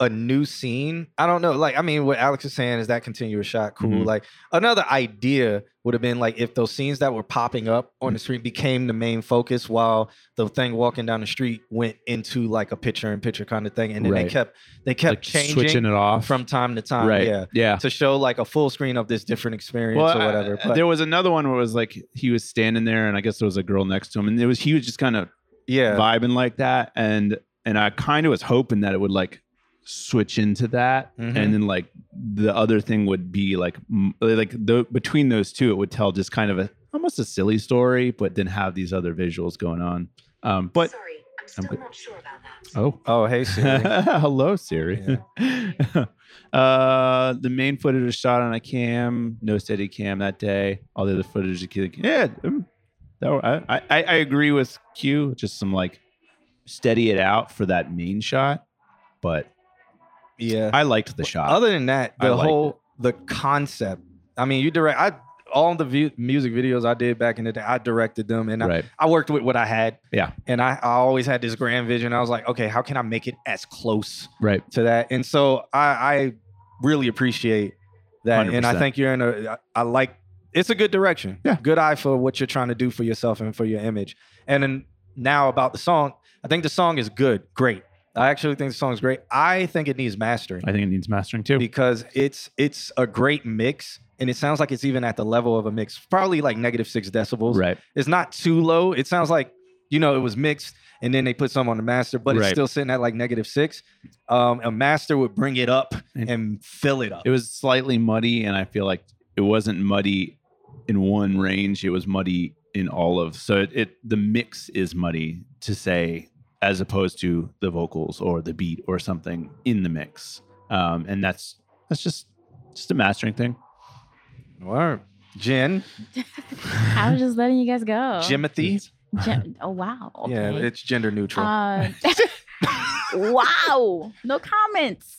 Speaker 3: a new scene i don't know like i mean what alex is saying is that continuous shot cool
Speaker 2: Mhm.
Speaker 3: like another idea would have been like if those scenes that were popping up on the
Speaker 2: Mm-hmm.
Speaker 3: screen became the main focus while the thing walking down the street went into like a picture in picture kind of thing and then they
Speaker 2: Right.
Speaker 3: kept they kept changing
Speaker 2: switching it off.
Speaker 3: from time to time
Speaker 2: Right.
Speaker 3: yeah
Speaker 2: Yeah.
Speaker 3: to show like a full screen of this different experience
Speaker 2: Well,
Speaker 3: or
Speaker 2: I-
Speaker 3: whatever
Speaker 2: I-
Speaker 3: but
Speaker 2: there was another one where it was like he was standing there, and I guess there was a girl next to him, and it was he was just kind of
Speaker 3: yeah
Speaker 2: vibing like that, and and I kind of was hoping that it would like switch into that,
Speaker 3: Mhm.
Speaker 2: and then like the other thing would be like m- like the between those two, it would tell just kind of a almost a silly story, but then have these other visuals going on. Um, but sorry, I'm still not sure about that. Oh,
Speaker 3: oh hey Siri.
Speaker 2: Hello, Siri. uh, the main footage was shot on a cam, no steady cam that day. All the other footage, is kid- yeah. um, That, were- I, I, I agree with Q. Just some like steady it out for that main shot, but
Speaker 3: yeah,
Speaker 2: I liked the shot.
Speaker 3: other than that
Speaker 2: I
Speaker 3: the
Speaker 2: liked
Speaker 3: whole the concept. I mean, you direct. I all the view, music videos I did back in the day, I directed them, and
Speaker 2: Right.
Speaker 3: I, I worked with what I had.
Speaker 2: Yeah.
Speaker 3: And I, I always had this grand vision. I was like, okay, how can I make it as close
Speaker 2: Right.
Speaker 3: to that? And so I, I really appreciate that, and I
Speaker 2: 100%.
Speaker 3: think you're in a. I I like. It's a good direction.
Speaker 2: Yeah.
Speaker 3: Good eye for what you're trying to do for yourself and for your image. And then now about the song, I think the song is good, great. I actually think the song is great. I think it needs mastering
Speaker 2: I think it needs mastering too.
Speaker 3: because it's it's a great mix and it sounds like it's even at the level of a mix probably like negative six decibels
Speaker 2: Right.
Speaker 3: it's not too low it sounds like you know it was mixed and then they put some on the master but it's
Speaker 2: Right.
Speaker 3: still sitting at like negative six um, a master would bring it up and fill it up
Speaker 2: It was slightly muddy, and I feel like it wasn't muddy in one range. It was muddy in all of. So it, it the mix is muddy to say, as opposed to the vocals or the beat or something in the mix. Um, and that's that's just just a mastering thing.
Speaker 3: Word. Jen,
Speaker 4: I was just letting you guys go.
Speaker 3: Jimothy.
Speaker 4: Jim- oh wow. Okay.
Speaker 3: Yeah, it's gender neutral.
Speaker 4: Uh, wow. No comments.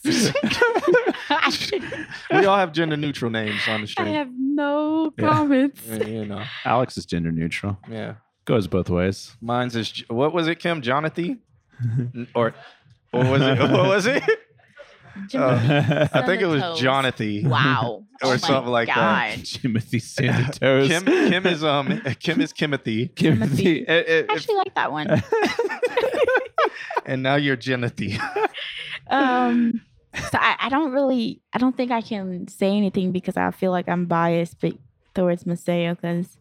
Speaker 3: we all have gender neutral names on the
Speaker 4: I
Speaker 3: street.
Speaker 4: have no
Speaker 2: Yeah.
Speaker 4: comments.
Speaker 3: Yeah, you know,
Speaker 2: Alex is gender neutral.
Speaker 3: yeah.
Speaker 2: Goes both ways.
Speaker 3: Mine's is what was it, Kim? Jonathan, N- or what was it? What was it? Uh, I think it was Jonathan.
Speaker 4: Wow. Oh
Speaker 3: or something like that.
Speaker 2: Timothy Sanditos.
Speaker 3: Kim, Kim is um Kim is Kimothy,
Speaker 2: Timothy. eh, eh,
Speaker 4: I actually like that one.
Speaker 3: and now you're Jenathy.
Speaker 4: um so I, I don't really i don't think i can say anything because i feel like i'm biased be- towards masaya because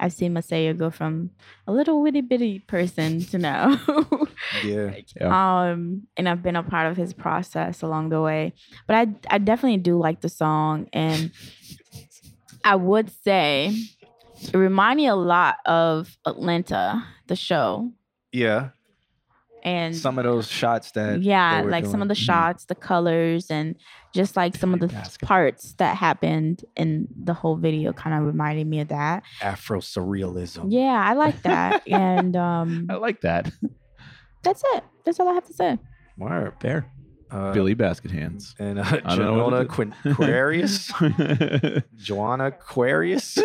Speaker 4: i've seen masaya go from a little witty-bitty person to now
Speaker 3: yeah.
Speaker 4: um and i've been a part of his process along the way but i i definitely do like the song and i would say it reminded me a lot of atlanta the show
Speaker 3: Yeah.
Speaker 4: and
Speaker 3: Some of those shots that Mm-hmm.
Speaker 4: yeah like some
Speaker 2: Mm-hmm.
Speaker 4: of the shots the colors and just like some of the parts that happened in the whole video kind of reminded me of that
Speaker 3: Afro surrealism.
Speaker 4: yeah i like that and um
Speaker 2: I like that.
Speaker 4: that's it that's all i have to say
Speaker 3: Word.
Speaker 2: There.
Speaker 3: Uh,
Speaker 2: Billy Basket Hands.
Speaker 3: and uh,
Speaker 2: I don't know
Speaker 3: Janona
Speaker 2: what
Speaker 3: Quin-
Speaker 2: to do.
Speaker 3: Quarius, Joanna Aquarius,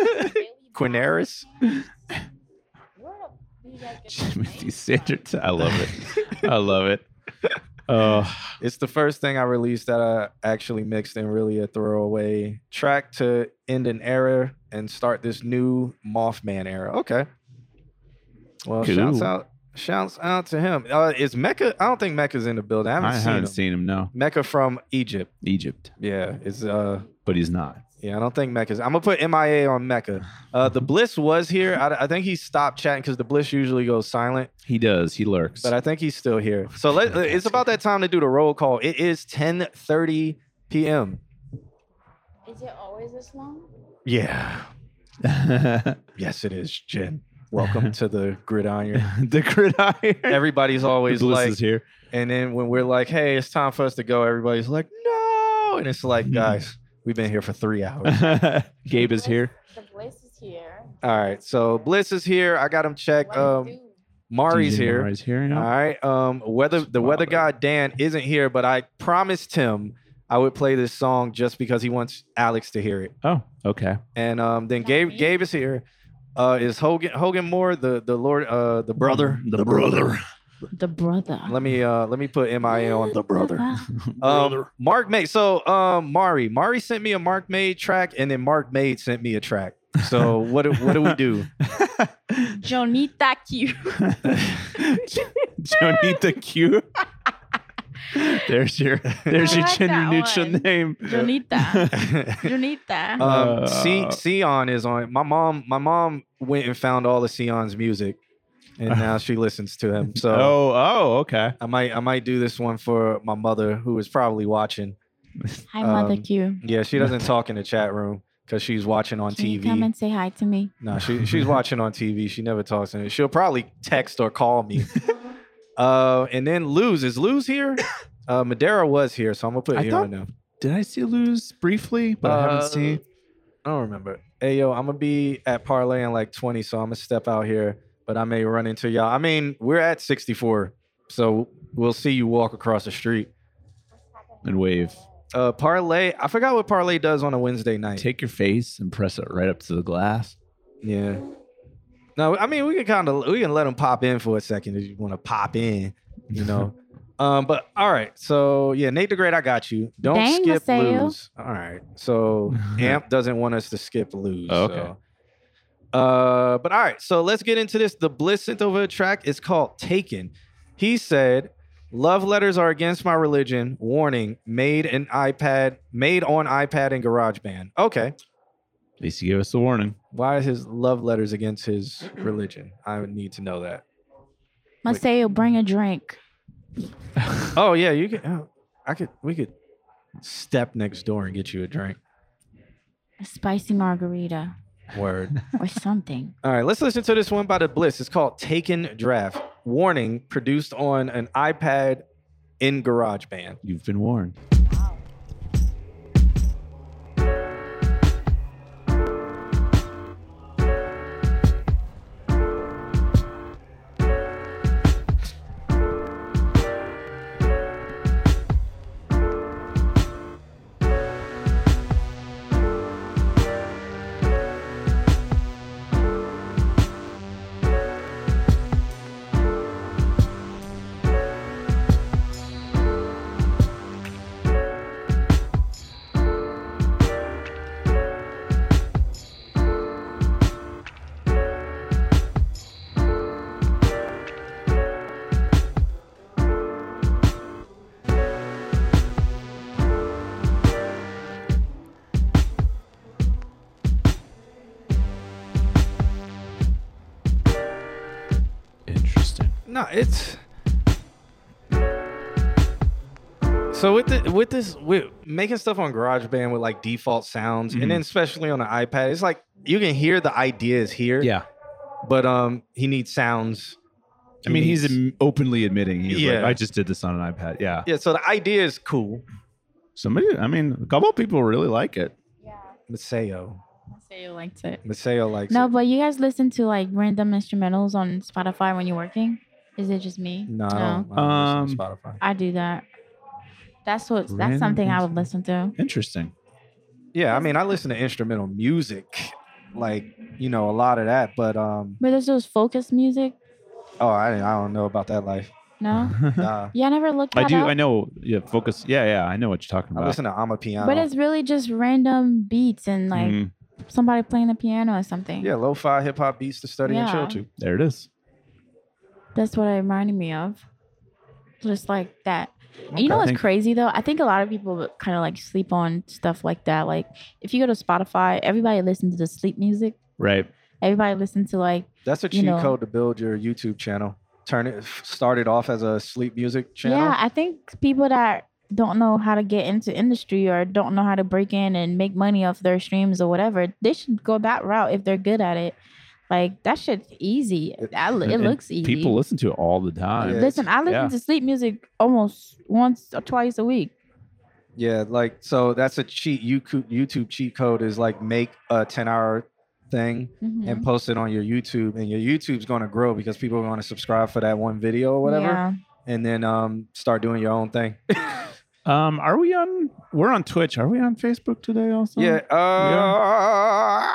Speaker 3: Quinaris.
Speaker 2: Timothy Sanderson. I love it. I love it. Oh,
Speaker 3: It's the first thing I released that I actually mixed in really a throwaway track to end an era and start this new Mothman era. Okay. Well, shouts
Speaker 2: Cool.
Speaker 3: out, shouts out to him. Uh, is Mecca? I don't think Mecca's in the building. I haven't
Speaker 2: I
Speaker 3: seen
Speaker 2: haven't
Speaker 3: him.
Speaker 2: seen him. No,
Speaker 3: Mecca from Egypt.
Speaker 2: Egypt,
Speaker 3: Yeah, it's uh,
Speaker 2: but he's not.
Speaker 3: yeah. I don't think Mecca's. I'm gonna put MIA on Mecca. Uh, the Bliss was here. I, I think he stopped chatting because the Bliss usually goes silent.
Speaker 2: He does. He lurks.
Speaker 3: But I think he's still here. So let, it's about that time to do the roll call. It is 10:30 p.m.
Speaker 4: is it always this long
Speaker 3: Yeah. Yes, it is, Jen. Welcome to the gridiron.
Speaker 2: the gridiron.
Speaker 3: Everybody's always
Speaker 2: Bliss
Speaker 3: like,
Speaker 2: is here.
Speaker 3: and then when we're like, "Hey, it's time for us to go," everybody's like, "No!" And it's like, guys, we've been here for three hours.
Speaker 2: Mm. Gabe is here.
Speaker 9: The voice is here.
Speaker 3: All right, so Bliss is here. I got him checked. Um, Mari's
Speaker 2: DJ
Speaker 3: here.
Speaker 2: Mari's here.
Speaker 3: All
Speaker 2: yeah.
Speaker 3: right. Um, weather the weather god Dan isn't here, but I promised him I would play this song just because he wants Alex to hear it.
Speaker 2: Oh, okay.
Speaker 3: And um, then Gabe Gabe is here. Uh, is Hogan Hogan Moore the the Lord uh the brother
Speaker 2: The, brother.
Speaker 4: the brother
Speaker 3: Let me uh let me put MIA on the brother.
Speaker 4: Wow.
Speaker 3: Um, Mark May. So um, Mari Mari sent me a Mark Made track, and then Mark Made sent me a track. So what do, what do we do?
Speaker 4: jonita q
Speaker 2: Jonita Q. there's your there's
Speaker 4: I
Speaker 2: your
Speaker 4: like
Speaker 2: gender
Speaker 4: that
Speaker 2: neutral
Speaker 4: one.
Speaker 2: name.
Speaker 4: jonita jonita
Speaker 3: Um, C
Speaker 2: Uh.
Speaker 3: Sion is on. it. My mom, my mom went and found all of Sion's music, and now she listens to him. So
Speaker 2: Oh, oh, okay.
Speaker 3: I might, I might do this one for my mother, who is probably watching.
Speaker 4: hi mother
Speaker 3: um,
Speaker 4: q
Speaker 3: Yeah, she doesn't talk in the chat room because she's watching on
Speaker 4: Can you
Speaker 3: TV.
Speaker 4: come and say hi to me
Speaker 3: No, she she's watching on TV. She never talks in it. She'll probably text or call me. uh, and then Luz is Luz here. Uh, Madera was here, so I'm gonna put it
Speaker 2: I
Speaker 3: here
Speaker 2: thought-
Speaker 3: right now.
Speaker 2: Did I see Luz briefly? But I
Speaker 3: Uh,
Speaker 2: haven't seen.
Speaker 3: I don't remember. Hey yo, I'm gonna be at parlay in like 20, so I'm gonna step out here, but I may run into y'all. I mean, we're at 64, so we'll see you walk across the street.
Speaker 2: And wave.
Speaker 3: Uh, parlay. I forgot what parlay does on a Wednesday night.
Speaker 2: Take your face and press it right up to the glass.
Speaker 3: Yeah. No, I mean we can kind of we can let them pop in for a second if you want to pop in, you know. um, but all right, so yeah, Nate the Great, I got you. Don't
Speaker 4: Dang,
Speaker 3: skip
Speaker 4: Maseo.
Speaker 3: lose. All right, so Amp doesn't want us to skip lose.
Speaker 2: Oh, Okay.
Speaker 3: so. Uh, but all right, so let's get into this. The Bliss sent over a track. It's called "Taken." He said, "Love letters are against my religion." Warning: made an iPad, made on iPad and GarageBand. Okay.
Speaker 2: At least you gave us the warning.
Speaker 3: Why is his love letters against his religion? I would need to know that.
Speaker 4: Maseo, bring a drink.
Speaker 3: Oh yeah, you could. oh, I could. We could step next door and get you a drink.
Speaker 4: A spicy margarita
Speaker 3: Word.
Speaker 4: or something.
Speaker 3: All right, let's listen to this one by the Bliss. It's called "Taken Draft." Warning: produced on an iPad in GarageBand.
Speaker 2: You've been warned. Interesting.
Speaker 3: No, it's so with the, with this with making stuff on GarageBand with like default sounds,
Speaker 2: Mm-hmm.
Speaker 3: and then especially on an iPad, it's like you can hear the ideas here.
Speaker 2: Yeah.
Speaker 3: but um, he needs sounds.
Speaker 2: I mean, he's
Speaker 3: needs-
Speaker 2: am- openly admitting. He's yeah.
Speaker 3: Yeah.
Speaker 2: I just did this on an iPad. Yeah.
Speaker 3: yeah. So the idea is cool.
Speaker 2: Somebody, I mean, a couple of people really like it.
Speaker 3: Maseo,
Speaker 4: Maseo likes it.
Speaker 3: Maseo likes
Speaker 4: No,
Speaker 3: it.
Speaker 4: but you guys listen to like random instrumentals on Spotify when you're working? Is it just me?
Speaker 3: No, I don't, I
Speaker 2: Um,
Speaker 3: don't listen to Spotify.
Speaker 4: I do that. That's what
Speaker 3: Random
Speaker 4: that's something I would listen to.
Speaker 2: Interesting.
Speaker 3: Yeah, I mean, I listen to instrumental music, like you know, a lot of that. But um,
Speaker 4: But there's those focus music,
Speaker 3: oh, I, I don't know about that life.
Speaker 4: no?
Speaker 3: Nah.
Speaker 4: Yeah, I never looked that
Speaker 2: I do.
Speaker 4: up.
Speaker 2: I know. Yeah. Focus. Yeah. Yeah. I know what you're talking
Speaker 3: I
Speaker 2: about.
Speaker 3: listen to I'm a piano.
Speaker 4: But it's really just random beats and like
Speaker 2: Mhm.
Speaker 4: somebody playing the piano or something.
Speaker 3: yeah, lo-fi hip hop beats to study and
Speaker 4: Yeah.
Speaker 3: chill to.
Speaker 2: There it is.
Speaker 4: That's what it reminded me of. Just like that. And You
Speaker 2: Okay.
Speaker 4: know what's
Speaker 2: Thank-
Speaker 4: crazy though? I think a lot of people kind of like sleep on stuff like that. Like if you go to Spotify, everybody listens to sleep music.
Speaker 2: Right.
Speaker 4: Everybody listens to like
Speaker 3: That's a
Speaker 4: You
Speaker 3: cheat
Speaker 4: know.
Speaker 3: code to build your YouTube channel. Turn it start it off as a sleep music channel.
Speaker 4: Yeah, I think people that don't know how to get into industry or don't know how to break in and make money off their streams or whatever, they should go that route if they're good at it. Like that shit's easy. I, it
Speaker 2: And- and
Speaker 4: looks easy.
Speaker 2: People listen to it all the time.
Speaker 4: Listen, I listen
Speaker 2: Yeah.
Speaker 4: to sleep music almost once or twice a week.
Speaker 3: Yeah, like so that's a cheat YouTube YouTube cheat code is like make a 10 hour thing and
Speaker 4: Mhm.
Speaker 3: post it on your YouTube and your YouTube's going to grow because people are going to subscribe for that one video or whatever
Speaker 4: Yeah.
Speaker 3: and then um start doing your own thing.
Speaker 2: Um, are we on? We're on Twitch. Are we on Facebook today also?
Speaker 3: yeah, uh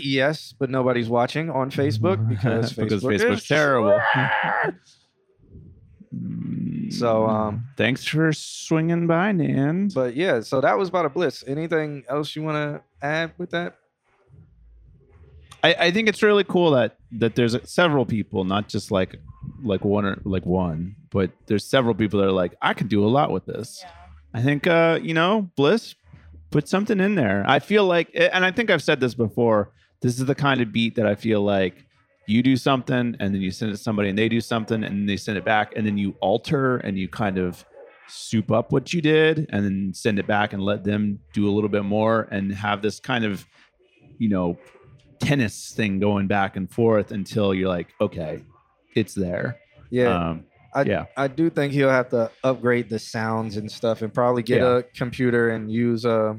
Speaker 3: yes, but nobody's watching on Facebook because Facebook
Speaker 2: because
Speaker 3: is
Speaker 2: Facebook's terrible. Mm.
Speaker 3: so um
Speaker 2: Thanks for swinging by, Nan.
Speaker 3: But yeah, so that was about a bliss. Anything else you want to add with that?
Speaker 2: I, I think it's really cool that that there's several people, not just like like one or like one, but there's several people that are like, I could do a lot with this. I think uh, you know, Bliss, put something in there. I feel like and I think I've said this before, this is the kind of beat that I feel like you do something and then you send it to somebody and they do something and they send it back and then you alter and you kind of soup up what you did and then send it back and let them do a little bit more and have this kind of you know tennis thing going back and forth until you're like okay it's there
Speaker 3: Yeah,
Speaker 2: um,
Speaker 3: I,
Speaker 2: yeah
Speaker 3: I do think he'll have to upgrade the sounds and stuff, and probably get
Speaker 2: Yeah.
Speaker 3: a computer and use a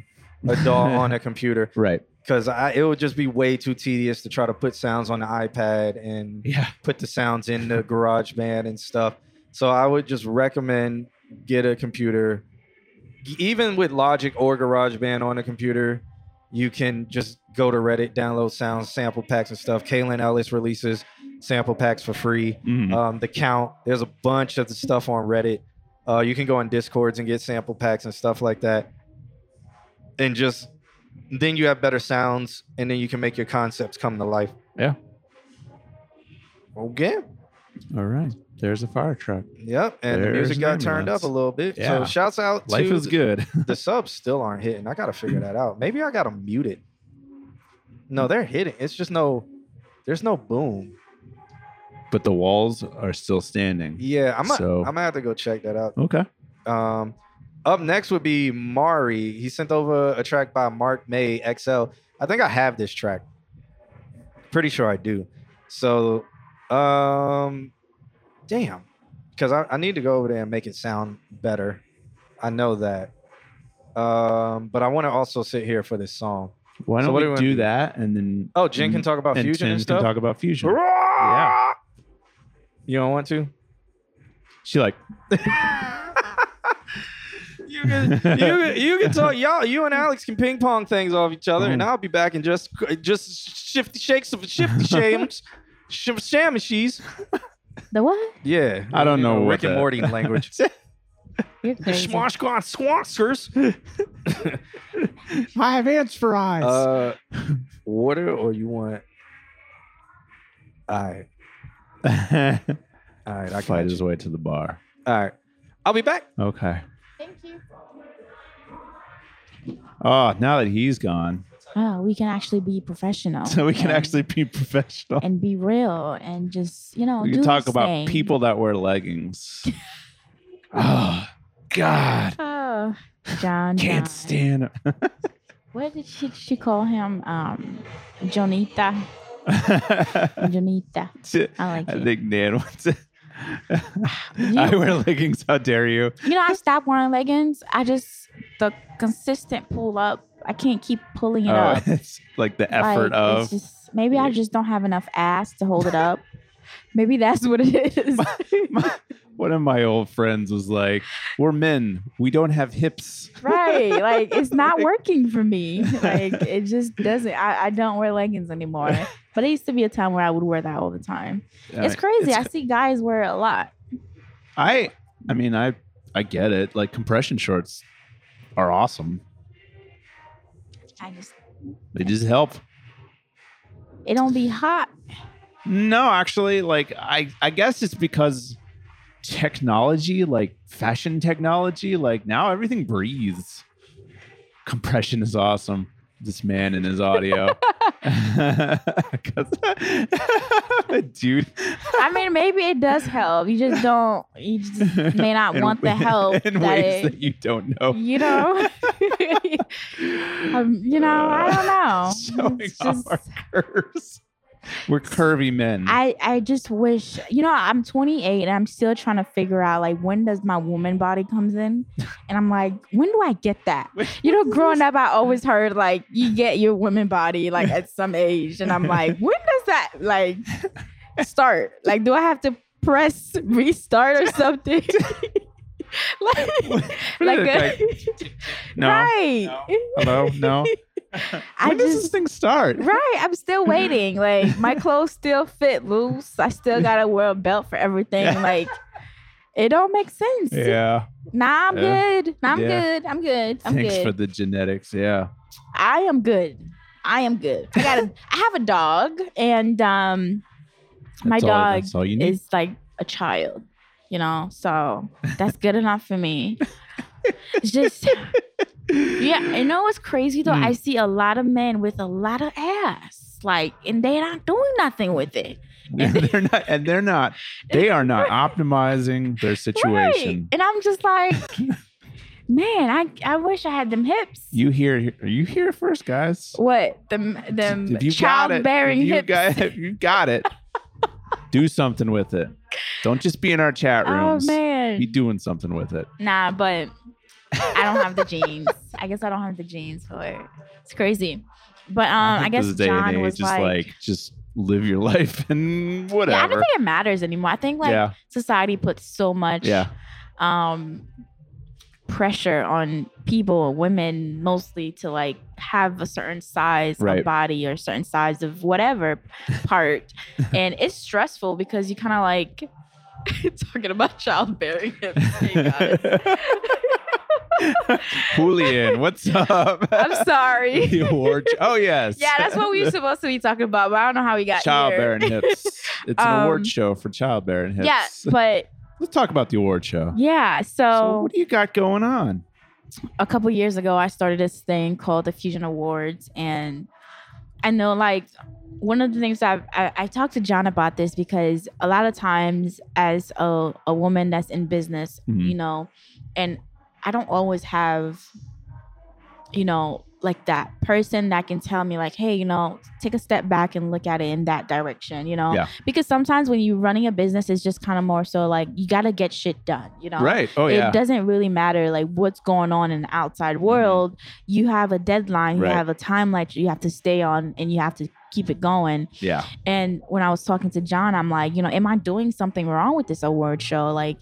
Speaker 3: a DAW on a computer
Speaker 2: right
Speaker 3: because it would just be way too tedious to try to put sounds on the iPad and
Speaker 2: yeah
Speaker 3: put the sounds in the GarageBand and stuff. So I would just recommend get a computer, even with Logic or GarageBand on a computer, you can just go to Reddit, download sounds, sample packs, and stuff. Kaylin Ellis releases sample packs for free.
Speaker 2: Mm-hmm.
Speaker 3: Um, the Count, there's a bunch of the stuff on Reddit. Uh, you can go on Discords and get sample packs and stuff like that. And just then you have better sounds, and then you can make your concepts come to life.
Speaker 2: Yeah.
Speaker 3: Okay.
Speaker 2: All right. There's a fire truck.
Speaker 3: Yep. And the
Speaker 2: There's
Speaker 3: music got
Speaker 2: an
Speaker 3: turned up
Speaker 2: ambulance.
Speaker 3: a little bit.
Speaker 2: Yeah.
Speaker 3: So shouts out
Speaker 2: Life
Speaker 3: to
Speaker 2: is
Speaker 3: the-
Speaker 2: good.
Speaker 3: the subs still aren't hitting. I gotta figure that out. Maybe I gotta mute it. No, they're hitting. It's just no. There's no boom.
Speaker 2: but the walls are still standing.
Speaker 3: Yeah, I'm. gonna
Speaker 2: So-
Speaker 3: I'm gonna have to go check that out.
Speaker 2: Okay.
Speaker 3: Um, up next would be Mari. He sent over a track by Mark May XL. I think I have this track. Pretty sure I do. So, um, damn, because I, I need to go over there and make it sound better. I know that. Um, but I want to also sit here for this song.
Speaker 2: Why
Speaker 3: So
Speaker 2: don't
Speaker 3: what do you
Speaker 2: we
Speaker 3: wanna
Speaker 2: do
Speaker 3: do?
Speaker 2: that and then?
Speaker 3: Oh, Jen can
Speaker 2: and-
Speaker 3: talk about fusion
Speaker 2: Jen
Speaker 3: and stuff?
Speaker 2: Can talk about fusion.
Speaker 3: Yeah. You don't want to?
Speaker 2: She like
Speaker 3: You can, you, can- you can talk. Y'all, you and Alex can ping pong things off each other, and I'll be back and just just shifty shakes of shifty shams, shim shamishies.
Speaker 4: The what?
Speaker 3: Yeah,
Speaker 2: I don't know what
Speaker 3: Rick and
Speaker 2: that-
Speaker 3: Morty language.
Speaker 4: You're
Speaker 3: The
Speaker 4: crazy.
Speaker 3: Schwashquan Swankers.
Speaker 2: I have ants for eyes.
Speaker 3: Uh, water or you want? All right, all right, I
Speaker 2: Fight
Speaker 3: can.
Speaker 2: his way to the bar.
Speaker 3: All right, I'll be back.
Speaker 2: Okay.
Speaker 18: Thank you.
Speaker 2: Oh, now that he's gone,
Speaker 4: Oh, we can actually be professional.
Speaker 2: so we can
Speaker 4: and-
Speaker 2: actually be professional.
Speaker 4: and be real and just you know
Speaker 2: we
Speaker 4: do
Speaker 2: can talk
Speaker 4: this
Speaker 2: about
Speaker 4: thing.
Speaker 2: people that wear leggings. oh God,
Speaker 4: Oh, John. John.
Speaker 2: can't stand.
Speaker 4: What did she, she call him? Um, Jonita. Jonita. I like
Speaker 2: I
Speaker 4: it.
Speaker 2: think Nan wants it. I wear leggings. How dare you?
Speaker 4: You know, I stopped wearing leggings. I just the consistent pull up. I can't keep pulling it
Speaker 2: Uh,
Speaker 4: up.
Speaker 2: it's like the effort
Speaker 4: Like,
Speaker 2: of.
Speaker 4: It's just, maybe I just don't have enough ass to hold it up. maybe that's what it is.
Speaker 2: One of my old friends was like, "We're men. We don't have hips."
Speaker 4: right like it's not working for me like it just doesn't I, I don't wear leggings anymore but it used to be a time where i would wear that all the time
Speaker 2: I
Speaker 4: it's
Speaker 2: mean,
Speaker 4: crazy i see guys wear it a lot
Speaker 2: I I mean I I get it. Like compression shorts are awesome.
Speaker 4: i just
Speaker 2: They just help.
Speaker 4: it don't be hot
Speaker 2: No, actually, like I I guess it's because technology, like fashion technology, like now everything breathes. Compression is awesome. This man and his audio. 'Cause- Dude.
Speaker 4: i mean maybe it does help you just don't you just may not
Speaker 2: in-
Speaker 4: want the help
Speaker 2: in
Speaker 4: that
Speaker 2: ways
Speaker 4: it,
Speaker 2: that you don't know.
Speaker 4: you know um, you know i don't know
Speaker 2: Showing
Speaker 4: It's
Speaker 2: off
Speaker 4: just-
Speaker 2: our curves. We're curvy men.
Speaker 4: I, I just wish you know I'm 28 and I'm still trying to figure out like when does my woman body comes in, and I'm like when do I get that? You know, growing up I always heard like you get your woman body like at some age, and I'm like when does that like start? Like do I have to press restart or something? like like a,
Speaker 2: no.
Speaker 4: right?
Speaker 2: Hello. No.
Speaker 4: I
Speaker 2: when does this
Speaker 4: just
Speaker 2: thing start?
Speaker 4: Right. I'm still waiting. Like my clothes still fit loose. I still gotta wear a belt for everything.
Speaker 2: Yeah.
Speaker 4: Like it don't make sense.
Speaker 2: Yeah.
Speaker 4: Nah, I'm
Speaker 2: Yeah.
Speaker 4: good. Nah, I'm
Speaker 2: Yeah.
Speaker 4: good. I'm good. I'm
Speaker 2: Thanks
Speaker 4: good.
Speaker 2: for the genetics. Yeah.
Speaker 4: I am good. I am good. I got a I have a dog and um my
Speaker 2: That's all-
Speaker 4: dog
Speaker 2: that's all you need.
Speaker 4: is like a child, you know, so that's good enough for me. It's just Yeah, you know what's crazy though?
Speaker 2: Mm.
Speaker 4: I see a lot of men with a lot of ass. Like and they're not doing nothing with it.
Speaker 2: they're not, and they're not. They are not optimizing their
Speaker 4: Right.
Speaker 2: situation.
Speaker 4: And I'm just like, man, I, I wish I had them hips.
Speaker 2: You hear? Are you here first, guys?
Speaker 4: What? Them them
Speaker 2: If you got
Speaker 4: Mm,
Speaker 2: it,
Speaker 4: childbearing
Speaker 2: if you
Speaker 4: hips.
Speaker 2: got, if you got it, do something with it. Don't just be in our chat
Speaker 4: oh
Speaker 2: rooms.
Speaker 4: man.
Speaker 2: Be doing something with it.
Speaker 4: Nah, but I don't have the genes. I guess I don't have the genes for it. It's crazy. But um I,
Speaker 2: think
Speaker 4: guess
Speaker 2: this
Speaker 4: John was
Speaker 2: just like, just live your life and whatever.
Speaker 4: Yeah, I don't think it matters anymore. I think like
Speaker 2: Yeah.
Speaker 4: society puts so much
Speaker 2: Yeah.
Speaker 4: um pressure on people, women mostly, to like have a certain size
Speaker 2: Right.
Speaker 4: of body or certain size of whatever part. and it's stressful because you kind of like talking about childbearing.
Speaker 2: Julian, what's up?
Speaker 4: I'm sorry.
Speaker 2: You wore ch- oh yes.
Speaker 4: yeah, that's what we were supposed to be talking about, but I don't know how we got
Speaker 2: Childbearing
Speaker 4: here.
Speaker 2: hips. It's
Speaker 4: Um,
Speaker 2: an award show for childbearing hips.
Speaker 4: yeah, but
Speaker 2: let's talk about the award show.
Speaker 4: yeah, so,
Speaker 2: So what do you got going on?
Speaker 4: a couple years ago I started this thing called the Fusion Awards and I know like one of the things I've I, I talked to John about this because a lot of times as a, a woman that's in business,
Speaker 2: Mm-hmm.
Speaker 8: Mhm.
Speaker 4: you know, and I don't always have, you know, like that person that can tell me like, hey, you know, take a step back and look at it in that direction, you know?
Speaker 2: Yeah.
Speaker 4: Because sometimes when you're running a business, it's just kind of more so like you gotta get shit done, you know?
Speaker 2: Right. Oh,
Speaker 4: it
Speaker 2: yeah.
Speaker 4: doesn't really matter like what's going on in the outside world. You have a deadline,
Speaker 2: Mm-hmm. Right.
Speaker 4: you have a timeline you have to stay on and you have to keep it going.
Speaker 2: Yeah.
Speaker 4: And when I was talking to John, I'm like, you know, am I doing something wrong with this award show? Like,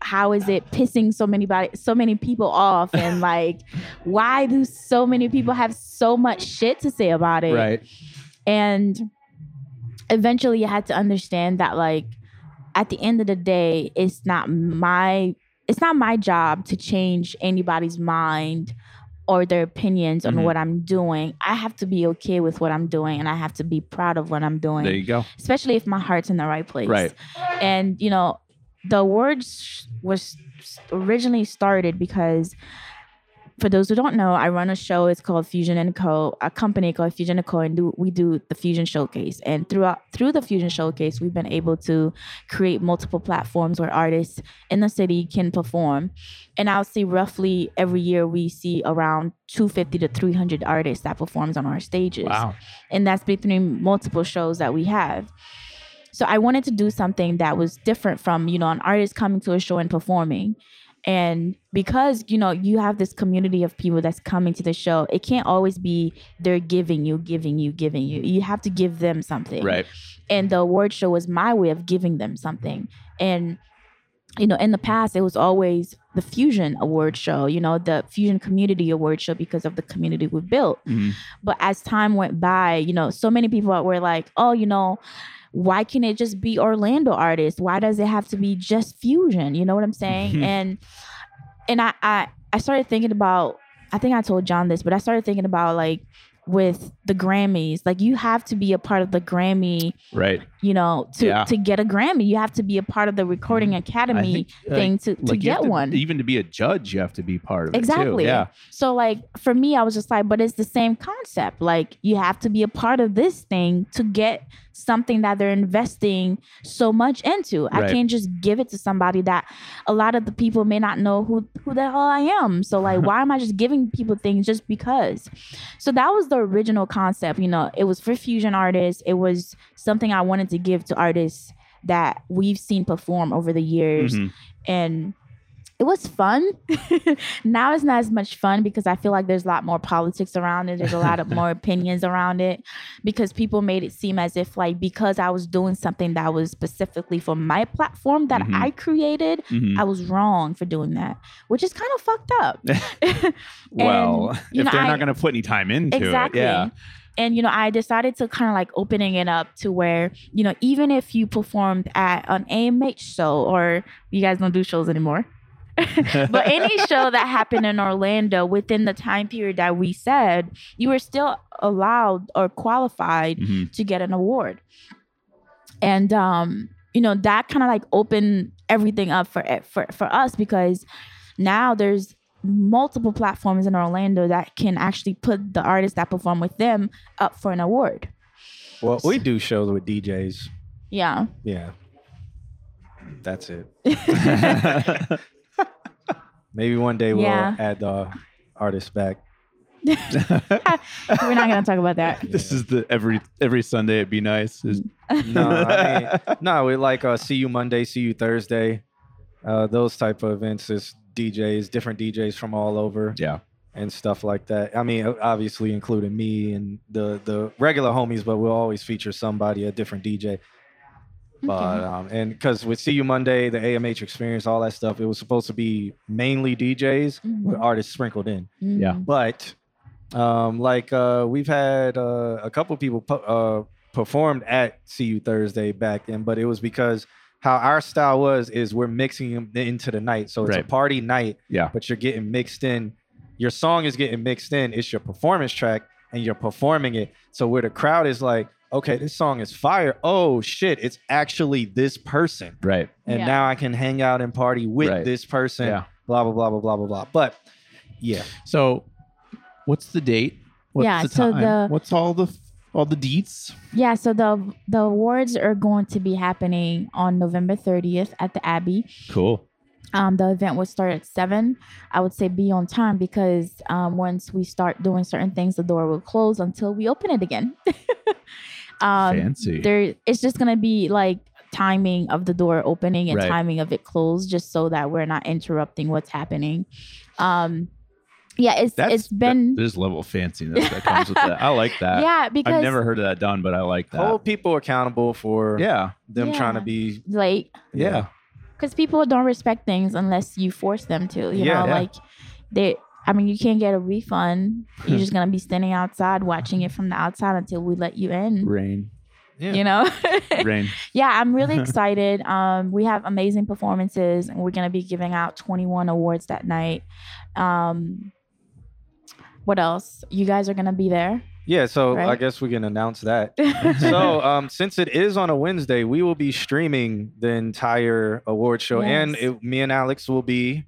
Speaker 4: how is it pissing so many body, so many people off? And like, why do so many people have so much shit to say about it?
Speaker 2: Right.
Speaker 4: And eventually, I had to understand that like, at the end of the day, it's not my it's not my job to change anybody's mind or their opinions on
Speaker 2: Mhm.
Speaker 4: what I'm doing. I have to be okay with what I'm doing and I have to be proud of what I'm doing.
Speaker 2: There you go.
Speaker 4: Especially if my heart's in the right place.
Speaker 2: Right.
Speaker 4: And you know, the awards was originally started because for those who don't know, I run a show. It's called Fusion and Co. A company called Fusion and Co. And do, we do the Fusion Showcase. And throughout through the Fusion Showcase, we've been able to create multiple platforms where artists in the city can perform. And I'll see roughly every year we see around 250 to 300 artists that performs on our stages.
Speaker 8: Wow.
Speaker 4: And that's between multiple shows that we have. So I wanted to do something that was different from, you know, an artist coming to a show and performing. And because, you know, you have this community of people that's coming to the show, it can't always be they're giving you, giving you, giving you. You have to give them something.
Speaker 8: Right.
Speaker 4: And the award show was my way of giving them something. And you know, in the past, it was always the Fusion Award Show, you know, the Fusion Community Award Show because of the community we built.
Speaker 11: Mm-hmm.
Speaker 4: But as time went by, you know, so many people were like, oh, you know, why can't it just be Orlando artists? Why does it have to be just fusion? You know what I'm
Speaker 2: Mm-hmm.
Speaker 4: saying? and and I, I I started thinking about I think I told John this, but I started thinking about like with the Grammys, like you have to be a part of the Grammy,
Speaker 2: Right.
Speaker 4: you know, to
Speaker 2: Yeah. Mm-hmm.
Speaker 4: to get a Grammy. You have to be a part of the Recording
Speaker 2: I
Speaker 4: Academy
Speaker 2: think, like,
Speaker 4: thing to, to
Speaker 2: like, you have
Speaker 4: get one.
Speaker 2: Even to be a judge, you have to be part of it. too.
Speaker 4: Exactly.
Speaker 2: Yeah.
Speaker 4: So like for me, I was just like, but it's the same concept. Like you have to be a part of this thing to get something that they're investing so much into. I
Speaker 8: Right.
Speaker 4: can't just give it to somebody that a lot of the people may not know who who the hell I am. So like why am I just giving people things just because? So that was the original concept. You know, it was for fusion artists. It was something I wanted to give to artists that we've seen perform over the years.
Speaker 8: Mhm.
Speaker 4: And it was fun. now it's not as much fun because I feel like there's a lot more politics around it. There's a lot of more opinions around it because people made it seem as if like because I was doing something that was specifically for my platform that
Speaker 8: Mhm.
Speaker 4: I created,
Speaker 8: Mhm.
Speaker 4: I was wrong for doing that, which is kind of fucked up.
Speaker 2: Well,
Speaker 4: you
Speaker 2: if
Speaker 4: know,
Speaker 2: they're
Speaker 4: I-
Speaker 2: not going to put any time into
Speaker 4: exactly.
Speaker 2: it, yeah.
Speaker 4: And you know, I decided to kind of like opening it up to where you know, even if you performed at an AMH show, or you guys don't do shows anymore, but any show that happened in Orlando within the time period that we said, you were still allowed or qualified
Speaker 8: Mhm.
Speaker 4: to get an award and um you know that kind of like opened everything up for eh, for for us because now there's multiple platforms in Orlando that can actually put the artists that perform with them up for an award.
Speaker 3: Well, we do shows with DJs.
Speaker 4: Yeah.
Speaker 3: Yeah. That's it. Maybe one day we'll
Speaker 4: Yeah.
Speaker 3: add the artist back.
Speaker 4: We're not going to talk about that.
Speaker 2: This is the every every Sunday. It'd be nice. Is-
Speaker 3: No, I mean, no, we like uh, see you Monday, see you Thursday, uh, those type of events. It's DJs, different DJs from all over,
Speaker 2: yeah,
Speaker 3: and stuff like that. I mean, o- obviously including me and the the regular homies, but we'll always feature somebody, a different DJ. But um, and because with See You Monday, the AMH experience, all that stuff, it was supposed to be mainly DJs with artists sprinkled in.
Speaker 2: Yeah.
Speaker 3: But um, like uh, we've had uh, a couple people pu- uh, performed at CU Thursday back then, but it was because how our style was is we're mixing them into the night, so it's a
Speaker 2: Right.
Speaker 3: party night.
Speaker 2: Yeah.
Speaker 3: But you're getting mixed in. Your song is getting mixed in. It's your performance track, and you're performing it. So where the crowd is like, okay, this song is fire. Oh shit, it's actually this person
Speaker 2: Right.
Speaker 3: and
Speaker 2: Yeah.
Speaker 3: now I can hang out and party with
Speaker 2: Right.
Speaker 3: this person.
Speaker 2: Yeah.
Speaker 3: Blah blah blah blah blah blah blah. But yeah,
Speaker 2: So, what's the date? What's
Speaker 4: Yeah,
Speaker 2: The
Speaker 4: so
Speaker 2: time?
Speaker 4: the-
Speaker 2: what's all the all the deets?
Speaker 4: Yeah, so the the awards are going to be happening on November 30th at the Abbey.
Speaker 2: Cool.
Speaker 4: Um, the event will start at seven. I would say be on time because um, once we start doing certain things, the door will close until we open it again. um,
Speaker 2: Fancy.
Speaker 4: There, it's just gonna be like timing of the door opening and
Speaker 2: Right.
Speaker 4: timing of it closed, just so that we're not interrupting what's happening. Um, yeah, it's it's been
Speaker 2: there's level of fanciness that comes with that. I like that.
Speaker 4: Yeah, because-
Speaker 2: I've never heard of that done, but I like that.
Speaker 3: hold people accountable for
Speaker 2: yeah,
Speaker 3: them
Speaker 4: Yeah.
Speaker 3: trying to be
Speaker 4: late
Speaker 2: yeah,
Speaker 4: because people don't respect things unless you force them to. You
Speaker 3: Yeah.
Speaker 4: know,
Speaker 3: Yeah.
Speaker 4: like they. I mean, you can't get a refund. You're just gonna be standing outside watching it from the outside until we let you in.
Speaker 2: rain,
Speaker 4: You know.
Speaker 2: rain.
Speaker 4: Mm-hmm. yeah, I'm really excited. Um, we have amazing performances, and we're gonna be giving out 21 awards that night. Um, what else? You guys are gonna be there.
Speaker 3: yeah. So I
Speaker 4: Right.
Speaker 3: guess we can announce that. so um, since it is on a Wednesday, we will be streaming the entire award show, and
Speaker 4: Yes.
Speaker 3: it, me and Alex will be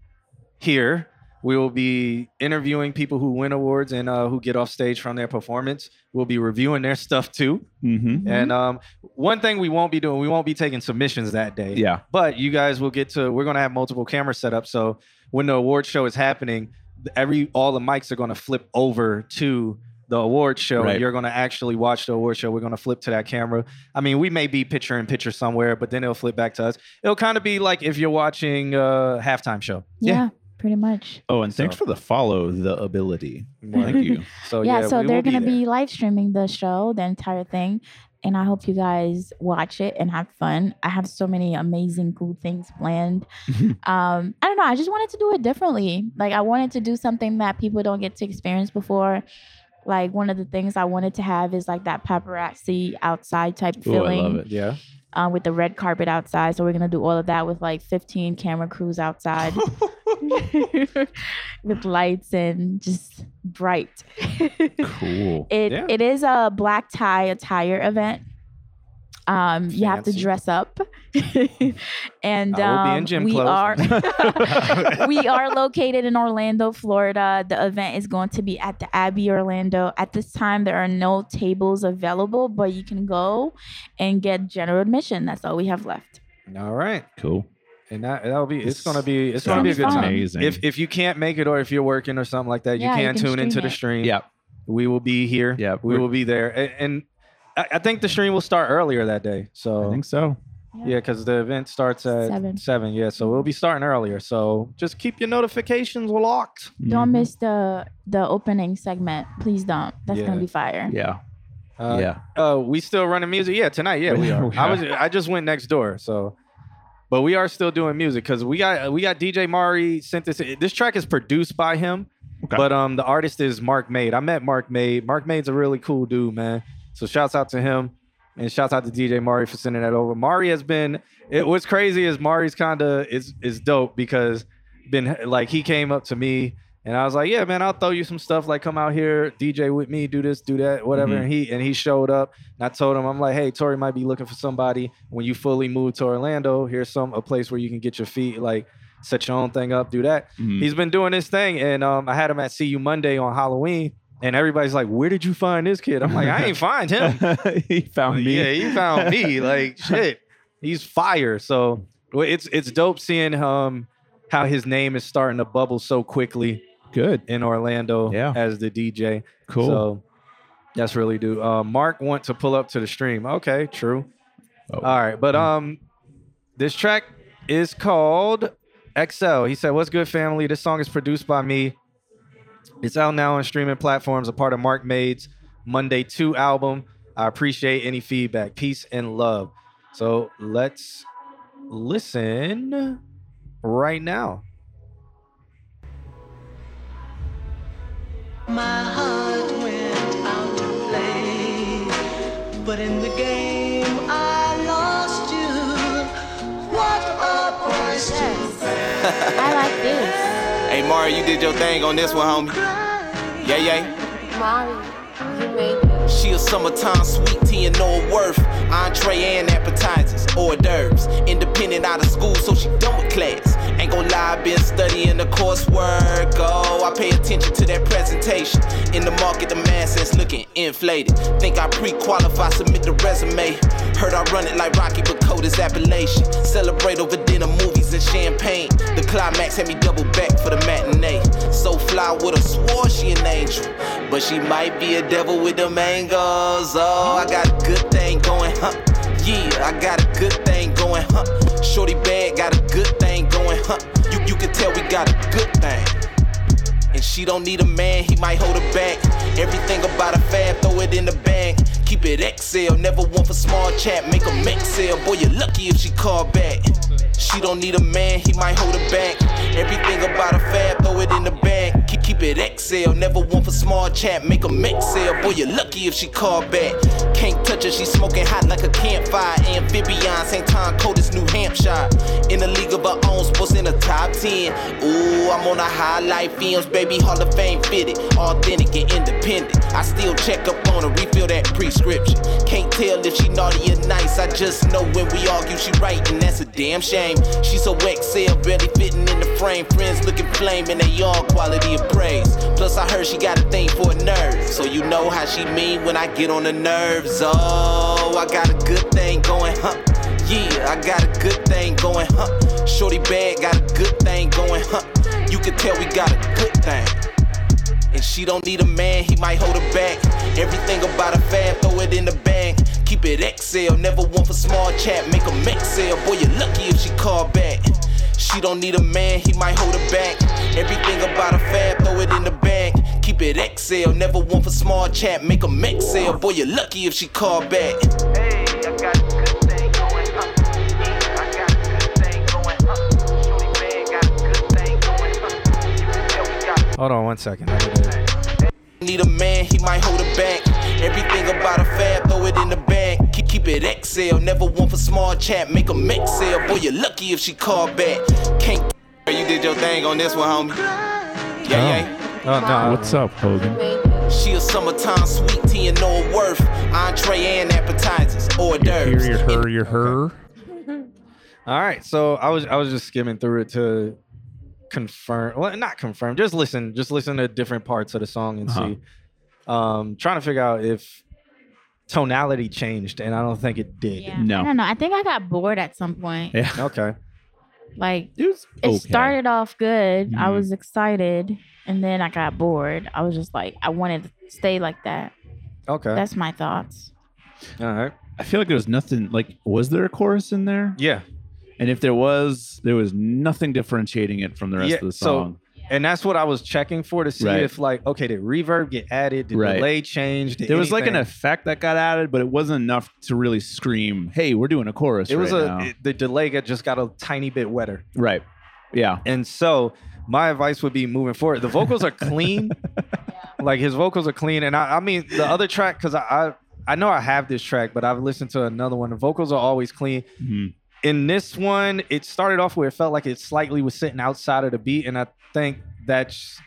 Speaker 3: here. We will be interviewing people who win awards and uh, who get off stage from their performance. We'll be reviewing their stuff too.
Speaker 2: Mm-hmm.
Speaker 3: And um, one thing we won't be doing, we won't be taking submissions that day.
Speaker 2: Yeah.
Speaker 3: But you guys will get to. We're gonna have multiple cameras set up, so when the award show is happening, every all the mics are gonna flip over to the award show,
Speaker 2: Right.
Speaker 3: and you're gonna actually watch the award show. We're gonna flip to that camera. I mean, we may be picture in picture somewhere, but then it'll flip back to us. It'll kind of be like if you're watching uh, halftime show.
Speaker 4: Yeah, pretty much.
Speaker 2: Oh, and thanks for the follow the ability. Thank you.
Speaker 3: uh, So
Speaker 4: yeah, so
Speaker 3: we
Speaker 4: they're
Speaker 3: will
Speaker 4: gonna
Speaker 3: there.
Speaker 4: be live streaming the show, the entire thing, and I hope you guys watch it and have fun. I have so many amazing, cool things planned. um, I don't know. I just wanted to do it differently. Like I wanted to do something that people don't get to experience before. Like one of the things I wanted to have is like that paparazzi outside type
Speaker 2: Ooh, I
Speaker 4: feeling
Speaker 2: love it.
Speaker 3: Yeah.
Speaker 4: um, with the red carpet outside. So we're gonna do all of that with like 15 camera crews outside, with lights and just bright.
Speaker 2: Cool.
Speaker 4: It it is a black tie attire event. Um, you have to
Speaker 3: Fancy.
Speaker 4: dress up, and
Speaker 3: I will be in
Speaker 4: um,
Speaker 3: gym
Speaker 4: we
Speaker 3: clothes.
Speaker 4: are we are located in Orlando, Florida. The event is going to be at the Abbey Orlando. At this time, there are no tables available, but you can go and get general admission. That's all we have left.
Speaker 3: All right.
Speaker 2: Cool.
Speaker 3: And that that'll be it's,
Speaker 2: This
Speaker 3: gonna be it's gonna be a
Speaker 4: sounds
Speaker 3: good time.
Speaker 2: amazing.
Speaker 3: If if you can't make it or if you're working or something like that,
Speaker 4: Yeah,
Speaker 3: you
Speaker 4: you
Speaker 3: can
Speaker 4: can
Speaker 3: tune into
Speaker 4: stream
Speaker 3: the
Speaker 4: it.
Speaker 3: stream.
Speaker 2: Yep.
Speaker 3: We will be here.
Speaker 2: Yep.
Speaker 3: We will be there. And, and I, I think the stream will start earlier that day. So
Speaker 2: I think so.
Speaker 3: yeah, because the event starts at
Speaker 4: Seven.
Speaker 3: seven. Yeah. So we'll be starting earlier. So just keep your notifications locked.
Speaker 4: Don't miss the the opening segment. Please don't. That's
Speaker 3: Yeah.
Speaker 4: gonna be fire.
Speaker 2: Yeah.
Speaker 3: Uh,
Speaker 2: yeah.
Speaker 3: Uh, we still running music. Yeah, tonight. Yeah, we are.
Speaker 2: We
Speaker 3: I was. I just went next door. So, but we are still doing music because we got we got DJ Mari sent this. This track is produced by him, but um the artist is Mark Maid. I met Mark Maid. Mark Maid's a really cool dude, man. So shouts out to him. And shouts out to DJ Mari for sending that over. Mari has been it what's crazy is Mari's kinda is is dope because been like he came up to me and I was like, Yeah, man, I'll throw you some stuff. Like come out here, DJ with me, do this, do that, whatever.
Speaker 2: Mhm.
Speaker 3: And he and he showed up and I told him, I'm like, hey, Tori might be looking for somebody. When you fully move to Orlando, here's some a place where you can get your feet like set your own thing up, do that.
Speaker 2: Mhm.
Speaker 3: He's been doing this thing, and um, I had him at CU Monday on Halloween, and everybody's like, "Where did you find this kid?" I'm like, "I ain't find him.
Speaker 2: he found me.
Speaker 3: yeah, he found me. Like shit, he's fire." So well, it's it's dope seeing um how his name is starting to bubble so quickly
Speaker 2: Good.
Speaker 3: in Orlando
Speaker 2: Yeah.
Speaker 3: as the DJ.
Speaker 2: Cool.
Speaker 3: So that's really do. Uh, Mark want to pull up to the stream. Okay, true.
Speaker 2: Oh.
Speaker 3: All right, but um, this track is called XL. He said, "What's good, family? This song is produced by me. It's out now on streaming platforms. A part of Mark Maid's Monday Two album. I appreciate any feedback. Peace and love." So let's listen right now.
Speaker 19: My heart went out to play, but in the game I lost you. What a price to pay.
Speaker 4: I like this.
Speaker 7: Hey, Mario, you did your thing on this one, homie. Yeah, yeah.
Speaker 19: Mario, you made
Speaker 7: She a summertime sweet tea and no worth. Entree and appetizers, hors d'oeuvres. Independent out of school, so she done with class. Ain't gon' lie, been studying the coursework. Oh, I pay attention to that presentation. In the market, the mass is looking inflated. Think I pre-qualify, submit the resume. Heard I run it like Rocky, but code is appellation. Celebrate over dinner, movies, and champagne. The climax had me double back for the matinee. So fly would have swore she an angel, but she might be a devil with them angles. Oh, I got a good thing going, huh? Yeah, I got a good thing going, huh? Shorty bad got a good thing going, huh? You you can tell we got a good thing. And she don't need a man, he might hold her back. Everything about a fab, throw it in the bag. Keep it XL, never one for small chat. Make a excel, boy, you're lucky if she call back. She don't need a man, he might hold her back. Everything about a fab, throw it in the bag. Keep, keep it XL, never one for small chat. Make a excel, boy, you're lucky if she call back. Can't touch her, she smoking hot like a campfire. Amphibian, St. Tom, coldest New Hampshire. In the league of her own, sports in the top 10. Ooh, I'm on a highlight films, baby, Hall of Fame fitted. Authentic and independent. I still check up on her, refill that prescription. Can't tell if she naughty or nice. I just know when we argue, she right, and that's a damn shame. She so excel, barely fitting in the frame. Friends looking flame, and they all quality of praise. Plus, I heard she got a thing for a nerd. So you know how she mean when I get on the nerves. Oh, I got a good thing going, huh? Yeah, I got a good thing going, huh? Shorty bad got a good thing going, huh? You can tell we got a good thing. And she don't need a man, he might hold her back. Everything about a fab, throw it in the bag. Keep it XL, never one for small chat. Make a excel, boy, you're lucky if she call back. She don't need a man, he might hold her back. Everything about a fab, throw it in the bag. Keep it XL, never one for small chat. Make a excel, boy, you're lucky if she call back. Hey, I got a good thing going, huh? Yeah, I got a good thing going, huh? Shorty bad got a good thing going, huh? You can tell we got
Speaker 3: Hold on one second. I gotta-
Speaker 7: Need a man, he might hold her back. Everything about a fab, throw it in the bag. Keep, keep it XL, never one for small chat. Make a excel, boy, you're lucky if she call back. Can't you did your thing on this one, homie. Yeah, yeah.
Speaker 3: Oh, no.
Speaker 2: What's up, Hogan?
Speaker 7: She a summertime sweet tea and no worth. Entree and appetizers, hors
Speaker 2: Here,
Speaker 7: d'oeuvres.
Speaker 2: your her, your her.
Speaker 3: All right, so I was I was just skimming through it to confirm, well, not confirm, just listen, just listen to different parts of the song and
Speaker 2: Uh-huh.
Speaker 3: see. Um, trying to figure out if tonality changed, and I don't think it did.
Speaker 4: Yeah. I don't know. I think I got bored at some point.
Speaker 2: Yeah.
Speaker 3: Okay.
Speaker 4: Like
Speaker 2: it, okay.
Speaker 4: started off good. I
Speaker 2: Mhm.
Speaker 4: was excited, and then I got bored. I was just like, I wanted to stay like that.
Speaker 3: Okay.
Speaker 4: That's my thoughts.
Speaker 3: All right.
Speaker 2: I feel like there was nothing. Like, was there a chorus in there?
Speaker 3: Yeah.
Speaker 2: And if there was, there was nothing differentiating it from the rest of the song.
Speaker 3: So, and that's what I was checking for to see
Speaker 2: Right.
Speaker 3: if, like, okay, did reverb get added? Did
Speaker 2: Right.
Speaker 3: delay change? Did
Speaker 2: there was like an
Speaker 3: anything?
Speaker 2: effect that got added, but it wasn't enough to really scream, "Hey, we're doing a chorus."
Speaker 3: It was
Speaker 2: right
Speaker 3: a
Speaker 2: now."
Speaker 3: it- the delay got just got a tiny bit wetter,
Speaker 2: right. Yeah.
Speaker 3: and so my advice would be moving forward. The vocals are clean, like his vocals are clean, and I, I mean the other track because I, I I know I have this track, but I've listened to another one. The vocals are always clean.
Speaker 2: Mhm.
Speaker 3: In this one, it started off where it felt like it slightly was sitting outside of the beat, and I think that's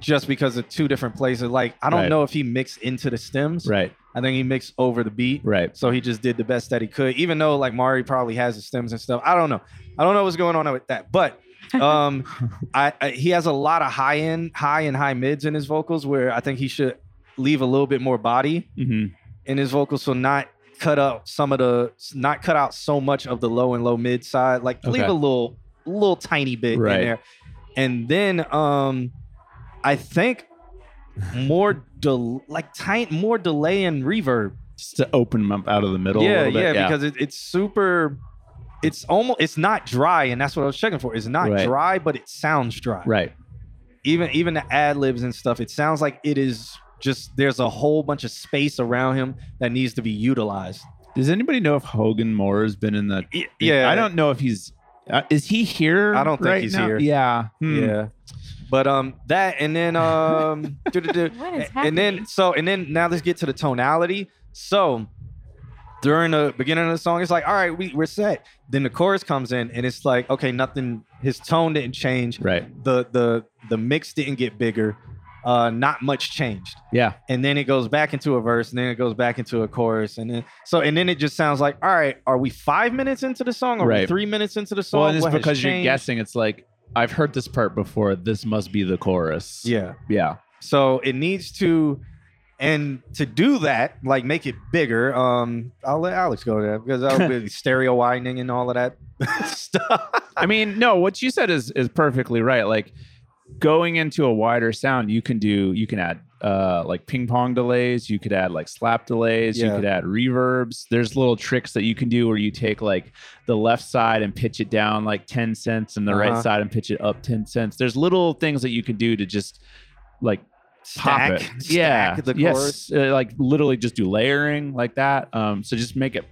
Speaker 3: just because of two different places. Like I don't
Speaker 2: Right.
Speaker 3: know if he mixed into the stems,
Speaker 2: Right.
Speaker 3: I think he mixed over the beat.
Speaker 2: Right.
Speaker 3: So he just did the best that he could, even though like Mari probably has the stems and stuff. I don't know. I don't know what's going on with that, but um, I, I he has a lot of high end, high and high mids in his vocals where I think he should leave a little bit more body
Speaker 2: hmm
Speaker 3: in his vocals, so not cut out some of the not cut out so much of the low and low mid side. Like leave
Speaker 2: Okay.
Speaker 3: a little little tiny bit
Speaker 2: Right.
Speaker 3: in there, and then um, I think more del- like tiny more delay and reverb
Speaker 2: Just to open them up out of the middle. a
Speaker 3: yeah,
Speaker 2: little bit.
Speaker 3: yeah, because it, it's super. It's almost. It's not dry, and that's what I was checking for. It's not
Speaker 2: Right.
Speaker 3: dry, but it sounds dry.
Speaker 2: right.
Speaker 3: Even even the ad libs and stuff. It sounds like it is just. There's a whole bunch of space around him that needs to be utilized.
Speaker 2: Does anybody know if Hogan Moore has been in the?
Speaker 3: yeah.
Speaker 2: I don't know if he's. Uh, is he here?
Speaker 3: I don't think
Speaker 2: right
Speaker 3: he's
Speaker 2: now?
Speaker 3: here.
Speaker 2: Yeah. Hmm.
Speaker 3: Yeah. But um that and then um doo-doo-doo.
Speaker 4: What is
Speaker 3: and then so and then now let's get to the tonality. So during the beginning of the song, it's like, all right, we, we're set. Then the chorus comes in and it's like, okay, nothing his tone didn't change.
Speaker 2: Right.
Speaker 3: The the the mix didn't get bigger. Uh not much changed.
Speaker 2: Yeah.
Speaker 3: And then it goes back into a verse, and then it goes back into a chorus, and then so and then it just sounds like, all right, are we five minutes into the song? Are we
Speaker 2: Right.
Speaker 3: three minutes into the song?
Speaker 2: Well, and it's
Speaker 3: What has
Speaker 2: because you're
Speaker 3: changed?
Speaker 2: guessing. It's like I've heard this part before. This must be the chorus.
Speaker 3: Yeah.
Speaker 2: Yeah.
Speaker 3: So it needs to, and to do that, like make it bigger. Um, I'll let Alex go there because I'll be stereo widening and all of that.
Speaker 2: I mean, no, what you said is is perfectly right. Like going into a wider sound, you can do you can add uh like ping pong delays, you could add like slap delays, you
Speaker 3: Yeah.
Speaker 2: could add reverbs. There's little tricks that you can do where you take like the left side and pitch it down like 10 cents and the
Speaker 3: Uh-huh.
Speaker 2: right side and pitch it up 10 cents. There's little things that you could do to just like
Speaker 3: Stack-
Speaker 2: pop it.
Speaker 3: stack
Speaker 2: yeah.
Speaker 3: the
Speaker 2: yes.
Speaker 3: chorus.
Speaker 2: Uh, like literally just do layering like that. Um so just make it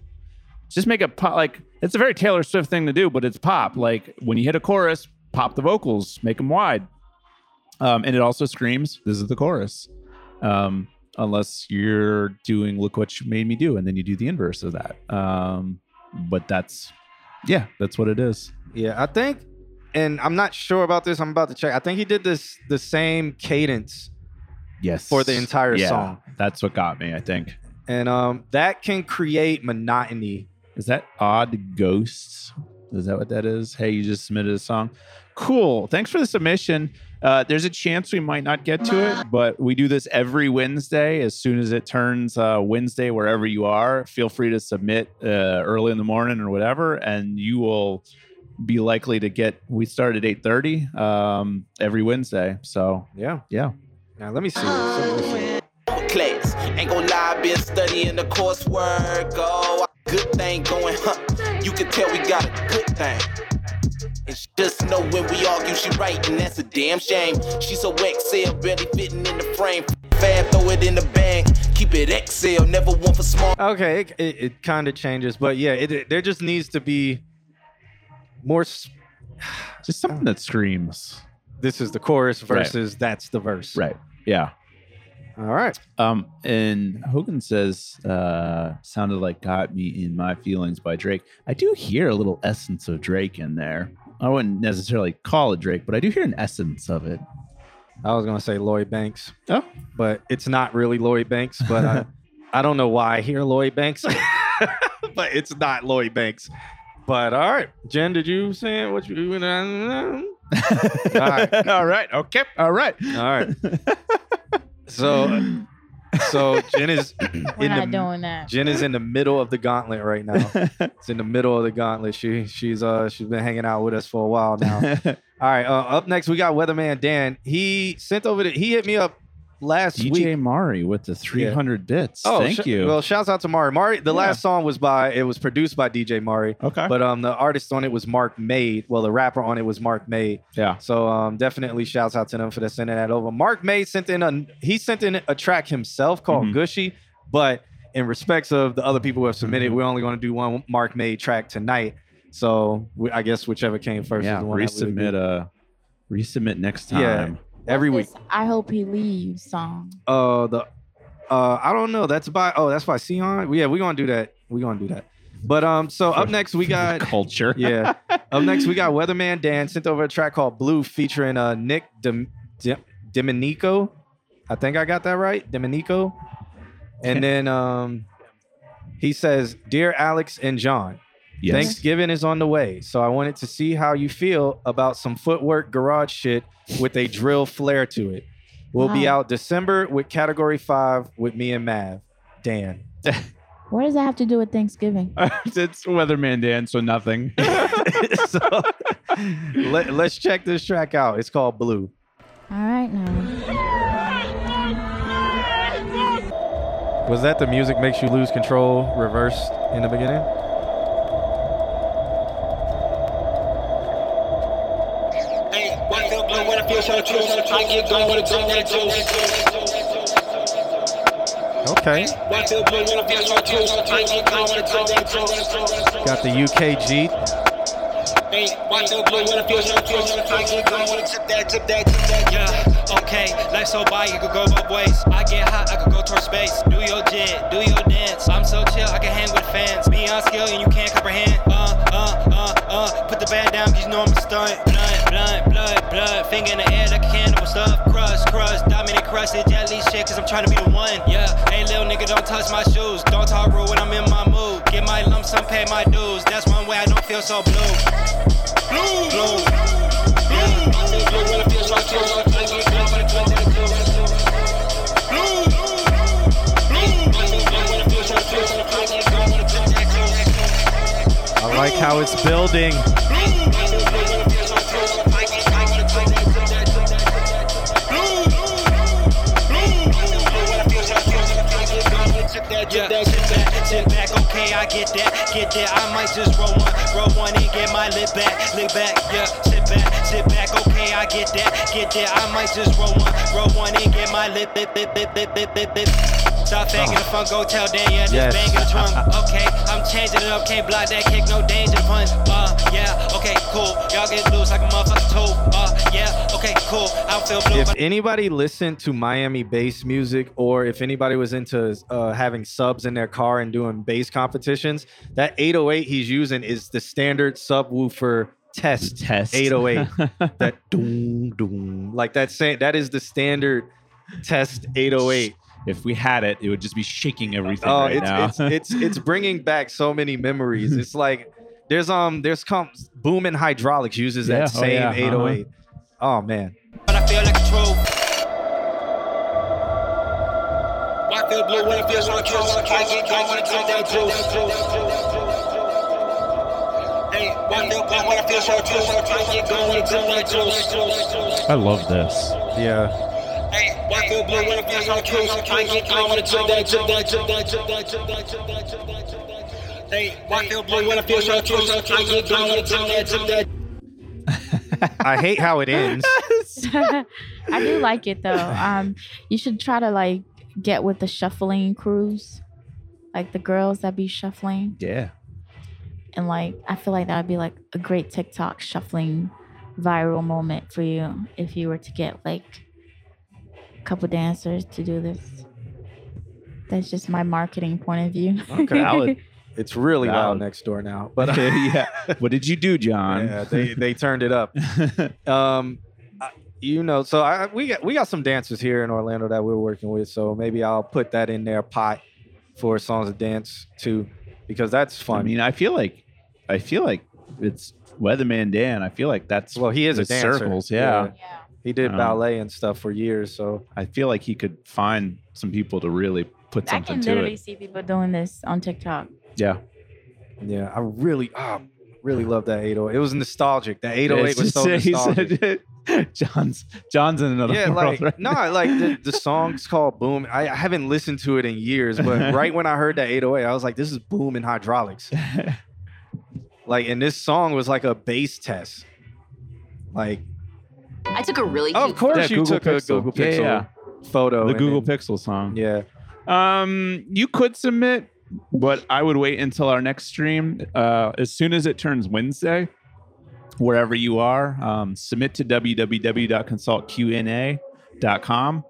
Speaker 2: just make it pop like it's a very taylor swift thing to do but it's pop like when you hit a chorus pop the vocals make them wide um, and it also screams this is the chorus um, unless you're doing look what you made me do and then you do the inverse of that um, but that's yeah that's what it is
Speaker 3: Yeah, I think, and I'm not sure about this. I'm about to check. I think he did this the same cadence,
Speaker 2: yes
Speaker 3: For the entire
Speaker 2: Yeah,
Speaker 3: song.
Speaker 2: that's what got me i think
Speaker 3: and um, that can create monotony.
Speaker 2: Is that Odd Ghosts? Is that what that is? Hey, you just submitted a song. Cool. Thanks for the submission. Uh, there's a chance we might not get to it, but we do this every Wednesday. As soon as it turns uh, Wednesday, wherever you are, feel free to submit uh, early in the morning or whatever, and you will be likely to get. We start at 8:30 um, every Wednesday. So
Speaker 3: Yeah.
Speaker 2: yeah.
Speaker 3: Now let me see. Let me see.
Speaker 7: class. Ain't gon' lie, been studying the coursework. Oh, good thing going, huh? You can tell we got a good thing. And she just know when we argue, she right, and that's a damn shame. She so XL, barely fitting in the frame. Fab, throw it in the bag, keep it XL, never one for small.
Speaker 3: Okay, it, it, it kind of changes, but yeah, it, it- there just needs to be more. s-
Speaker 2: Just something that screams.
Speaker 3: This is the chorus
Speaker 2: Right.
Speaker 3: versus that's the verse.
Speaker 2: Right. Yeah.
Speaker 3: All right.
Speaker 2: Um, and Hogan says, uh, sounded like Got Me in My Feelings by Drake. I do hear a little essence of Drake in there. I wouldn't necessarily call it Drake, but I do hear an essence of it.
Speaker 3: I was gonna say Lloyd Banks.
Speaker 2: Oh.
Speaker 3: But it's not really Lloyd Banks, but I, I don't know why I hear Lloyd Banks. but it's not Lloyd Banks. But all right. Jen, did you say what you all right.
Speaker 2: All right. Okay. All right.
Speaker 3: All right. So so Jen is
Speaker 4: We're
Speaker 3: in the
Speaker 4: not doing that.
Speaker 3: Jen is in the middle of the gauntlet right now. it's in the middle of the gauntlet. She she's uh she's been hanging out with us for a while now. All right. Uh, up next, we got Weatherman Dan. He sent over. The, he hit me up last week.
Speaker 2: DJ Mari with the 300 bits. Thank
Speaker 3: Oh, sh-
Speaker 2: you.
Speaker 3: Well, shouts out to Mari. Mari. The
Speaker 2: Yeah.
Speaker 3: last song was by. It was produced by DJ Mari.
Speaker 2: okay.
Speaker 3: But um, the artist on it was Mark Maid. Well, the rapper on it was Mark Maid.
Speaker 2: yeah.
Speaker 3: So um, definitely shouts out to them for the sending that over. Mark May sent in a he sent in a track himself
Speaker 2: Mm-hmm.
Speaker 3: called Gushy, but in respects of the other people who have submitted,
Speaker 2: Mm-hmm.
Speaker 3: we're only going to do one Mark May track tonight. So we, I guess whichever came first
Speaker 2: Yeah.
Speaker 3: is the one. that we would do.
Speaker 2: Resubmit, uh, resubmit next
Speaker 3: Yeah.
Speaker 2: time.
Speaker 3: every week.
Speaker 4: This I hope he leaves song.
Speaker 3: Uh, the uh, I don't know. That's by oh, that's by Sion. Yeah, we're gonna do that. We're gonna do that. But um, so up next we got
Speaker 2: Culture.
Speaker 3: yeah. Up next, we got Weatherman Dan sent over a track called Blue featuring uh, Nick Dim- Dim- Dominico. I think I got that right. Dominico. And then um, he says, Dear Alex and John,
Speaker 2: Yes.
Speaker 3: Thanksgiving is on the way. So I wanted to see how you feel about some footwork garage shit with a drill flair to it. We'll be
Speaker 4: Wow.
Speaker 3: out December with Category 5 with me and Mav. Dan.
Speaker 4: What does that have to do with Thanksgiving?
Speaker 2: it's Weatherman Dan, so nothing.
Speaker 3: so let, let's check this track out. It's called Blue.
Speaker 4: All right now.
Speaker 3: Was that the music makes you lose control reversed in the beginning?
Speaker 7: Why feel blue when I feel so true? I get going with a drink and a juice.
Speaker 3: Okay. Got the UKG.
Speaker 20: Yeah, okay, life so by you could go both ways. I get hot, I could go towards space. Do your jig, do your dance. I'm so chill, I can hang with fans. Beyond skill and you can't comprehend. Uh, uh, uh, uh. Put the band down, 'cause you know I'm a stunt. Blood, blood, blood, blood. Finger in the air like a candle with stuff. Crush, crush, dominant crush it, jelly shit, cause I'm trying to be the one. Yeah, hey little nigga, don't touch my shoes. Don't talk rude when I'm in my mood. Get my lump sum, pay my dues. That's one way I don't feel so blue. Blue, blue.
Speaker 3: I like how it's building.
Speaker 20: Yeah, sit back, sit back, okay, I get that, get that. I might just roll one, roll one and get my lip back, lip back, yeah. Sit back, sit back, okay, I get that, get that. I might just roll one, roll one and get my lip, lip, lip, lip, lip, lip, lip, lip. Stop banging the funk, go tell Dan, yeah, just
Speaker 3: Yes.
Speaker 20: banging the drum. Okay, I'm changing it up, can't block that kick, no danger punch. Uh, yeah, okay, cool. Y'all get loose like a motherfucking tool. Uh, yeah, okay, cool. I don't feel blue,
Speaker 3: If
Speaker 20: but
Speaker 3: anybody listened to Miami bass music, or if anybody was into uh, having subs in their car and doing bass competitions, that 808 he's using is the standard subwoofer test
Speaker 2: Test.
Speaker 3: 808. that doom doom, like that. Same, that is the standard test 808.
Speaker 2: If we had it, it would just be shaking everything
Speaker 3: Oh,
Speaker 2: right
Speaker 3: it's,
Speaker 2: now.
Speaker 3: it's it's it's bringing back so many memories. It's like there's um there's comes booming hydraulics uses
Speaker 2: Yeah,
Speaker 3: that
Speaker 2: oh
Speaker 3: same
Speaker 2: yeah, uh-huh.
Speaker 3: 808. Oh man,
Speaker 20: I feel like a troll. I feel blue when it feels like a troll. I get drunk when it feels like a troll. Hey, I feel blue when it feels like a troll. I get drunk when it feels like a troll.
Speaker 2: I love this.
Speaker 3: yeah.
Speaker 20: I feel blue when it feels like a troll. I get drunk when it feels like a troll. Hey, I feel blue when it feels like a troll. I get drunk when it feels like a troll.
Speaker 3: I hate how it ends.
Speaker 4: I do like it though. Um, you should try to like get with the shuffling crews, like the girls that be shuffling,
Speaker 2: Yeah.
Speaker 4: and like I feel like that would be like a great TikTok shuffling viral moment for you if you were to get like a couple dancers to do this. That's just my marketing point of view.
Speaker 3: Okay, I would- It's really loud
Speaker 2: Valid.
Speaker 3: next door now, but uh,
Speaker 2: yeah. What did you do, John?
Speaker 3: yeah, they they turned it up. Um, I- you know, so I we got, we got some dancers here in Orlando that we're working with, so maybe I'll put that in their pot for songs to dance to because that's fun.
Speaker 2: I mean, I feel like, I feel like it's Weatherman Dan. I feel like that's
Speaker 3: well, he is a
Speaker 2: his
Speaker 3: dancer.
Speaker 2: circles. Yeah.
Speaker 3: He did
Speaker 2: Um,
Speaker 3: ballet and stuff for years, so
Speaker 2: I feel like he could find some people to really put
Speaker 4: I can
Speaker 2: something to
Speaker 4: literally
Speaker 2: it.
Speaker 4: see people doing this on TikTok.
Speaker 2: Yeah.
Speaker 3: yeah, I really ah, really love that 808. It was nostalgic. That 808 was so
Speaker 2: He
Speaker 3: nostalgic.
Speaker 2: said, John's John's in another
Speaker 3: yeah,
Speaker 2: world.
Speaker 3: like no, like the, the song's called Boom. I, I haven't listened to it in years, but right when I heard that 808, I was like, this is Boom in hydraulics. like, and this song was like a bass test. Like,
Speaker 21: I took a really
Speaker 3: of
Speaker 21: cute
Speaker 3: course
Speaker 2: Yeah,
Speaker 3: you
Speaker 2: Google
Speaker 3: took
Speaker 2: Pixel.
Speaker 3: a Google
Speaker 2: Yeah,
Speaker 3: Pixel
Speaker 2: yeah.
Speaker 3: photo.
Speaker 2: the
Speaker 3: and
Speaker 2: Google
Speaker 3: then-
Speaker 2: Pixel song.
Speaker 3: Yeah.
Speaker 2: Um, you could submit, but I would wait until our next stream. Uh, as soon as it turns Wednesday, wherever you are, um, submit to www.consultqna.com.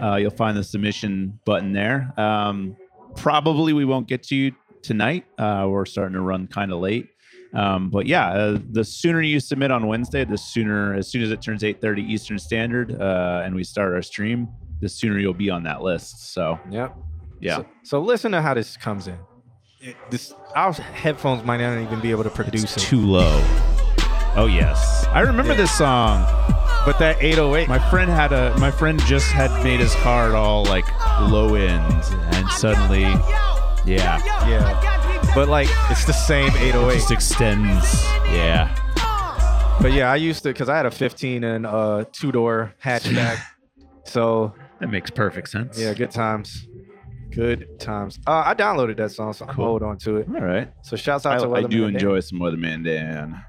Speaker 2: Uh, you'll find the submission button there. Um, probably we won't get to you tonight. Uh, we're starting to run kind of late. Um, but yeah, uh, the sooner you submit on Wednesday, the sooner, as soon as it turns 8:30 Eastern Standard, uh, and we start our stream, the sooner you'll be on that list. So
Speaker 3: Yep.
Speaker 2: yeah.
Speaker 3: So, so listen to how this comes in. It- this our headphones might not even be able to produce it.
Speaker 2: Too low. Oh yes, I remember this song.
Speaker 3: But that 808.
Speaker 2: My friend had a. My friend just had made his card all like low end, and suddenly, yeah,
Speaker 3: Yeah. But like it's the same
Speaker 2: it
Speaker 3: 808.
Speaker 2: just extends. oh Yeah,
Speaker 3: But yeah, I used to because I had a 15 and uh two door hatchback. so
Speaker 2: that makes perfect sense.
Speaker 3: yeah, good times. Good times. Uh, I downloaded that song, so I'm hold on to it.
Speaker 2: All right.
Speaker 3: So shouts
Speaker 2: I,
Speaker 3: out to
Speaker 2: I
Speaker 3: Weatherman
Speaker 2: do
Speaker 3: Dan.
Speaker 2: enjoy some Weatherman Dan.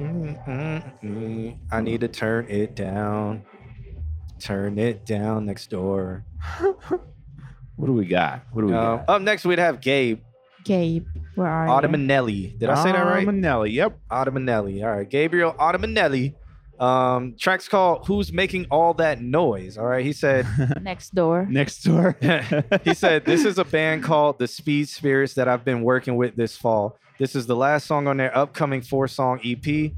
Speaker 3: Mm-mm-mm. I need to turn it down. Turn it down next door.
Speaker 2: What do we got? What do we
Speaker 3: Um,
Speaker 2: got?
Speaker 3: up next, we'd have Gabe
Speaker 4: Gabe, where are you?
Speaker 3: Ottomanelli. Did I say that right?
Speaker 2: Ottomanelli. Yep.
Speaker 3: Ottomanelli. All right. Gabriel Ottomanelli. Um, track's called Who's Making All That Noise? All right. He said,
Speaker 4: Next door.
Speaker 2: Next door.
Speaker 3: he said, This is a band called The Speed Spirits that I've been working with this fall. This is the last song on their upcoming four song EP.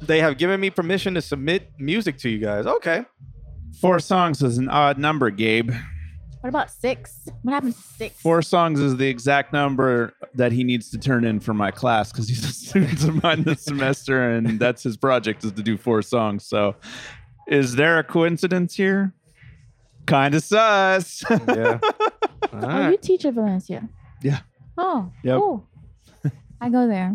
Speaker 3: They have given me permission to submit music to you guys. Okay.
Speaker 2: Four songs is an odd number, Gabe.
Speaker 4: What about six? What happened to six?
Speaker 2: Four songs is the exact number that he needs to turn in for my class because he's a student of mine this semester, and that's his project is to do four songs. So, is there a coincidence here? Kind of sus.
Speaker 3: Yeah.
Speaker 4: Oh, you teach at Valencia.
Speaker 2: Yeah.
Speaker 4: Oh,
Speaker 2: Yep.
Speaker 4: cool. I go there.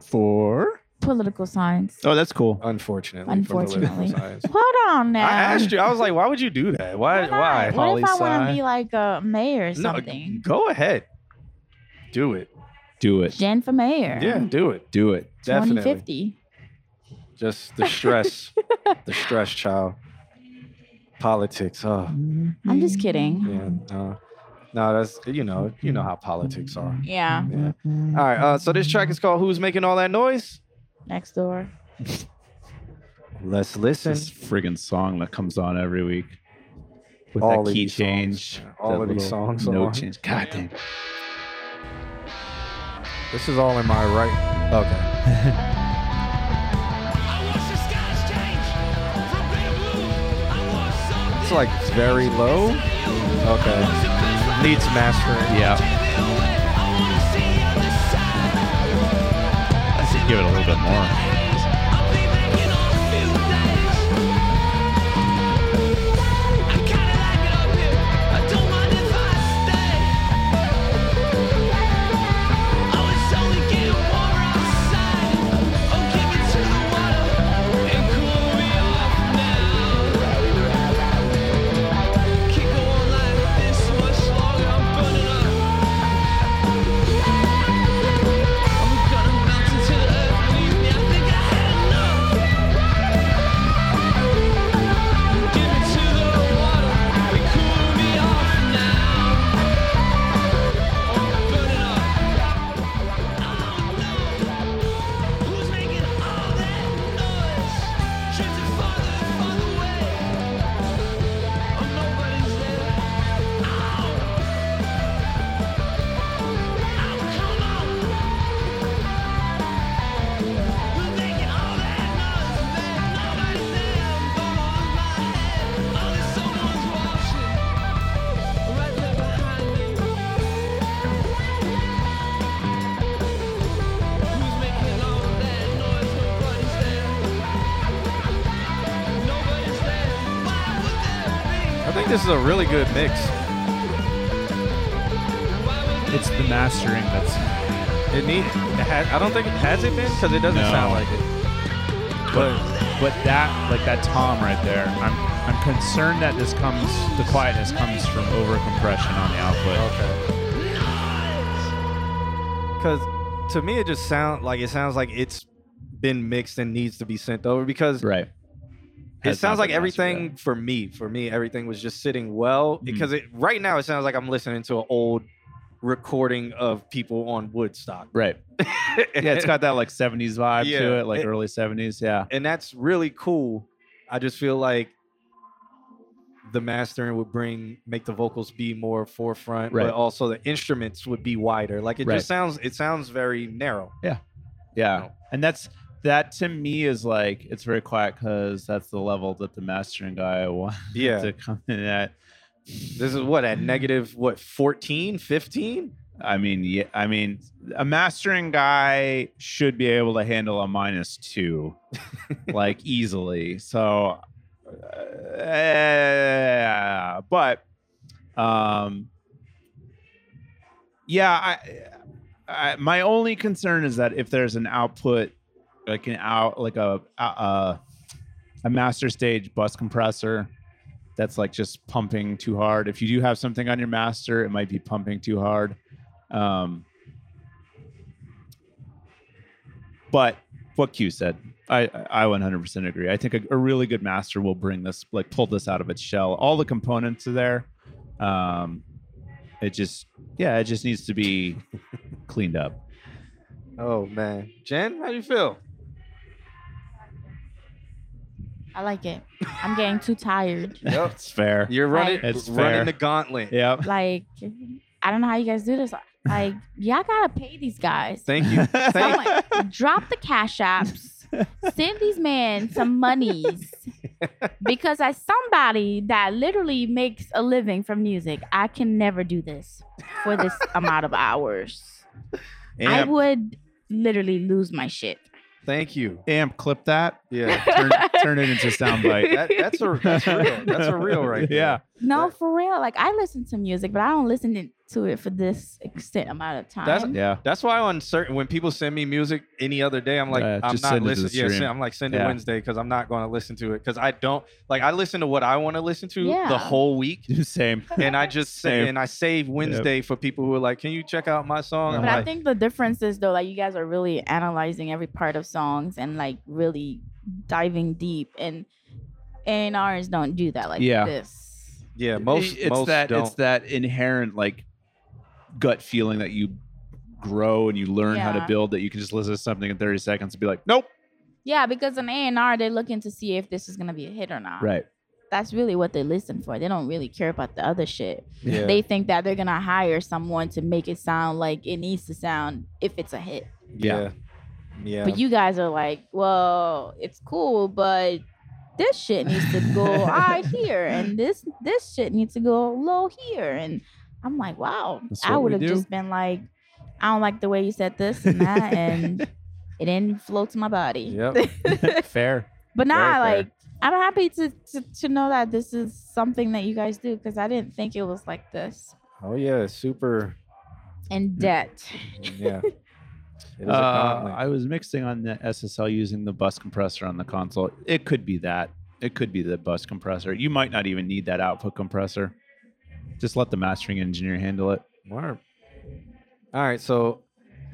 Speaker 2: Four.
Speaker 4: Political science.
Speaker 2: Oh, that's cool.
Speaker 3: Unfortunately. for political
Speaker 4: Unfortunately.
Speaker 3: science.
Speaker 4: Hold on now.
Speaker 3: I asked you. I was like, why would you do that? Why? Why?
Speaker 4: What if I want to
Speaker 3: Poli-sci?
Speaker 4: be like a mayor or
Speaker 3: No,
Speaker 4: something?
Speaker 3: go ahead. Do it.
Speaker 2: Do it.
Speaker 4: Jen for mayor.
Speaker 3: Yeah, do it.
Speaker 2: Do it.
Speaker 3: Definitely.
Speaker 4: 2050.
Speaker 3: Just the stress. the stress, child. Politics. Oh,
Speaker 4: I'm just kidding.
Speaker 3: yeah. No, no, that's you know, you know how politics are.
Speaker 4: Yeah.
Speaker 3: Yeah. All right. Uh, so this track is called "Who's Making All That Noise."
Speaker 4: Next door.
Speaker 3: Let's listen.
Speaker 2: This friggin' song that comes on every week with
Speaker 3: All of
Speaker 2: that key
Speaker 3: these songs.
Speaker 2: change.
Speaker 3: All
Speaker 2: that
Speaker 3: of these
Speaker 2: little
Speaker 3: songs are
Speaker 2: No
Speaker 3: on.
Speaker 2: change. God damn.
Speaker 3: This is all in my right. Okay. It's like it's very low. Okay. Needs mastering.
Speaker 2: Yeah. I should give it a little bit more.
Speaker 3: I think this is a really good mix.
Speaker 22: It's the mastering that's.
Speaker 3: It need. It had, I don't think it has it been because it doesn't
Speaker 22: No.
Speaker 3: sound like it.
Speaker 22: But but that like that tom right there, I'm I'm concerned that this comes the quietness comes from over compression on the output.
Speaker 3: Okay. Because to me, it just sound like it sounds like it's been mixed and needs to be sent over because
Speaker 2: Right.
Speaker 3: it
Speaker 2: Has
Speaker 3: sounds
Speaker 2: not
Speaker 3: like
Speaker 2: been mastered
Speaker 3: everything for me for me everything was just sitting well
Speaker 2: Mm-hmm.
Speaker 3: because it right now it sounds like i'm listening to an old recording of people on woodstock
Speaker 2: Right. Yeah, it's got that like 70s vibe to
Speaker 3: Yeah,
Speaker 2: it, like
Speaker 3: it-
Speaker 2: early 70s. Yeah.
Speaker 3: and that's really cool i just feel like the mastering would bring make the vocals be more forefront
Speaker 2: Right.
Speaker 3: but also the instruments would be wider like it
Speaker 2: Right.
Speaker 3: just sounds it sounds very narrow
Speaker 2: Yeah. And that's that to me is like it's very quiet because that's the level that the mastering guy wanted
Speaker 3: Yeah.
Speaker 2: to come in at.
Speaker 3: this is what at negative what 14 15
Speaker 2: I mean, yeah, I mean, a mastering guy should be able to handle a minus two, like easily. So, uh, but, um, yeah, I, I, my only concern is that if there's an output, like an out, like a a, a, a master stage bus compressor. That's like just pumping too hard. If you do have something on your master, it might be pumping too hard. Um, but what Q said, I I 100% agree. I think a, a really good master will bring this, like, pull this out of its shell. All the components are there. Um, it just, yeah, it just needs to be cleaned up.
Speaker 3: Oh man, Jen, how you feel?
Speaker 4: I like it. I'm getting too tired.
Speaker 3: Yep.
Speaker 2: It's fair.
Speaker 3: You're running,
Speaker 2: It's
Speaker 3: running
Speaker 2: fair.
Speaker 3: the gauntlet.
Speaker 2: Yep.
Speaker 4: Like, I don't know how you guys do this. Like, y'all gotta pay these guys.
Speaker 3: Thank you. Thank,
Speaker 4: Drop the cash apps. Send these men some monies. Because as somebody that literally makes a living from music, I can never do this for this amount of hours. I
Speaker 2: Amp,
Speaker 4: would literally lose my shit.
Speaker 3: thank you.
Speaker 2: amp, clip that.
Speaker 3: Yeah.
Speaker 2: Turn, turn it into soundbite.
Speaker 3: That, that's a that's real. That's a real right there.
Speaker 2: Yeah.
Speaker 4: No, for real. Like I listen to music, but I don't listen to- to it for this extent amount of time.
Speaker 3: That's
Speaker 2: Yeah.
Speaker 3: that's why on certain when people send me music any other day, I'm like,
Speaker 2: Uh,
Speaker 3: I'm
Speaker 2: just
Speaker 3: not
Speaker 2: send it to the
Speaker 3: listening. Yeah,
Speaker 2: stream.
Speaker 3: send- I'm like send it
Speaker 2: Yeah.
Speaker 3: Wednesday because I'm not going to listen to it because I don't like I listen to what I want to listen to
Speaker 4: Yeah.
Speaker 3: the whole week,
Speaker 2: Same.
Speaker 3: and I just say
Speaker 2: Same.
Speaker 3: and I save Wednesday for people who are like, can you check out my song? I'm
Speaker 4: but I
Speaker 3: like,
Speaker 4: think the difference is though, like you guys are really analyzing every part of songs and like really diving deep, and and R's don't do that like
Speaker 2: Yeah.
Speaker 4: this.
Speaker 3: yeah, most
Speaker 2: it's
Speaker 3: most
Speaker 2: that
Speaker 3: don't.
Speaker 2: it's that inherent like gut feeling that you grow and you learn how to
Speaker 4: Yeah.
Speaker 2: build that you can just listen to something in 30 seconds and be like, nope.
Speaker 4: Yeah, because an A and R, they're looking to see if this is gonna be a hit or not.
Speaker 2: Right.
Speaker 4: That's really what they listen for. They don't really care about the other shit.
Speaker 3: Yeah.
Speaker 4: They think that they're gonna hire someone to make it sound like it needs to sound if it's a hit.
Speaker 3: yeah, yeah.
Speaker 4: But you guys are like, well, it's cool, but this shit needs to go out here, and this this shit needs to go low here. And I'm like, wow,
Speaker 2: That's
Speaker 4: I
Speaker 2: what we
Speaker 4: would have
Speaker 2: do.
Speaker 4: just been like, I don't like the way you said this and that, and it didn't flow to my body.
Speaker 3: Yep.
Speaker 2: Fair.
Speaker 4: But nah,
Speaker 2: Very fair.
Speaker 4: like I'm happy to, to to know that this is something that you guys do because I didn't think it was like this.
Speaker 3: oh yeah, super.
Speaker 2: Mm.
Speaker 4: And debt.
Speaker 3: Yeah. It is a
Speaker 2: Uh,
Speaker 3: gauntlet.
Speaker 2: I was mixing on the SSL using the bus compressor on the console. It could be that. It could be the bus compressor. You might not even need that output compressor. Just let the mastering engineer handle it.
Speaker 3: Word. All right, so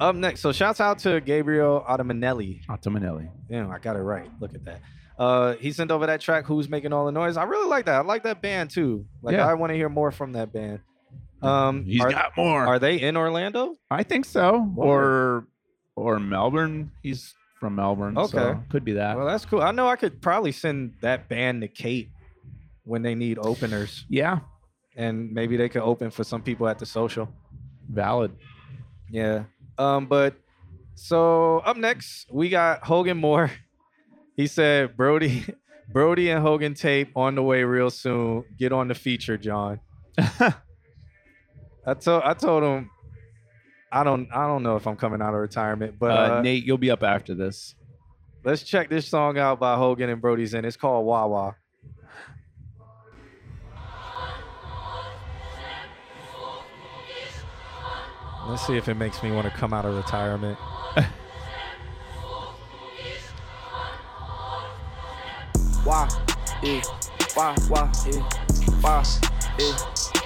Speaker 3: up next, so shouts out to Gabriel Ottamanelli.
Speaker 2: Ottomanelli.
Speaker 3: Damn, I got it right. Look at that. Uh, he sent over that track. Who's making all the noise? I really like that. I like that band too. Like
Speaker 2: Yeah.
Speaker 3: I want to hear more from that band. Um,
Speaker 2: He's
Speaker 3: are,
Speaker 2: got more.
Speaker 3: are they in Orlando?
Speaker 2: I think so. Or or Melbourne. He's from Melbourne. Okay.
Speaker 3: Okay.
Speaker 2: could be that.
Speaker 3: Well, that's cool. I know I could probably send that band to Kate when they need openers,
Speaker 2: yeah.
Speaker 3: and maybe they could open for some people at the social.
Speaker 2: Valid.
Speaker 3: Yeah. Um, but so up next we got Hogan Moore. He said Brody, Brody and Hogan tape on the way real soon. Get on the feature, John. I told I told him I don't I don't know if I'm coming out of retirement, but
Speaker 2: uh,
Speaker 3: uh,
Speaker 2: Nate, you'll be up after this.
Speaker 3: let's check this song out by Hogan and Brody's in. It's called Wawa. Let's see if it makes me want to come out of retirement.
Speaker 23: Why? Yeah. Why? Why? Yeah. Why? Yeah.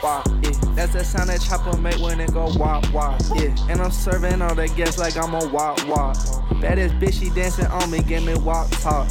Speaker 23: Why? Yeah. eh, That's that sound that chopper make when it go wah wah. Yeah. And I'm serving all the guests like I'm a wah wah. Baddest bitch, she dancing on me, give me walk talk.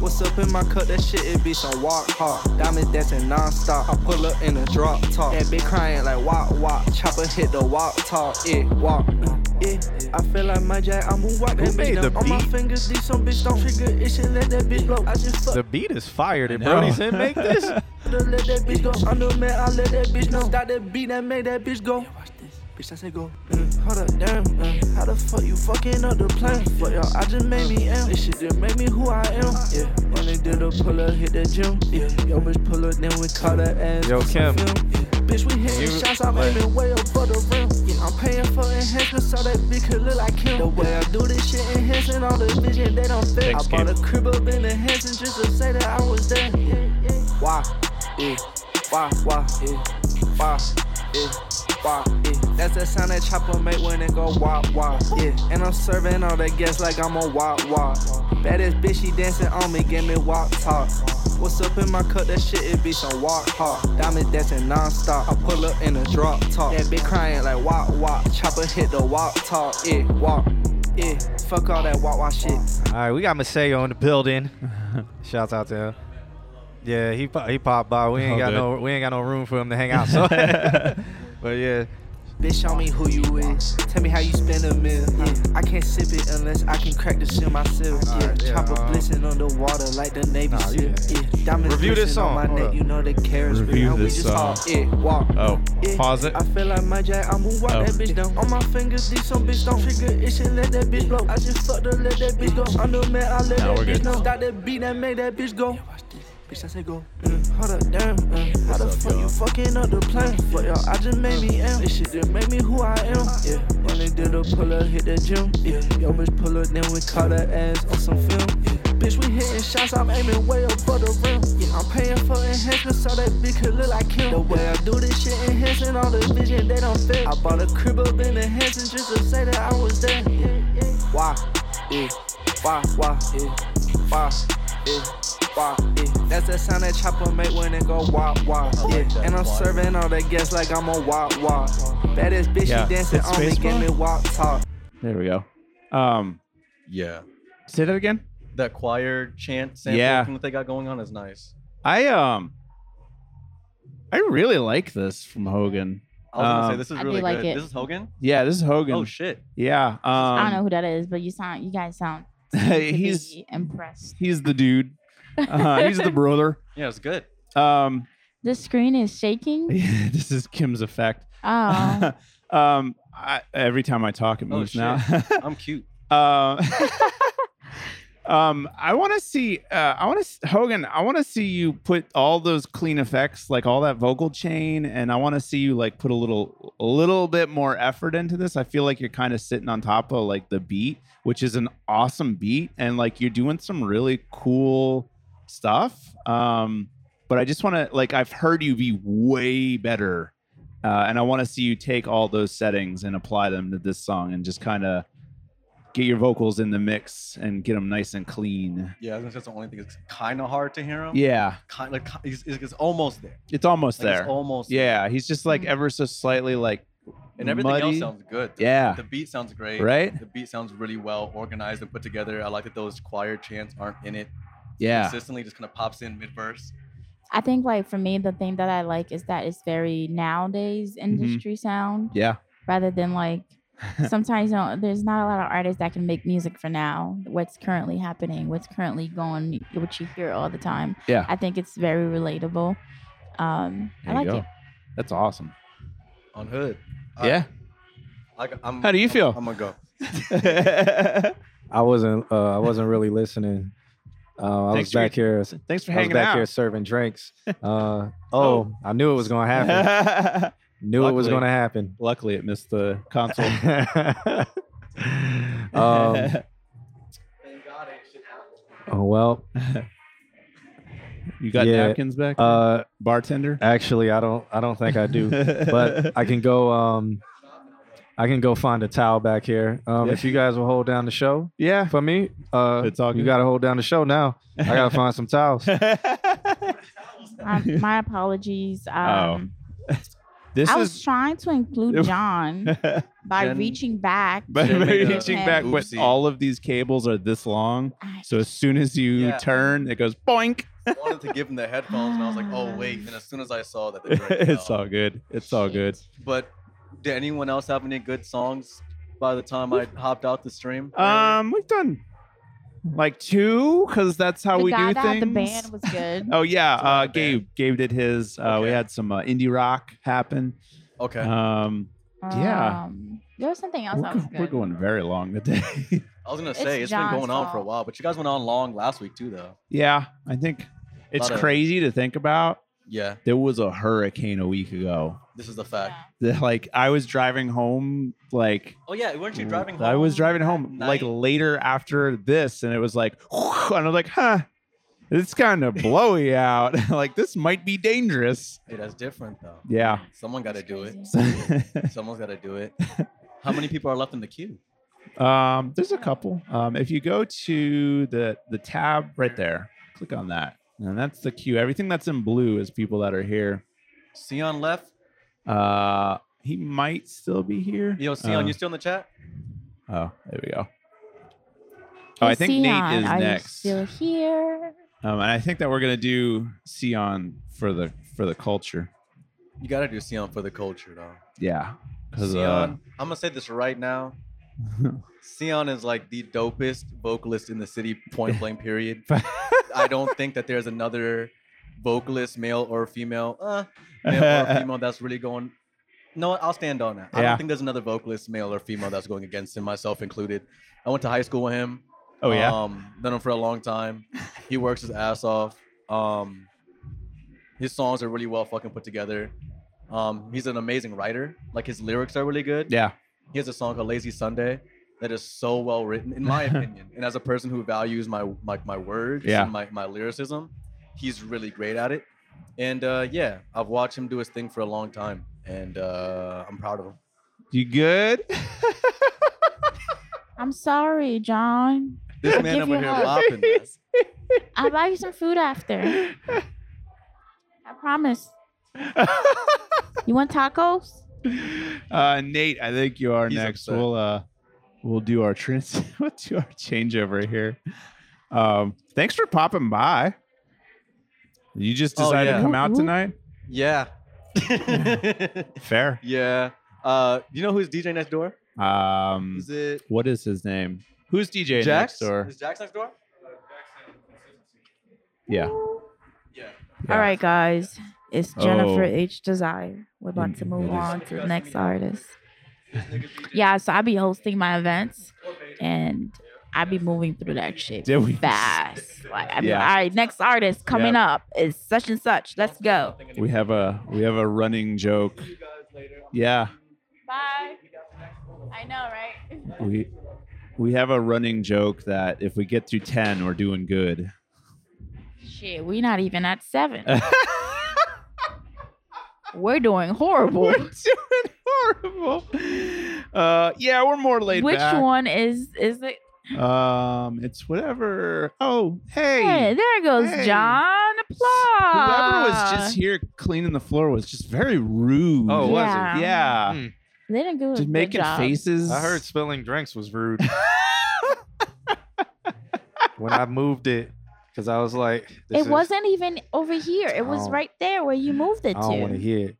Speaker 23: What's up in my cup? That shit it be some walk hard. Diamonds dancing non-stop. I pull up in a drop top. That bitch crying like wah wah. Chopper hit the walk talk. Yeah. Walk. eh, Yeah. I feel like my jack. I'm a walk. That
Speaker 3: Who made
Speaker 23: bitch
Speaker 3: the
Speaker 23: done on my
Speaker 3: beat?
Speaker 23: fingers. These some bitch don't trigger. It should let that bitch blow. I just fuck.
Speaker 3: The beat is fired. Did
Speaker 2: know.
Speaker 3: Brody's in make this?
Speaker 23: Don't let that bitch go. I'm the man, I let that bitch know. Stop that beat that made that bitch go. Yeah, watch this. Bitch, I say go. Mm, hold up, damn. Mm, how the fuck you fucking up the plan? Fuck y'all, I just made me am. This shit just made me who I am. Yeah, when they did a pull up, hit the gym. Yeah, yo, bitch pull up, then we call her ass.
Speaker 3: Yo,
Speaker 23: for some
Speaker 3: Kim.
Speaker 23: film. Yeah. Bitch, we hitting
Speaker 3: You-
Speaker 23: shots, I'm
Speaker 3: like-
Speaker 23: aiming way above the rim. Yeah, I'm paying for enhancements so that bitch could look like him. The way I do this shit, enhancing all the vision, they don't fit.
Speaker 2: Thanks,
Speaker 23: I bought
Speaker 2: Kim.
Speaker 23: a crib up in the Hanson just to say that I was there. Yeah, yeah. Why? Yeah. Why? Why? Yeah. Why? Yeah. Why? Yeah. eh, That's that sound that chopper make when it go wah wah. Yeah. And I'm serving all the guests like I'm a wah wah. Baddest bitch, she dancing on me, give me walk talk. What's up in my cup? That shit it be some walk hard. Diamond dancing non-stop. I pull up in a drop top. That bitch crying like wah wah. Chopper hit the walk talk. Yeah. Walk. Yeah. Fuck all that wah wah shit.
Speaker 3: All right, we got Maseo in the building. Shouts out to him. Yeah, he pop, he popped by. We ain't
Speaker 1: All
Speaker 3: got
Speaker 1: good.
Speaker 3: no we ain't got no room for him to hang out. So, but yeah,
Speaker 23: Bitch, show me who you is. Tell me how you spend a meal. Yeah. I can't sip it unless I can crack the shit myself. Yeah.
Speaker 3: Alright, yeah,
Speaker 23: Chop a
Speaker 3: uh-huh.
Speaker 23: blitzen underwater like the Navy
Speaker 3: Nah,
Speaker 23: SEAL. Yeah. Diamonds
Speaker 3: Review this
Speaker 23: glisten on
Speaker 3: song.
Speaker 23: my
Speaker 3: Hold
Speaker 23: neck,
Speaker 3: up.
Speaker 23: you know the carrots.
Speaker 2: Review
Speaker 23: real. We
Speaker 2: this
Speaker 23: just
Speaker 2: song.
Speaker 23: hop, Yeah, walk.
Speaker 2: Oh,
Speaker 23: Yeah.
Speaker 2: pause it.
Speaker 23: I feel like my jack, I'm gonna walk
Speaker 2: Oh.
Speaker 23: that bitch down. On my fingers, these some bitch don't trigger it, shit, let that bitch blow. I just fucked her, let that bitch go. Under man, I let
Speaker 2: Nah,
Speaker 23: that
Speaker 2: we're
Speaker 23: bitch
Speaker 2: good.
Speaker 23: know. Got that beat that made that bitch go. Bitch, I say go. Mm, hold up, damn. Mm. How the fuck you fucking up the plan? But y'all, I just made me am. This shit just made me who I am. Yeah, when they did a pull up, hit the gym. Yeah, yo bitch pull up, then we caught her ass on some film. Yeah. Bitch, we hitting shots, I'm aiming way above the rim. Yeah, I'm paying for enhancements so that bitch could look like him. The way I do this shit, enhancing all the vision, they don't fit. I bought a crib up in the Hanson just to say that I was there. Why? Yeah. Why? Why? Yeah. Why? Yeah. Why? Yeah. That's the sound that chopper make when it go wah wah. Yeah. And I'm serving all the guests like I'm a wah wah. Baddest bitch,
Speaker 2: Yeah.
Speaker 23: she dancing
Speaker 2: It's
Speaker 23: on me, give
Speaker 2: baseball?
Speaker 23: me walk talk.
Speaker 2: There we go. Um,
Speaker 5: yeah.
Speaker 2: Say that again.
Speaker 5: That choir chant sample
Speaker 2: Yeah.
Speaker 5: thing that they got going on is nice.
Speaker 2: I um, I really like this from Hogan.
Speaker 5: I was gonna
Speaker 2: Um,
Speaker 5: say this is
Speaker 4: I do
Speaker 5: really
Speaker 4: like
Speaker 5: good.
Speaker 4: it.
Speaker 5: This is Hogan.
Speaker 2: Yeah, this is Hogan.
Speaker 5: Oh shit.
Speaker 2: Yeah. Um,
Speaker 4: I don't know who that is, but you sound you guys sound
Speaker 2: he's
Speaker 4: he's impressed.
Speaker 2: he's the dude. Uh, he's the brother.
Speaker 5: Yeah, it's good.
Speaker 2: Um,
Speaker 4: The screen is shaking.
Speaker 2: this is Kim's effect.
Speaker 4: Oh.
Speaker 2: um, I, every time I talk, it moves now.
Speaker 5: Oh, I'm cute.
Speaker 2: Um, um, I want to see. Uh, I want to Hogan. I want to see you put all those clean effects, like all that vocal chain, and I want to see you like put a little, a little bit more effort into this. I feel like you're kind of sitting on top of like the beat, which is an awesome beat, and like you're doing some really cool stuff. Um, but I just want to like I've heard you be way better. Uh, and I want to see you take all those settings and apply them to this song and just kind of get your vocals in the mix and get them nice and clean.
Speaker 5: Yeah, I was gonna say that's the only thing. It's kind of hard to hear him.
Speaker 2: Yeah.
Speaker 5: Kind like ki- he's, he's, he's almost there.
Speaker 2: It's almost
Speaker 5: Like, it's
Speaker 2: there.
Speaker 5: almost there. Mm.
Speaker 2: Yeah, he's just like ever so slightly like.
Speaker 5: And everything else
Speaker 2: muddy.
Speaker 5: sounds good. The-
Speaker 2: yeah.
Speaker 5: The beat sounds great.
Speaker 2: Right?
Speaker 5: The beat sounds really well organized and put together. I like that those choir chants aren't in it.
Speaker 2: Yeah.
Speaker 5: Consistently just kind of pops in mid verse.
Speaker 4: I think like for me the thing that I like is that it's very nowadays industry sound
Speaker 2: Mm-hmm. Yeah.
Speaker 4: rather than like sometimes you know, there's not a lot of artists that can make music for now what's currently happening what's currently going what you hear all the time
Speaker 2: Yeah.
Speaker 4: i think it's very relatable um i like it
Speaker 2: That's awesome.
Speaker 5: On hood.
Speaker 2: yeah.
Speaker 5: I, I'm,
Speaker 2: How do you feel?
Speaker 5: I'm gonna go.
Speaker 3: I wasn't uh, I wasn't really listening. Uh, I
Speaker 2: Thanks
Speaker 3: was
Speaker 2: for your-
Speaker 3: back here.
Speaker 2: thanks for
Speaker 3: I was
Speaker 2: hanging
Speaker 3: back
Speaker 2: out.
Speaker 3: here serving drinks. Uh, oh, I knew it was gonna happen. Knew it was
Speaker 2: Luckily-
Speaker 3: gonna happen.
Speaker 2: Luckily, it missed the console.
Speaker 3: Um, oh well.
Speaker 2: you got napkins back there?
Speaker 3: Uh,
Speaker 2: Bartender?
Speaker 3: Actually, I don't. I don't think I do. but I can go. Um, I can go find a towel back here. Um,
Speaker 2: Yeah.
Speaker 3: If you guys will hold down the show.
Speaker 2: Yeah.
Speaker 3: For me, uh,
Speaker 2: It's all
Speaker 3: you
Speaker 2: good.
Speaker 3: got to hold down the show now. I gotta find some towels.
Speaker 4: um, my apologies um,
Speaker 2: Oh. This
Speaker 4: i was
Speaker 2: is
Speaker 4: trying to include john by
Speaker 2: Jen-
Speaker 4: reaching back
Speaker 2: but
Speaker 4: to
Speaker 2: reaching
Speaker 4: him.
Speaker 2: back, but all of these cables are this long. So as soon as you
Speaker 5: Yeah.
Speaker 2: turn, it goes boink.
Speaker 5: I wanted to give him the headphones and I was like, oh wait. And as soon as I saw that, they drank it
Speaker 2: it's
Speaker 5: out.
Speaker 2: all good. It's all good.
Speaker 5: But did anyone else have any good songs by the time I hopped out the stream?
Speaker 2: Um, we've done like two because that's how
Speaker 4: the
Speaker 2: we
Speaker 4: guy
Speaker 2: do
Speaker 4: that
Speaker 2: things.
Speaker 4: had the band was good
Speaker 2: Oh yeah, uh, Gabe. Gabe did his. Uh, We had some uh, indie rock happen.
Speaker 5: Okay.
Speaker 2: Um, yeah,
Speaker 4: Um, there was something else
Speaker 2: we're,
Speaker 4: that
Speaker 2: go-
Speaker 4: was
Speaker 2: we're
Speaker 4: good
Speaker 2: going very long today.
Speaker 5: I was gonna
Speaker 4: It's
Speaker 5: say it's been
Speaker 4: John's
Speaker 5: going on for a while, but you guys went on long last week too, though.
Speaker 2: yeah, I think it's
Speaker 5: Lot of-
Speaker 2: crazy to think about.
Speaker 5: Yeah.
Speaker 2: there was a hurricane a week ago.
Speaker 5: This is the fact.
Speaker 2: That, like I was driving home, like
Speaker 5: Oh yeah, weren't you driving home?
Speaker 2: I was driving home like later after this, and it was like, and I'm like, huh, it's kind of blowy out. like this might be dangerous.
Speaker 5: Hey, that's different though.
Speaker 2: Yeah.
Speaker 5: Someone got to do it. Someone's got to do it. How many people are left in the queue?
Speaker 2: Um, there's a couple. Um, if you go to the the tab right there, click on that, and that's the queue. Everything that's in blue is people that are here.
Speaker 5: Sion left.
Speaker 2: Uh, he might still be here. Uh,
Speaker 5: Yo, Sion, you still in the chat?
Speaker 2: Oh, there we go. Oh, I
Speaker 4: Hey,
Speaker 2: Oh, think Nate
Speaker 4: Sion,
Speaker 2: is
Speaker 4: are you
Speaker 2: next.
Speaker 4: still here
Speaker 2: Um, and I think that we're gonna do Sion for the for the culture.
Speaker 5: You gotta do Sion for the culture, though.
Speaker 2: Yeah, because
Speaker 5: Sion,
Speaker 2: uh,
Speaker 5: I'm gonna say this right now. Sion is like the dopest vocalist in the city, point blank. Period. I don't think that there's another vocalist, male or female, uh, male or female, that's really going. No, what? I'll stand on that. I
Speaker 2: Yeah.
Speaker 5: don't think there's another vocalist, male or female, that's going against him, myself included. I went to high school with him.
Speaker 2: Oh, yeah?
Speaker 5: Um, known him for a long time. He works his ass off. Um, his songs are really well fucking put together. Um, he's an amazing writer. Like his lyrics are really good.
Speaker 2: Yeah.
Speaker 5: He has a song called Lazy Sunday that is so well written, in my opinion. And as a person who values my my, my words
Speaker 2: Yeah.
Speaker 5: and my, my lyricism, he's really great at it. And uh, yeah, I've watched him do his thing for a long time, and uh, I'm proud of him.
Speaker 2: you good?
Speaker 4: I'm sorry, John.
Speaker 5: This
Speaker 4: I'll
Speaker 5: man
Speaker 4: give
Speaker 5: over
Speaker 4: you
Speaker 5: here
Speaker 4: hug.
Speaker 5: lopping, man.
Speaker 4: I'll buy you some food after. I promise. you want tacos?
Speaker 2: Uh, Nate, I think you are next.
Speaker 4: upset.
Speaker 2: We'll uh, we'll do our trans. we'll do our changeover here. Um, thanks for popping by. You just
Speaker 5: Oh,
Speaker 2: decided
Speaker 5: yeah.
Speaker 2: to come out
Speaker 5: Whoop, whoop.
Speaker 2: tonight.
Speaker 5: Yeah.
Speaker 2: Fair.
Speaker 5: Yeah. Uh, do you know who's DJ next door?
Speaker 2: Um,
Speaker 5: Is it-
Speaker 2: what is his name? Who's DJ
Speaker 5: Jax?
Speaker 2: next door?
Speaker 5: Is Jax next door?
Speaker 2: Yeah.
Speaker 4: All right, guys. It's Jennifer
Speaker 2: Oh. Mm-hmm.
Speaker 4: H. Desire. We're about to move
Speaker 2: Yes.
Speaker 4: on to the next artist. Yeah, so I be hosting my events and I be moving through that shit
Speaker 2: Did we-
Speaker 4: fast. Like I be
Speaker 2: Yeah.
Speaker 4: like, all right, next artist coming
Speaker 2: Yep.
Speaker 4: up is such and such. Let's go.
Speaker 2: We have a we have a running joke. Yeah,
Speaker 4: Bye. I know, right?
Speaker 2: we we have a running joke that if we get through ten, we're doing good.
Speaker 4: Shit, we not even at seven. We're doing horrible. We're
Speaker 2: doing horrible. Uh, yeah, we're more laid
Speaker 4: Which
Speaker 2: back.
Speaker 4: one is is it?
Speaker 2: Um, it's whatever. Oh, hey.
Speaker 4: Hey, there Ah. goes
Speaker 2: Hey.
Speaker 4: John. Applause.
Speaker 2: Whoever was just here cleaning the floor was just very rude.
Speaker 4: Oh, was it? Hmm. Yeah.
Speaker 2: Yeah.
Speaker 4: They didn't do a
Speaker 2: Just
Speaker 4: good
Speaker 2: making
Speaker 4: job.
Speaker 2: faces.
Speaker 3: I heard spilling drinks was rude. when I moved it, because I was like, this
Speaker 4: It
Speaker 3: is-
Speaker 4: wasn't even over here. It was
Speaker 3: Oh.
Speaker 4: right there where you moved
Speaker 3: I
Speaker 4: it
Speaker 3: don't want to
Speaker 4: to.
Speaker 3: hear it.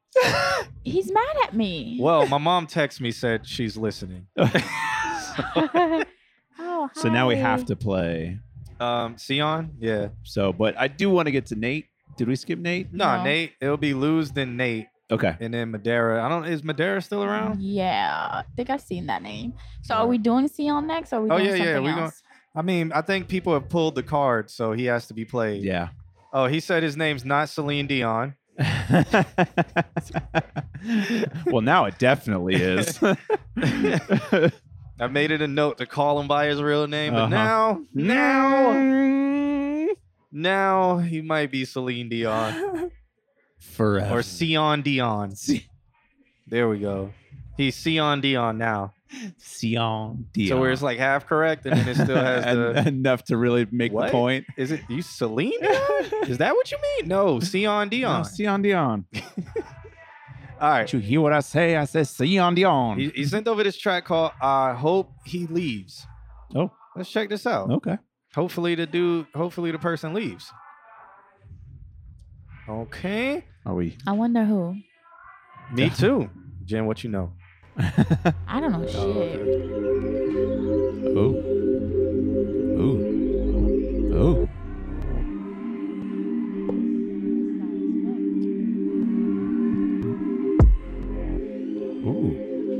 Speaker 4: He's mad at me.
Speaker 3: Well, my mom texted me said she's listening.
Speaker 4: oh,
Speaker 2: So now we have
Speaker 4: hi.
Speaker 2: to play.
Speaker 3: Um, Sion, yeah.
Speaker 2: So, but I do want to get to Nate. Did we skip Nate?
Speaker 3: No, Nate. It'll be lose then Nate,
Speaker 2: Okay.
Speaker 3: and then Madera. I don't. Is Madera still around?
Speaker 4: Yeah, I think I've seen that name. So are we doing Sion next? Or are we
Speaker 3: oh
Speaker 4: doing
Speaker 3: yeah, yeah.
Speaker 4: something
Speaker 3: We going.
Speaker 4: else?
Speaker 3: I mean, I think people have pulled the card, so he has to be played.
Speaker 2: Yeah.
Speaker 3: Oh, he said his name's not Celine Dion.
Speaker 2: Well, now it definitely is.
Speaker 3: I made it a note to call him by his real name, but
Speaker 2: Uh-huh.
Speaker 3: now, now, now he might be Celine Dion
Speaker 2: Forever.
Speaker 3: or Sion Dion. There we go. He's Sion Dion now.
Speaker 2: Sion
Speaker 3: So where it's like half correct, and then it still has the
Speaker 2: En- enough to really make
Speaker 3: What?
Speaker 2: the point.
Speaker 3: Is it you Celine? Dion? Is that what you mean? No, Sion Dion.
Speaker 2: No, Sion Dion.
Speaker 3: All right.
Speaker 2: Did you hear what I say? I said Sion Dion.
Speaker 3: He, he sent over this track called "I Hope He Leaves."
Speaker 2: Oh.
Speaker 3: let's check this out.
Speaker 2: okay.
Speaker 3: Hopefully the dude, hopefully the person leaves. Okay.
Speaker 2: Are we?
Speaker 4: I wonder who.
Speaker 3: Me too. Jen, what you know?
Speaker 4: I don't know shit.
Speaker 2: Oh. Oh. Oh. Ooh.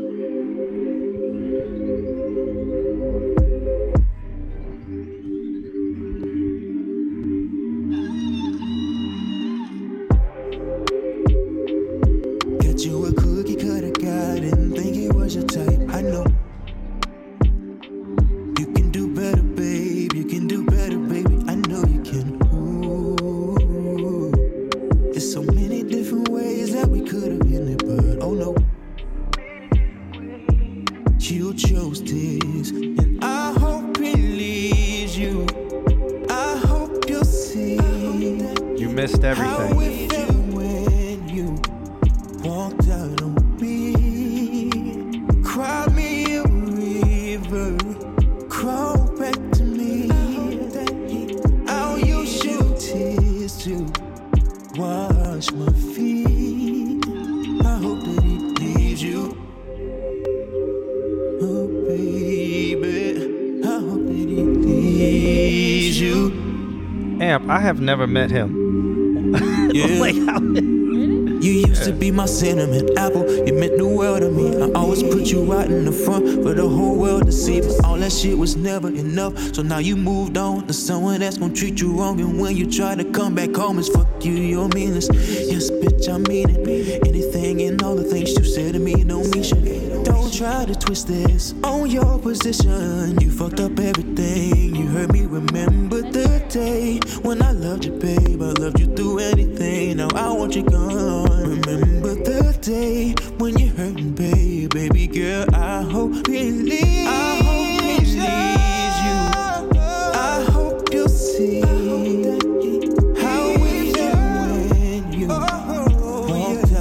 Speaker 6: Got you a cookie cutter guy, didn't think it was your type. I know. You can do better, babe. You can do better, baby. I know you can. Ooh. There's so many different ways that we could have been it, but oh no. You chose this, and I hope it leaves you. I hope you'll see
Speaker 3: You missed
Speaker 6: how
Speaker 3: everything.
Speaker 6: it felt when you walked out on me. Cry me a river, crawl back to me. How you should
Speaker 3: Champ, I have never met him.
Speaker 6: You used to be my cinnamon apple. You meant the world to me. I always put you out in the front for the whole world to see. But all that shit was never enough. So now you moved on to someone that's gonna treat you wrong. And when you try to come back home, it's fuck you, you're meaningless. Yes, bitch, I mean it. Anything and all the things you said to me don't mean shit. Don't try to twist this on your position. You fucked up everything. You hurt me. Remember the day when I loved you, babe. I loved you through anything. Now I want you gone. Remember the day when you hurt me, babe. Baby girl, I hope it leaves. I hope it leaves you. I hope you see. how it felt when you Oh, walked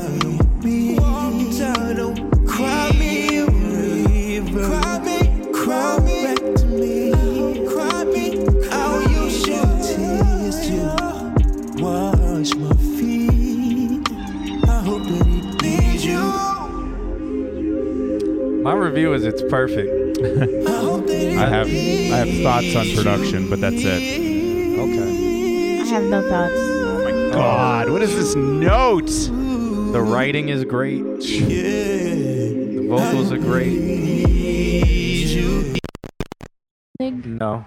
Speaker 6: out on me. Cry me a river. Cry back to me. I'll use your tears to wash my feet. I hope that it leaves you.
Speaker 3: My review is it's perfect.
Speaker 24: I have I have thoughts on production, but that's it.
Speaker 3: Okay.
Speaker 4: I have no thoughts.
Speaker 24: God, what is this note?
Speaker 3: Oh. The writing is great. The vocals are great. No.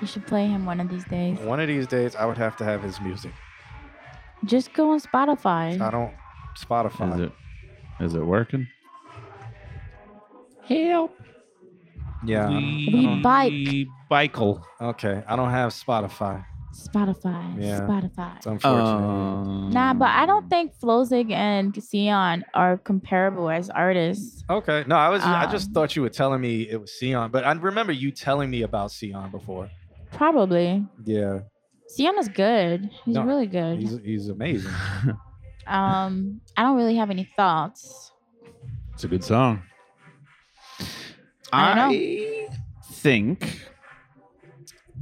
Speaker 4: You should play him one of these days.
Speaker 3: One of these days, I would have to have his music.
Speaker 4: Just go on Spotify.
Speaker 3: I don't Spotify.
Speaker 2: Is it is it working?
Speaker 4: Help.
Speaker 3: Yeah.
Speaker 4: We bike.
Speaker 3: Bicycle. Okay, I don't have Spotify.
Speaker 4: Spotify.
Speaker 3: Yeah.
Speaker 4: Spotify.
Speaker 3: It's unfortunate.
Speaker 2: Um,
Speaker 4: Nah, but I don't think Flozig and Sion are comparable as artists.
Speaker 3: Okay. No, I was.
Speaker 4: Um,
Speaker 3: I just thought you were telling me it was Sion, but I remember you telling me about Sion before.
Speaker 4: Probably.
Speaker 3: Yeah.
Speaker 4: Sion is good. He's
Speaker 3: No,
Speaker 4: really good.
Speaker 3: He's he's amazing.
Speaker 4: um, I don't really have any thoughts.
Speaker 2: It's a good song.
Speaker 4: I don't
Speaker 2: I think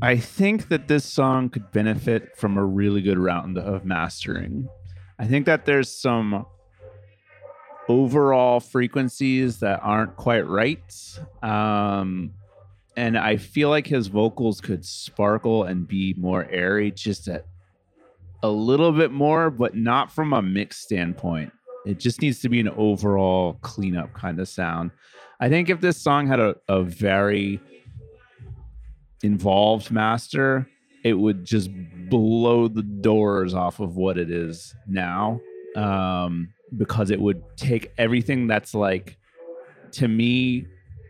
Speaker 2: I think that this song could benefit from a really good round of mastering. I think that there's some overall frequencies that aren't quite right. Um and I feel like his vocals could sparkle and be more airy just at a little bit more, but not from a mix standpoint. It just needs to be an overall cleanup kind of sound. I think if this song had a, a very involved master, it would just blow the doors off of what it is now. Um, because it would take everything that's like to me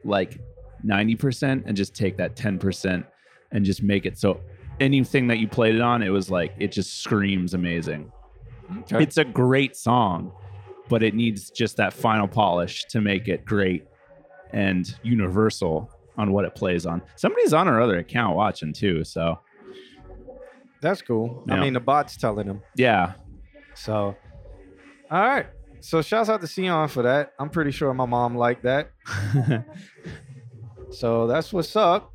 Speaker 2: like 90% and just take that 10% and just make it so anything that you played it on, it was like it just screams amazing.
Speaker 3: Okay.
Speaker 2: It's a great song, but it needs just that final polish to make it great and universal on what it plays on. Somebody's on our other account watching too, so
Speaker 3: That's cool. I
Speaker 2: Yeah.
Speaker 3: mean, the bot's telling him.
Speaker 2: yeah.
Speaker 3: So, all right. So, shouts out to Sion for that. I'm pretty sure my mom liked that. so that's what's up.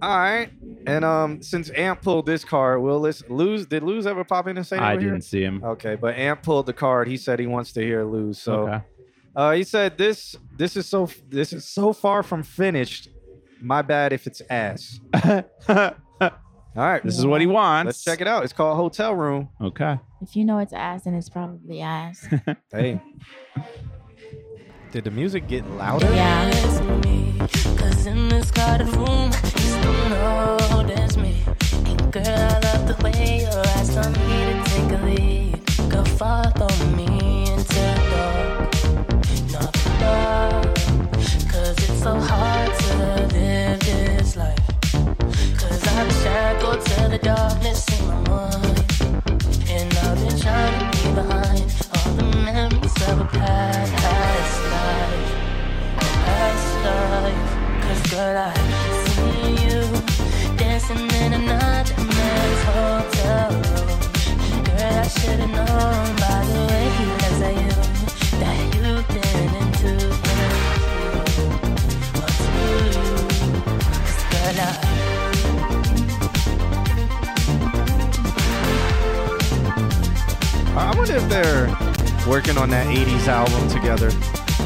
Speaker 3: All right. And um, since Amp pulled this card, will listen. Lose did Lose ever pop in and say they
Speaker 2: I
Speaker 3: were here?
Speaker 2: didn't see him.
Speaker 3: Okay, but Amp pulled the card. He said he wants to hear lose. So
Speaker 2: Okay.
Speaker 3: uh, he said this this is so this is so far from finished. My bad if it's ass. All right.
Speaker 2: This is what he wants.
Speaker 3: Let's check it out. It's called Hotel Room.
Speaker 2: Okay.
Speaker 4: If you know it's ass, then it's probably ass.
Speaker 3: Hey. Did the music get louder?
Speaker 10: Cause in this crowded room, you still notice me. And girl, I love the way your eyes tell me to take a lead. Girl, follow me into the not the dark. Cause it's so hard to live this life. Cause I'm shackled to the darkness in my mind. And I've been trying to be behind all the memories of a past life past life. Cause girl, I see you dancing in a nightmare's hotel room. Girl, I should've known by the way you as I you that you've been into him. What's you? Cause girl, I.
Speaker 3: I wonder if they're working on that 80s album together.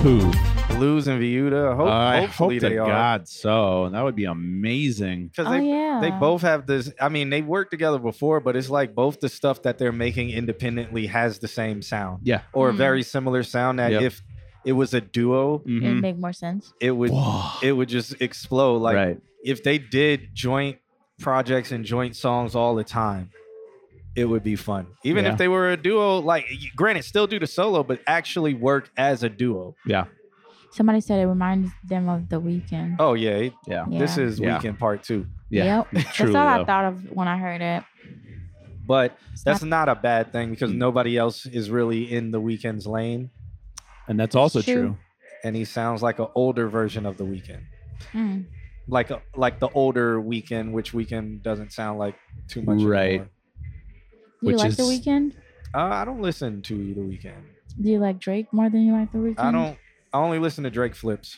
Speaker 2: Who?
Speaker 3: Blues and Viuda. Hope,
Speaker 2: I hope
Speaker 3: hopefully
Speaker 2: to
Speaker 3: they are.
Speaker 2: God so. That would be amazing.
Speaker 3: Because they, they both have this. I mean, they worked together before, but it's like both the stuff that they're making independently has the same sound.
Speaker 2: Yeah.
Speaker 3: Or a
Speaker 4: Mhm.
Speaker 3: very similar sound that
Speaker 4: Yep.
Speaker 3: if it was a duo,
Speaker 2: Mm-hmm.
Speaker 4: It'd make more sense.
Speaker 3: it would it would just explode. Like if they did joint projects and joint songs all the time, it would be fun. Even
Speaker 2: Yeah.
Speaker 3: if they were a duo, like granted, still do the solo, but actually work as a duo.
Speaker 2: Yeah.
Speaker 4: Somebody said it reminds them of the weekend.
Speaker 3: Oh yeah. it-
Speaker 2: yeah.
Speaker 3: This
Speaker 4: Yeah.
Speaker 3: is
Speaker 4: Yeah.
Speaker 3: weekend part two.
Speaker 4: Yep. That's all I thought of when I heard it.
Speaker 3: But that's not, a bad thing because
Speaker 2: Mm.
Speaker 3: nobody else is really in the weekend's lane.
Speaker 2: And that's also
Speaker 4: True. true.
Speaker 3: And he sounds like an older version of the weekend.
Speaker 4: Mm.
Speaker 3: Like a, like the older weekend, which weekend doesn't sound like too much.
Speaker 2: Right.
Speaker 3: anymore.
Speaker 4: Do you like the weekend?
Speaker 3: Uh, I don't listen to the weekend.
Speaker 4: Do you like Drake more than you like the weekend?
Speaker 3: I don't. I only listen to Drake flips.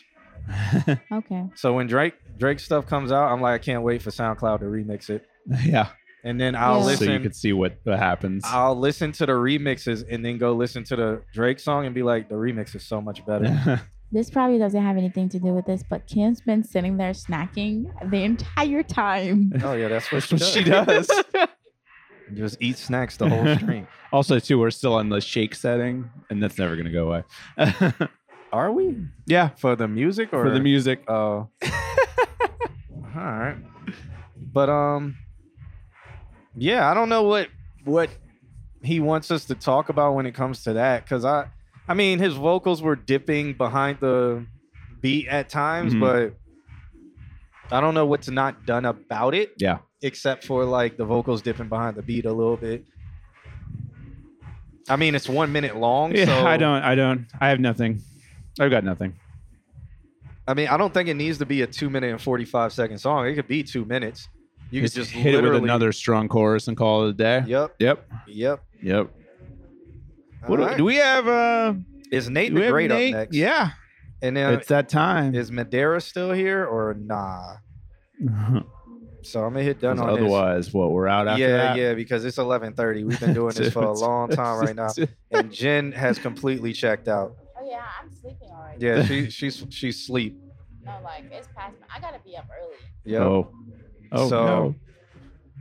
Speaker 4: Okay.
Speaker 3: So when Drake Drake stuff comes out, I'm like, I can't wait for SoundCloud to remix it.
Speaker 2: Yeah.
Speaker 3: And then I'll listen.
Speaker 2: So you could see what what happens.
Speaker 3: I'll listen to the remixes and then go listen to the Drake song and be like, the remix is so much better.
Speaker 4: This probably doesn't have anything to do with this, but Kim's been sitting there snacking the entire time.
Speaker 3: oh yeah, that's what she
Speaker 2: That's
Speaker 3: does.
Speaker 2: what she
Speaker 3: Just eat snacks the whole stream.
Speaker 2: also, too, we're still on the shake setting, and that's never gonna go away.
Speaker 3: Are we?
Speaker 2: Yeah.
Speaker 3: For the music or
Speaker 2: For the music.
Speaker 3: Oh. All right. But um yeah, I don't know what what he wants us to talk about when it comes to that cuz I I mean his vocals were dipping behind the beat at times,
Speaker 2: Mhm.
Speaker 3: but I don't know what's not done about it
Speaker 2: Yeah.
Speaker 3: except for like the vocals dipping behind the beat a little bit. I mean, it's 1 minute long,
Speaker 2: Yeah,
Speaker 3: so
Speaker 2: I don't. I don't. I have nothing. I've got nothing.
Speaker 3: I mean, I don't think it needs to be a two minute and forty five second song. It could be two minutes. You could just
Speaker 2: hit it with
Speaker 3: literally-
Speaker 2: another strong chorus and call it a day.
Speaker 3: Yep.
Speaker 2: Yep.
Speaker 3: Yep.
Speaker 2: Yep.
Speaker 3: All
Speaker 2: What do,
Speaker 3: right.
Speaker 2: do we have? Uh,
Speaker 3: Is Nate
Speaker 2: do we
Speaker 3: the
Speaker 2: have
Speaker 3: Great
Speaker 2: Nate?
Speaker 3: up next?
Speaker 2: Yeah.
Speaker 3: And then
Speaker 2: it's that time.
Speaker 3: is Madeira still here or nah? So I'm gonna hit done
Speaker 2: 'Cause
Speaker 3: on
Speaker 2: otherwise, what we're out
Speaker 3: this.
Speaker 2: after
Speaker 3: yeah,
Speaker 2: that.
Speaker 3: yeah, because it's eleven thirty. We've been doing this for a long time right now, and Jen has completely checked out.
Speaker 11: Oh yeah, I'm sleeping already.
Speaker 3: Yeah, she she's she's sleep.
Speaker 11: No, like it's past. My, I gotta be up early.
Speaker 3: Yeah.
Speaker 2: Oh. Oh,
Speaker 3: so
Speaker 2: no.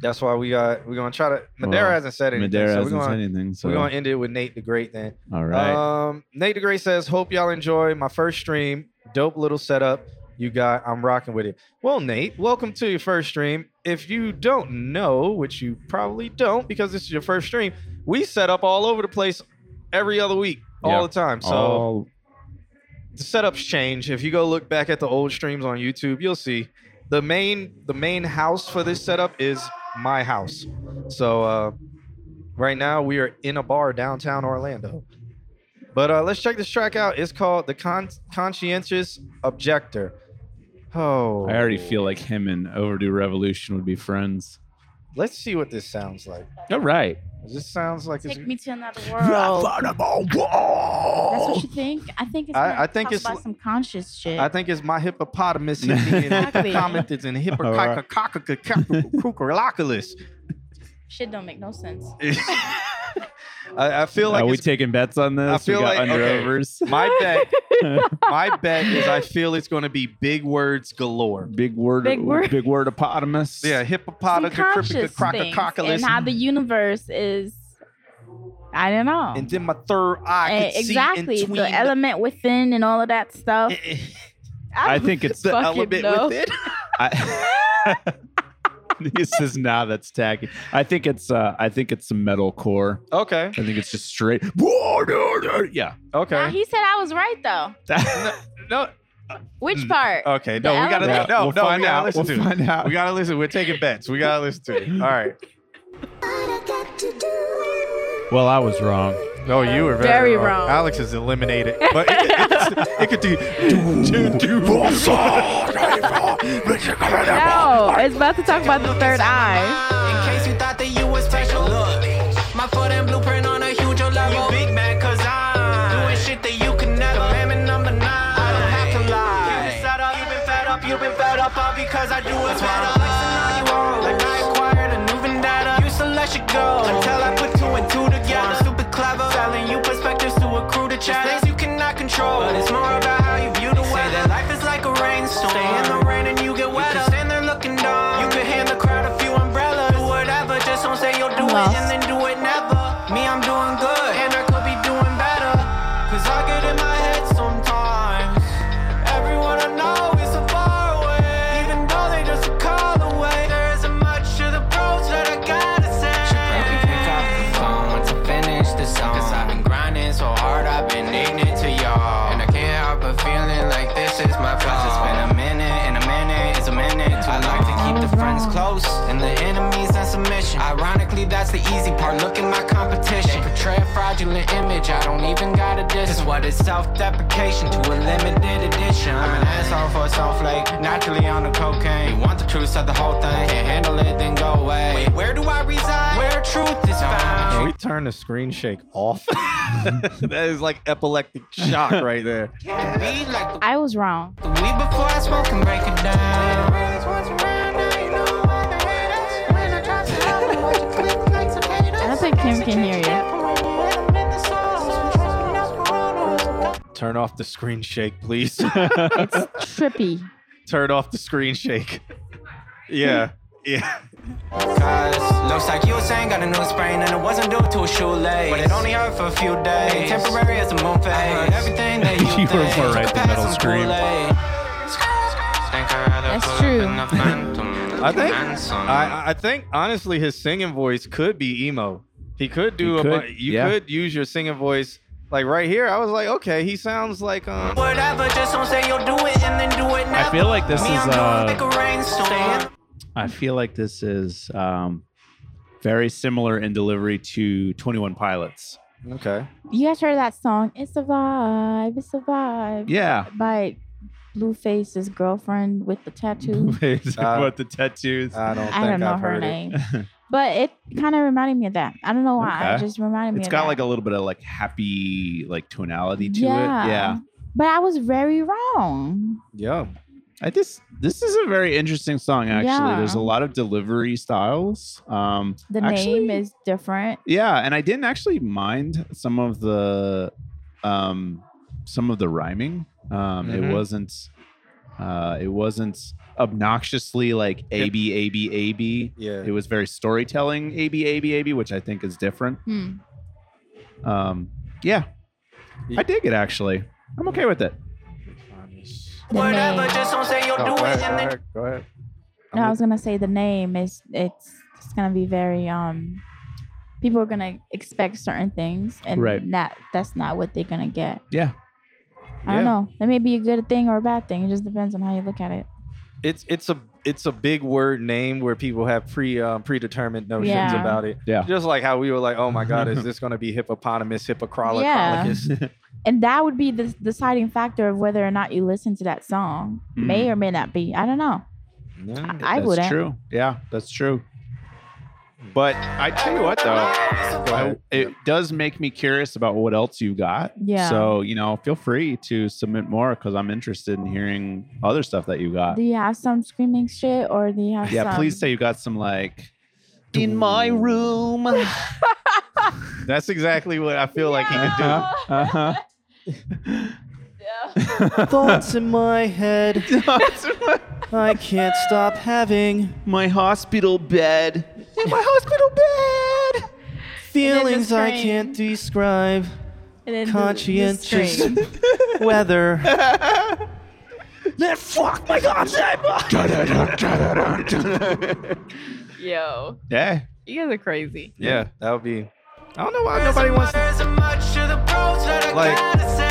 Speaker 3: that's why we got we're gonna try to. Madeira
Speaker 2: Well,
Speaker 3: hasn't said anything.
Speaker 2: Madeira
Speaker 3: so
Speaker 2: hasn't
Speaker 3: we're gonna,
Speaker 2: said anything, so-
Speaker 3: we're gonna end it with Nate the Great then.
Speaker 2: All right.
Speaker 3: Um, Nate the Great says, "Hope y'all enjoy my first stream. Dope little setup you got. I'm rocking with it." Well, Nate, welcome to your first stream. If you don't know, which you probably don't, because this is your first stream, we set up all over the place every other week, all
Speaker 2: Yeah.
Speaker 3: the time. So
Speaker 2: All-
Speaker 3: the setups change. If you go look back at the old streams on YouTube, you'll see the main the main house for this setup is my house. So uh, right now we are in a bar downtown Orlando. But uh, let's check this track out. It's called "The Con- Conscientious Objector." Oh,
Speaker 2: I already feel like him and Overdue Revolution would be friends.
Speaker 3: Let's see what this sounds like.
Speaker 2: All right.
Speaker 3: This sounds like it's.
Speaker 4: Take me to another world. That's what you think? I think it's.
Speaker 3: I-
Speaker 4: gonna
Speaker 3: I think
Speaker 4: talk
Speaker 3: it's-
Speaker 4: about some conscious shit.
Speaker 3: I think it's my hippopotamus and hippopotamus and hippococcalculus.
Speaker 4: shit don't make no sense.
Speaker 3: I, I feel like
Speaker 2: Are we
Speaker 3: it's-
Speaker 2: taking bets on this?
Speaker 3: I feel
Speaker 2: we got
Speaker 3: like okay,
Speaker 2: underovers.
Speaker 3: my bet, my bet is I feel it's going to be big words galore.
Speaker 2: Big word.
Speaker 4: Big word.
Speaker 2: Big wordopotamus.
Speaker 3: Yeah,
Speaker 4: Some
Speaker 3: hippopotamus,
Speaker 4: conscious things and how the universe is. I don't know.
Speaker 3: and then my third eye could
Speaker 4: Eh,
Speaker 3: see in Eh,
Speaker 4: exactly
Speaker 3: between
Speaker 4: the element within and all of that stuff.
Speaker 2: I
Speaker 4: don't
Speaker 2: think it's the
Speaker 4: fucking
Speaker 2: element
Speaker 4: know.
Speaker 2: within. I, he says, "Nah, that's tacky." I think it's. Uh, I think it's some metal core.
Speaker 3: Okay.
Speaker 2: I think it's just straight. Yeah.
Speaker 4: Now, he said I was right though.
Speaker 3: no.
Speaker 4: Which part?
Speaker 3: Okay, no,
Speaker 4: The
Speaker 3: we gotta
Speaker 4: element?
Speaker 3: no,
Speaker 2: We'll
Speaker 3: no, we
Speaker 2: find
Speaker 3: gotta
Speaker 2: out.
Speaker 3: listen
Speaker 2: We'll
Speaker 3: to
Speaker 2: find
Speaker 3: it.
Speaker 2: out.
Speaker 3: We gotta listen. We're taking bets. We gotta listen to it. All right.
Speaker 24: Well, I was wrong.
Speaker 3: No, you were very,
Speaker 24: Very
Speaker 3: wrong.
Speaker 24: wrong.
Speaker 3: Alex is eliminated, but it, it, could- it could do.
Speaker 25: No, it's about to talk about the third eye.
Speaker 26: In case you thought that you was special, look. My foot and blueprint on a huge level. You big bad, cause I'm doing shit that you can never. Famine number nine. I don't have to lie. You been set up, you been fed up, you been fed up all because I do what's better. Listen all you want, like I acquired a new vendetta. You should let you go until I put two and two together. I'm super clever, selling you perspectives to a crew to chat. Things you cannot control, but it's more about how you view the
Speaker 4: sauce.
Speaker 26: and then do it never. Me, I'm doing good, and I could be doing better. Cause I get in my head sometimes. Everyone I know is so far away, even though they just a call away. There isn't much to the pros that I gotta say. Should probably pick up the phone once I finish the song. Cause I've been grinding so hard, I've been ignorant to y'all. And I can't help but feeling like this is my fault. It's been a minute, and a minute is a minute. Too I like to keep the friends close and the enemies in submission. Ironically, that's the easy part. Look at my competition. They portray a fraudulent image. I don't even gotta diss. It's what is self-deprecation to a limited edition. I'm an asshole for a snowflake, naturally on the cocaine. You want the truth of the whole thing? Can't handle it, then go away. Wait, where do I reside? Where truth is found?
Speaker 3: Can we turn the screen shake off? that is like epileptic shock right there.
Speaker 4: I was wrong.
Speaker 26: Weed before I smoke and break it down.
Speaker 4: I don't think Kim can hear you.
Speaker 3: Turn off the screen shake, please.
Speaker 4: Trippy.
Speaker 3: Turn off the screen shake. Yeah. Yeah.
Speaker 26: Cause looks like you was saying got a new sprain and it wasn't due to a shoelace. But it only hurt for a few days. Temporary as a moon phase. I heard everything that you,
Speaker 2: You were
Speaker 26: think.
Speaker 2: more right than metal
Speaker 26: Pass some
Speaker 2: scream.
Speaker 26: Kool-Aid.
Speaker 4: That's true.
Speaker 3: I think I, I think honestly his singing voice could be emo. He could do
Speaker 1: He
Speaker 3: a
Speaker 1: could,
Speaker 3: bu- you
Speaker 1: yeah.
Speaker 3: could use your singing voice like right here. I was like, okay, he sounds like um
Speaker 26: Whatever, just don't say you'll do it and then do it never.
Speaker 24: I feel like this
Speaker 26: Me,
Speaker 24: is,
Speaker 26: I'm doing
Speaker 24: uh,
Speaker 26: like a rainstorm.
Speaker 2: I feel like this is um, very similar in delivery to Twenty One Pilots.
Speaker 3: Okay.
Speaker 4: You guys heard that song? It's a vibe. It's a vibe.
Speaker 2: Yeah.
Speaker 4: By Blueface's girlfriend with the tattoo.
Speaker 3: Uh,
Speaker 2: what the tattoos?
Speaker 3: I don't
Speaker 4: I don't know her name. but it kind of reminded me of that. I don't know why. It
Speaker 2: Okay.
Speaker 4: just reminded me
Speaker 2: It's
Speaker 4: of
Speaker 2: got
Speaker 4: that.
Speaker 2: like a little bit of like happy like tonality to it. Yeah.
Speaker 4: But I was very wrong.
Speaker 3: Yeah.
Speaker 2: I just this is a very interesting song actually.
Speaker 4: Yeah.
Speaker 2: There's a lot of delivery styles. Um
Speaker 4: The
Speaker 2: actually-
Speaker 4: name is different.
Speaker 2: Yeah, and I didn't actually mind some of the um some of the rhyming. Um
Speaker 1: Mhm.
Speaker 2: it wasn't uh it wasn't obnoxiously like A B A B A B.
Speaker 3: Yeah.
Speaker 2: It was very storytelling A B A B A B, which I think is different.
Speaker 4: Hmm.
Speaker 2: Um yeah. I dig it actually. I'm okay with it.
Speaker 26: Whatever, just don't say you'll
Speaker 2: Oh,
Speaker 26: do
Speaker 2: go ahead,
Speaker 26: it and
Speaker 2: go
Speaker 26: then.
Speaker 2: ahead.
Speaker 3: Go ahead.
Speaker 4: No, I was gonna say the name is it's it's gonna be very um people are gonna expect certain things and
Speaker 2: Right.
Speaker 4: not that's not what they're gonna get.
Speaker 2: Yeah.
Speaker 4: I don't
Speaker 3: Yeah.
Speaker 4: know. That may be a good thing or a bad thing. It just depends on how you look at it.
Speaker 3: It's it's a it's a big word name where people have pre um, predetermined notions
Speaker 4: Yeah.
Speaker 3: about it.
Speaker 2: Yeah.
Speaker 3: Just like how we were like, oh my god, is this gonna be hippopotamus, hippocrolicus?
Speaker 4: Yeah. And that would be the deciding factor of whether or not you listen to that song. May
Speaker 2: Mhm.
Speaker 4: or may not be. I don't know. I
Speaker 2: that's
Speaker 4: wouldn't.
Speaker 2: true. Yeah, that's true. But I tell you what, though, I- it does make me curious about what else you got.
Speaker 4: Yeah.
Speaker 2: So you know, feel free to submit more because I'm interested in hearing other stuff that you got.
Speaker 4: Do you have some screaming shit or do you have
Speaker 2: yeah,
Speaker 4: some
Speaker 2: please say you got some like.
Speaker 3: In my room.
Speaker 2: Uh-huh.
Speaker 3: That's exactly what I feel like he could do.
Speaker 2: Uh-huh.
Speaker 12: Thoughts in my head. I can't stop having
Speaker 2: my hospital bed.
Speaker 12: In my hospital bed. Feelings I
Speaker 25: scream.
Speaker 12: can't describe.
Speaker 25: And then the- the
Speaker 12: Conscientious
Speaker 25: scream.
Speaker 12: weather.
Speaker 25: Let fuck my god. Yo,
Speaker 2: Yeah.
Speaker 25: you guys are crazy.
Speaker 3: Yeah, that would be. I don't know why
Speaker 25: There's
Speaker 3: nobody
Speaker 25: a
Speaker 3: wants to.
Speaker 26: There's a much to the pros that I
Speaker 3: Like-
Speaker 26: gotta say.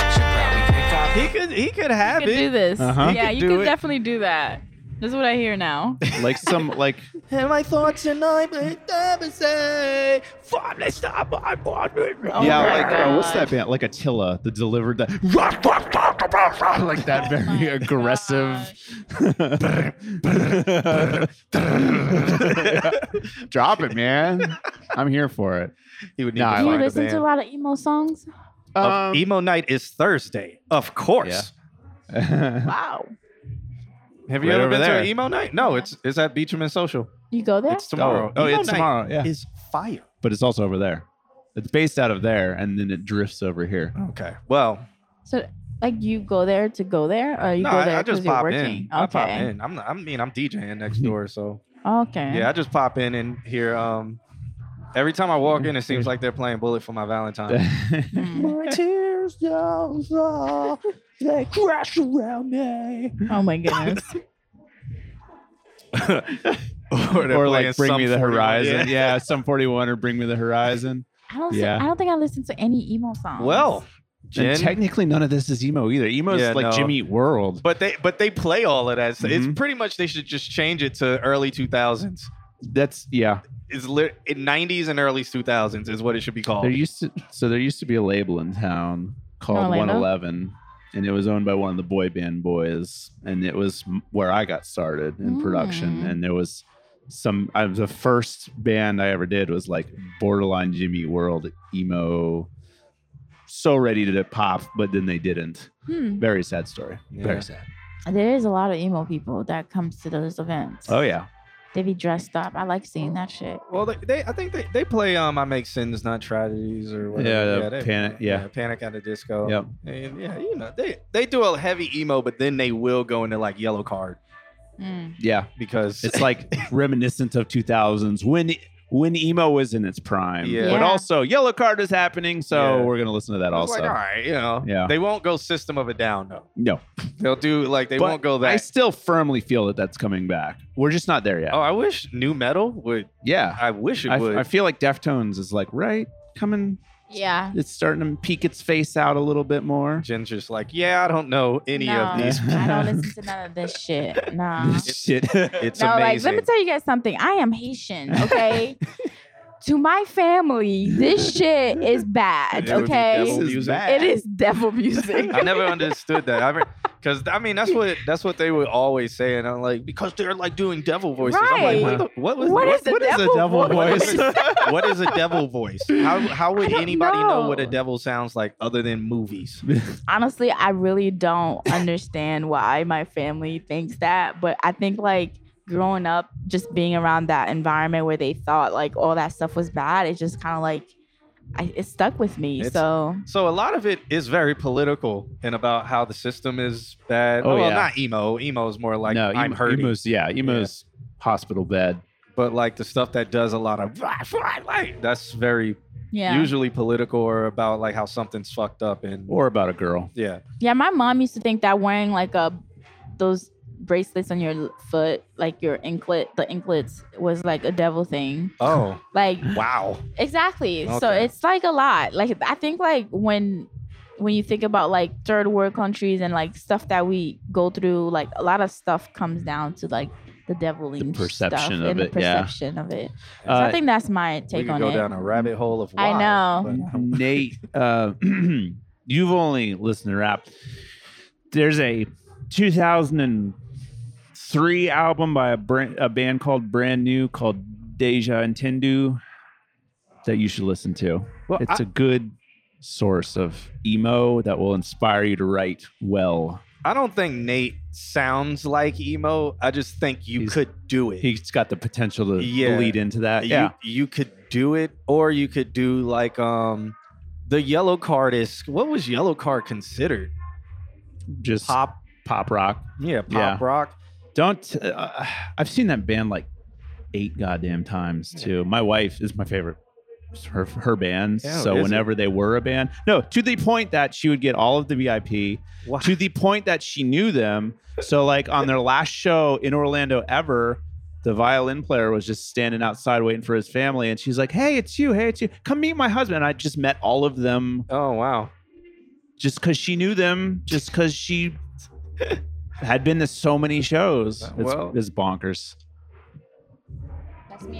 Speaker 3: He could he could have
Speaker 25: You
Speaker 3: it.
Speaker 25: can do this.
Speaker 2: Uh-huh.
Speaker 25: Yeah,
Speaker 2: You
Speaker 25: you
Speaker 2: could
Speaker 25: can,
Speaker 2: do it.
Speaker 25: definitely do that. That's what I hear now.
Speaker 2: like some like
Speaker 12: And my thoughts and I never say. Finally stop my wandering.
Speaker 3: Oh
Speaker 2: yeah like uh, what's that band like Attila the delivered that
Speaker 3: Oh
Speaker 2: like that very aggressive drop it man I'm here for it Um,
Speaker 3: he would
Speaker 2: need nah,
Speaker 4: Do you listen to a lot of emo songs?
Speaker 3: Of- Oh, E- emo night is Thursday, of course.
Speaker 4: wow.
Speaker 3: Have you
Speaker 2: Right
Speaker 3: ever
Speaker 2: over
Speaker 3: been
Speaker 2: there.
Speaker 3: to an emo night? No, it's it's at Beecham and Social.
Speaker 4: You go there?
Speaker 3: It's tomorrow.
Speaker 2: oh,
Speaker 3: Emo
Speaker 2: it's
Speaker 3: night
Speaker 2: tomorrow, yeah.
Speaker 3: Is fire.
Speaker 2: but it's also over there it's based out of there and then it drifts over here
Speaker 3: okay Well,
Speaker 4: So like you go there to go there or you
Speaker 3: no,
Speaker 4: go
Speaker 3: I-
Speaker 4: there
Speaker 3: I, just
Speaker 4: because you're
Speaker 3: pop
Speaker 4: working?
Speaker 3: in.
Speaker 4: Mm-hmm.
Speaker 3: I pop in. I'm I mean I'm DJing next door, so
Speaker 4: Okay.
Speaker 3: yeah, I just pop in and hear um Every time I walk in, it seems like they're playing Bullet for my Valentine.
Speaker 4: Mm.
Speaker 6: My tears don't fall. They crash around me.
Speaker 4: Oh my goodness.
Speaker 2: or,
Speaker 3: they're playing
Speaker 2: like bring
Speaker 3: Sum
Speaker 2: me the
Speaker 3: 41,
Speaker 2: horizon.
Speaker 3: yeah.
Speaker 2: Yeah. some 41 or bring me the horizon.
Speaker 4: I don't.
Speaker 2: Yeah.
Speaker 4: I don't think I listen to any emo songs.
Speaker 3: Well, Jen,
Speaker 2: And technically none of this is emo either. Emo is
Speaker 3: Yeah,
Speaker 2: like
Speaker 3: no.
Speaker 2: Jimmy Eat World. Mm-hmm.
Speaker 3: but they but they play all of that. So It's pretty much they should just change it to early two thousands.
Speaker 2: That's yeah.
Speaker 3: It's lit nineties and early two thousands is what it should be called.
Speaker 2: There used to so there used to be a label in town called
Speaker 3: Orlando?
Speaker 2: 111 and it was owned by one of the boy band boys and it was m- where I got started in production and there was some I was the first band I ever did was like borderline Jimmy World emo so ready to pop but then they didn't.
Speaker 4: Hmm.
Speaker 2: Very sad story.
Speaker 4: Yeah.
Speaker 2: Very sad.
Speaker 4: there is a lot of emo people that comes to those events.
Speaker 2: Oh yeah.
Speaker 4: They be dressed up. I like seeing that shit.
Speaker 3: Well, they, they I think they, they play um I make sins not tragedies or whatever.
Speaker 2: Yeah, the
Speaker 3: they-
Speaker 2: Panic- yeah.
Speaker 3: panic at the disco.
Speaker 2: Yep.
Speaker 3: And, yeah, you know they they do a heavy emo, but then they will go into like yellow card.
Speaker 2: Yeah,
Speaker 3: because
Speaker 2: it's like reminiscent of 2000s when e, when emo was in its prime.
Speaker 3: Yeah.
Speaker 2: But
Speaker 3: Yeah.
Speaker 2: also yellow card is happening, so
Speaker 3: Yeah.
Speaker 2: we're gonna listen to that
Speaker 3: It's
Speaker 2: also.
Speaker 3: like, all right, you know.
Speaker 2: Yeah.
Speaker 3: They won't go System of a Down though.
Speaker 2: No,
Speaker 3: They'll do like they
Speaker 2: But
Speaker 3: won't go that.
Speaker 2: I still firmly feel that that's coming back. We're just not there yet.
Speaker 3: oh, I wish new metal would.
Speaker 2: yeah,
Speaker 3: I wish it
Speaker 2: I,
Speaker 3: would.
Speaker 2: I feel like Deftones is like right coming.
Speaker 4: Yeah.
Speaker 2: It's starting to peek its face out a little bit more.
Speaker 3: Jen's just like, yeah, I don't know any of
Speaker 4: No,
Speaker 3: these.
Speaker 4: I don't listen to none of this shit. Nah.
Speaker 2: shit.
Speaker 3: It's
Speaker 4: no, like
Speaker 3: amazing.
Speaker 4: let me tell you guys something. I am Haitian, okay? to my family, this shit is bad,
Speaker 3: It would be
Speaker 4: okay?
Speaker 3: devil This is music. bad.
Speaker 4: It is devil music.
Speaker 3: I never understood that. I because I mean that's what that's what they would always say, and I'm like because they're like doing devil voices. I'm like, what,
Speaker 4: Right.
Speaker 3: the, what was
Speaker 4: What is a devil voice?
Speaker 3: what is a devil voice? How how would anybody know. what a devil sounds like other than movies?
Speaker 4: Honestly, I really don't understand why my family thinks that, but I think like growing up, just being around that environment where they thought like all that stuff was bad, it just kind of like I, it stuck with me.
Speaker 3: It's-
Speaker 4: so
Speaker 3: So a lot of it is very political and about how the system is bad.
Speaker 2: Oh,
Speaker 3: well,
Speaker 2: yeah.
Speaker 3: not emo. Emo is more like
Speaker 2: no,
Speaker 3: I'm
Speaker 2: emo-
Speaker 3: hurting.
Speaker 2: Emo's, yeah, emo's hospital bed.
Speaker 3: But like the stuff that does a lot of that's very
Speaker 4: Yeah.
Speaker 3: usually political or about like how something's fucked up and
Speaker 2: or about a girl.
Speaker 3: Yeah.
Speaker 4: Yeah, my mom used to think that wearing like a those bracelets on your l- foot, like your anklet, the anklets was like a devil thing.
Speaker 3: Oh.
Speaker 4: Like
Speaker 3: Wow.
Speaker 4: exactly. So
Speaker 3: Okay.
Speaker 4: it's like a lot. Like I think like when when you think about like third world countries and like stuff that we go through, like a lot of stuff comes down to like the deviling stuff
Speaker 2: perception of
Speaker 4: and the
Speaker 2: it, yeah.
Speaker 4: perception of it. So
Speaker 2: Uh,
Speaker 4: I think that's my
Speaker 3: We
Speaker 4: take
Speaker 3: could
Speaker 4: on
Speaker 3: go
Speaker 4: it.
Speaker 3: down a rabbit hole of
Speaker 4: I
Speaker 3: why,
Speaker 4: know.
Speaker 3: but-
Speaker 2: Nate, uh, you've only listened to rap. There's a 2003 album by a, brand, a band called Brand New called Deja Intendu that you should listen to.
Speaker 3: Well,
Speaker 2: it's
Speaker 3: I-
Speaker 2: a good source of emo that will inspire you to write well.
Speaker 3: I don't think Nate sounds like emo. I just think you could do it.
Speaker 2: He's got the potential to
Speaker 3: Yeah.
Speaker 2: lead into that. Yeah.
Speaker 3: You, you could do it, or you could do like um the yellow card is what was yellow card considered?
Speaker 2: Just
Speaker 3: pop
Speaker 2: pop rock.
Speaker 3: Yeah, pop
Speaker 2: Yeah.
Speaker 3: rock.
Speaker 2: Don't. Uh, I've seen that band like eight goddamn times too. My wife is my favorite. Her her bands.
Speaker 3: Oh,
Speaker 5: Yeah,
Speaker 2: so
Speaker 5: is it?
Speaker 2: whenever they were a band, no, to the point that she would get all of the VIP. To the point that she knew them. So like on their last show in Orlando ever. The violin player was just standing outside waiting for his family, and she's like, "Hey, it's you! Hey, it's you! Come meet my husband." And I just met all of them.
Speaker 3: Oh wow!
Speaker 2: Just because she knew them, just because she had been to so many shows. It's,
Speaker 3: Well-
Speaker 2: it's bonkers.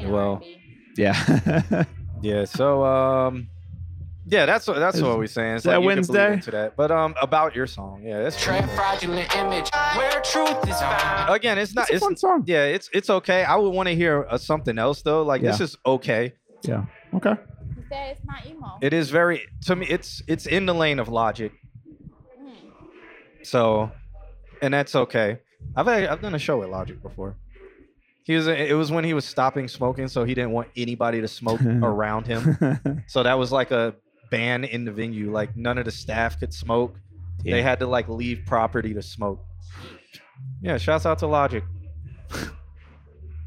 Speaker 3: Well,
Speaker 2: Yeah.
Speaker 3: yeah. So um, yeah, that's what that's
Speaker 2: Is
Speaker 3: what we're saying. It's
Speaker 2: that
Speaker 3: like you could bleed
Speaker 2: Wednesday?
Speaker 3: into that, but um, about your song, yeah, that's true.
Speaker 26: fraudulent image where truth is found.
Speaker 3: Again, it's not. It's,
Speaker 2: song.
Speaker 3: Yeah, it's it's okay. I would want to hear uh, something else though. Like this
Speaker 2: Yeah.
Speaker 3: is okay.
Speaker 2: Yeah. Okay.
Speaker 27: He said it's not emo.
Speaker 3: It is very to me. It's it's in the lane of logic. So, and that's okay. I've had, I've done a show with Logic before. He was it was when he was stopping smoking, so he didn't want anybody to smoke around him. So that was like a ban in the venue. Like none of the staff could smoke. They
Speaker 2: Damn.
Speaker 3: had to like leave property to smoke. Yeah, shouts out to Logic.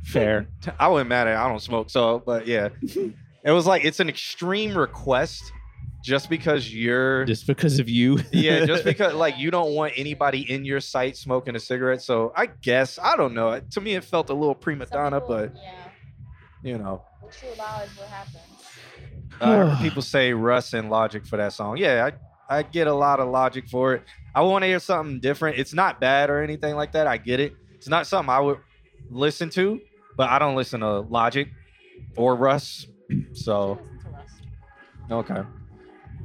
Speaker 2: Fair.
Speaker 3: I wasn't mad at. I don't smoke, so but yeah. It was like it's an extreme request just because you're
Speaker 2: just because of you.
Speaker 3: yeah, just because like you don't want anybody in your sight smoking a cigarette. So I guess I don't know. It- To me, it felt a little prima donna, but you know,
Speaker 6: What you allow is what happens.
Speaker 3: I heard people say Russ and Logic for that song. Yeah, I, I get a lot of Logic for it. I want to hear something different. It's not bad or anything like that. I get it. It's not something I would listen to, but I don't listen to Logic or Russ. So, okay.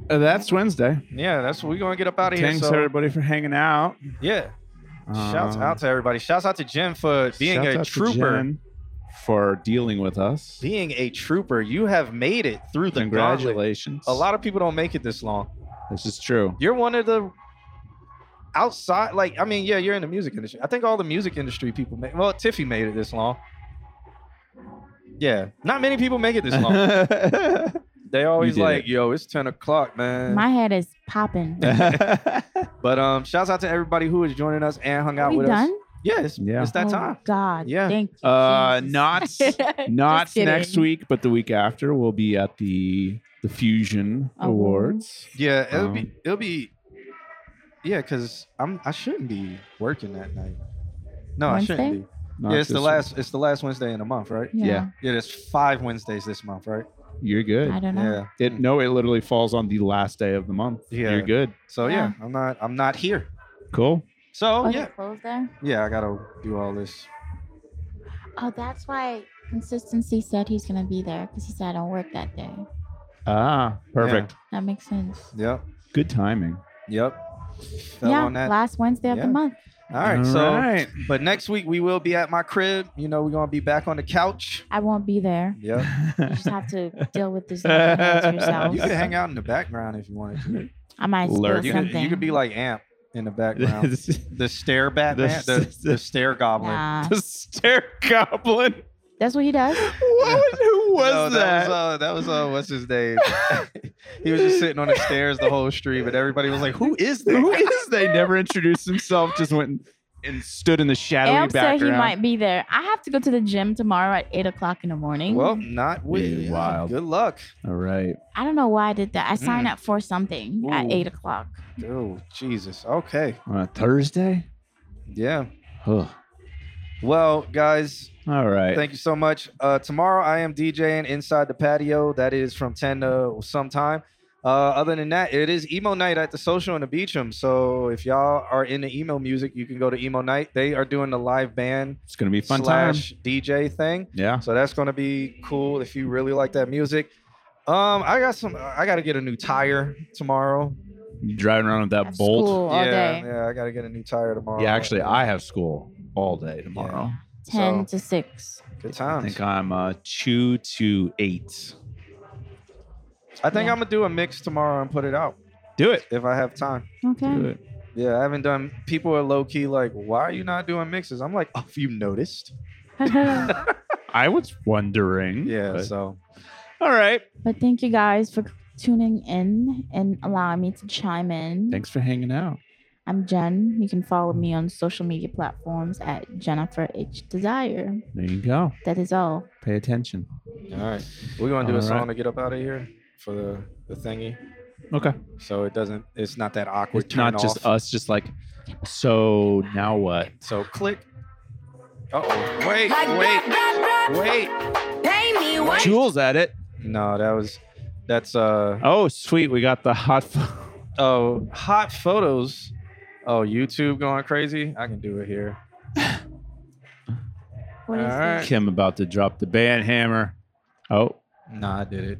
Speaker 2: Uh, that's Wednesday.
Speaker 3: Yeah, that's what we're going to get up out of here.
Speaker 2: Thanks
Speaker 3: so-
Speaker 2: everybody for hanging out.
Speaker 3: Yeah. Shouts
Speaker 2: Um,
Speaker 3: out to everybody. Shouts out to Jim for being
Speaker 2: Shout
Speaker 3: a
Speaker 2: out to
Speaker 3: trooper.
Speaker 2: Jen for dealing with us.
Speaker 3: Being a trooper. You have made it through the gauntlet.
Speaker 2: Congratulations.
Speaker 3: A lot of people don't make it this long.
Speaker 2: This is true.
Speaker 3: You're one of the outside, like, I mean, yeah, you're in the music industry. I think all the music industry people make, well, Tiffy made it this long. Yeah. Not many people make it this long. they always
Speaker 2: did
Speaker 3: like, yo, it's 10 o'clock, man.
Speaker 4: My head is popping.
Speaker 3: but um, shouts out to everybody who is joining us and hung out
Speaker 4: we
Speaker 3: with us.
Speaker 4: done?
Speaker 3: Yeah, it's,
Speaker 2: Yeah.
Speaker 3: it's that
Speaker 4: Oh,
Speaker 3: time.
Speaker 4: God.
Speaker 3: Yeah.
Speaker 4: Thank you.
Speaker 2: Uh, not not
Speaker 4: kidding.
Speaker 2: next week, but the week after we'll be at the the Fusion
Speaker 3: Oh.
Speaker 2: Awards.
Speaker 3: Yeah, it'll
Speaker 2: Um,
Speaker 3: be it'll be yeah, because I'm I shouldn't be working that night. No, I
Speaker 4: Wednesday?
Speaker 3: shouldn't be.
Speaker 2: Not
Speaker 3: yeah, it's the
Speaker 2: this
Speaker 3: last it's the last Wednesday in the month, right?
Speaker 4: Yeah.
Speaker 2: Yeah.
Speaker 3: Yeah, there's five Wednesdays this month, right?
Speaker 2: You're good.
Speaker 4: I don't know.
Speaker 2: It no, it literally falls on the last day of the month.
Speaker 3: Yeah.
Speaker 2: You're good.
Speaker 3: So yeah, I'm not I'm not here.
Speaker 2: Cool.
Speaker 3: So
Speaker 4: Oh,
Speaker 3: yeah.
Speaker 4: yeah. Close there?
Speaker 3: Yeah, I gotta do all this.
Speaker 4: Oh, that's why Consistency said he's going to be there because he said I don't work that day.
Speaker 2: Ah, perfect.
Speaker 4: That makes sense.
Speaker 3: Yep.
Speaker 2: Good timing.
Speaker 3: Yep. Fell
Speaker 4: yeah.
Speaker 3: on that.
Speaker 4: Last Wednesday of
Speaker 3: Yeah.
Speaker 4: the month.
Speaker 3: all right,
Speaker 2: All
Speaker 3: so
Speaker 2: right.
Speaker 3: but next week we will be at my crib. You know, we're gonna be back on the couch.
Speaker 4: I won't be there.
Speaker 3: Yep.
Speaker 4: You just have to deal with this yourself.
Speaker 3: You can hang out in the background if you wanted to.
Speaker 4: I might spill
Speaker 3: You could,
Speaker 4: something.
Speaker 3: you could be like Amp in the background. the stare Batman, the,
Speaker 2: The-
Speaker 3: the, stare goblin.
Speaker 4: Nah.
Speaker 2: The stair goblin.
Speaker 4: That's what he does.
Speaker 2: What? Who was
Speaker 3: No,
Speaker 2: that?
Speaker 3: That was, uh, that was uh, what's his name? he was just sitting on the stairs the whole street, but everybody was like, "Who is that?"
Speaker 2: Who is they? Never introduced himself. Just went and- and stood in the shadowy
Speaker 4: Am said
Speaker 2: background.
Speaker 4: he might be there. I have to go to the gym tomorrow at eight o'clock in the morning.
Speaker 3: Well, not with.
Speaker 2: Yeah, wild.
Speaker 3: Good luck.
Speaker 2: All right.
Speaker 4: I don't know why I did that. I signed
Speaker 3: Mm.
Speaker 4: up for something at
Speaker 3: Ooh.
Speaker 4: eight o'clock.
Speaker 3: Oh Jesus. Okay.
Speaker 2: On a Thursday.
Speaker 3: Yeah.
Speaker 2: Ugh.
Speaker 3: Well, guys,
Speaker 2: All right.
Speaker 3: Thank you so much. Uh, tomorrow I am DJing inside the patio. That is from 10 to sometime. Uh, other than that, it is emo night at the social in the Beecham. So if y'all are into emo music, you can go to emo night. They are doing the live band
Speaker 2: it's gonna be a fun
Speaker 3: slash
Speaker 2: time.
Speaker 3: DJ thing.
Speaker 2: Yeah.
Speaker 3: So that's gonna be cool if you really like that music. Um, I got some. I gotta get a new tire tomorrow.
Speaker 2: You driving around with that bolt.
Speaker 4: School all
Speaker 3: yeah,
Speaker 4: day.
Speaker 3: yeah. I gotta get a new tire tomorrow.
Speaker 2: Yeah, actually, I have school all day tomorrow.
Speaker 4: Ten to six.
Speaker 3: Good
Speaker 2: I
Speaker 3: times.
Speaker 2: think I'm uh, two to eight.
Speaker 3: I think
Speaker 4: Yeah.
Speaker 3: I'm gonna do a mix tomorrow and put it out
Speaker 2: Do it.
Speaker 3: if I have time.
Speaker 4: Okay.
Speaker 2: Do it.
Speaker 3: Yeah, I haven't done. People are low key like, why are you not doing mixes? I'm like, oh, you noticed.
Speaker 4: but
Speaker 2: I was wondering.
Speaker 3: Yeah,
Speaker 2: but-
Speaker 3: so
Speaker 2: All right.
Speaker 4: thank you guys for tuning in and allowing me to chime in.
Speaker 2: Thanks for hanging out.
Speaker 4: I'm Jen. You can follow me on social media platforms at Jennifer H Desire.
Speaker 2: There you go.
Speaker 4: That is all.
Speaker 2: Pay attention.
Speaker 3: all right, we're gonna do a
Speaker 2: All
Speaker 3: song
Speaker 2: right.
Speaker 3: to get up out of here for the the thingy,
Speaker 2: Okay.
Speaker 3: so it doesn't. It's not that awkward.
Speaker 2: It's not
Speaker 3: turn
Speaker 2: just
Speaker 3: off.
Speaker 2: us, just like, so now what?
Speaker 3: So click. Uh oh, wait, wait, wait.
Speaker 28: Pay me what?
Speaker 2: uh, Jules at it.
Speaker 3: No, that was. That's uh
Speaker 2: Oh, sweet. We got the hot. F-
Speaker 3: oh hot photos. Oh, YouTube going crazy. I can do it here.
Speaker 4: What is
Speaker 3: All right.
Speaker 2: Kim about to drop the band hammer. Oh,
Speaker 3: Nah, I did it.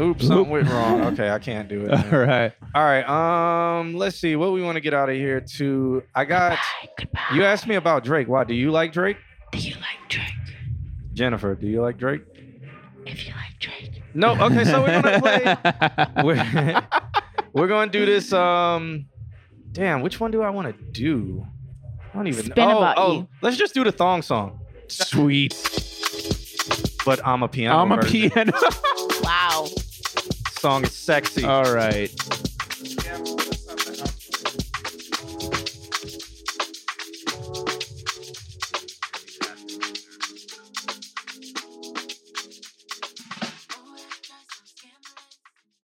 Speaker 3: Oops, something went wrong. Okay, I can't do it.
Speaker 2: all
Speaker 3: man.
Speaker 2: right.
Speaker 3: All right. Um, let's see what we want to get out of here. To I got you asked me about Drake. Why do you like Drake?
Speaker 4: Do you like Drake?
Speaker 3: Jennifer, do you like Drake?
Speaker 4: If you like Drake.
Speaker 3: No. Okay, so we're gonna play. We're, we're gonna do this. Um, damn, which one do I want to do? I don't even.
Speaker 4: Spin
Speaker 3: know.
Speaker 4: about
Speaker 3: oh,
Speaker 4: you.
Speaker 3: let's just do the thong song.
Speaker 2: Sweet.
Speaker 3: But I'm a piano.
Speaker 2: I'm a
Speaker 3: version.
Speaker 2: piano.
Speaker 4: Wow.
Speaker 3: Song is sexy.
Speaker 2: all right.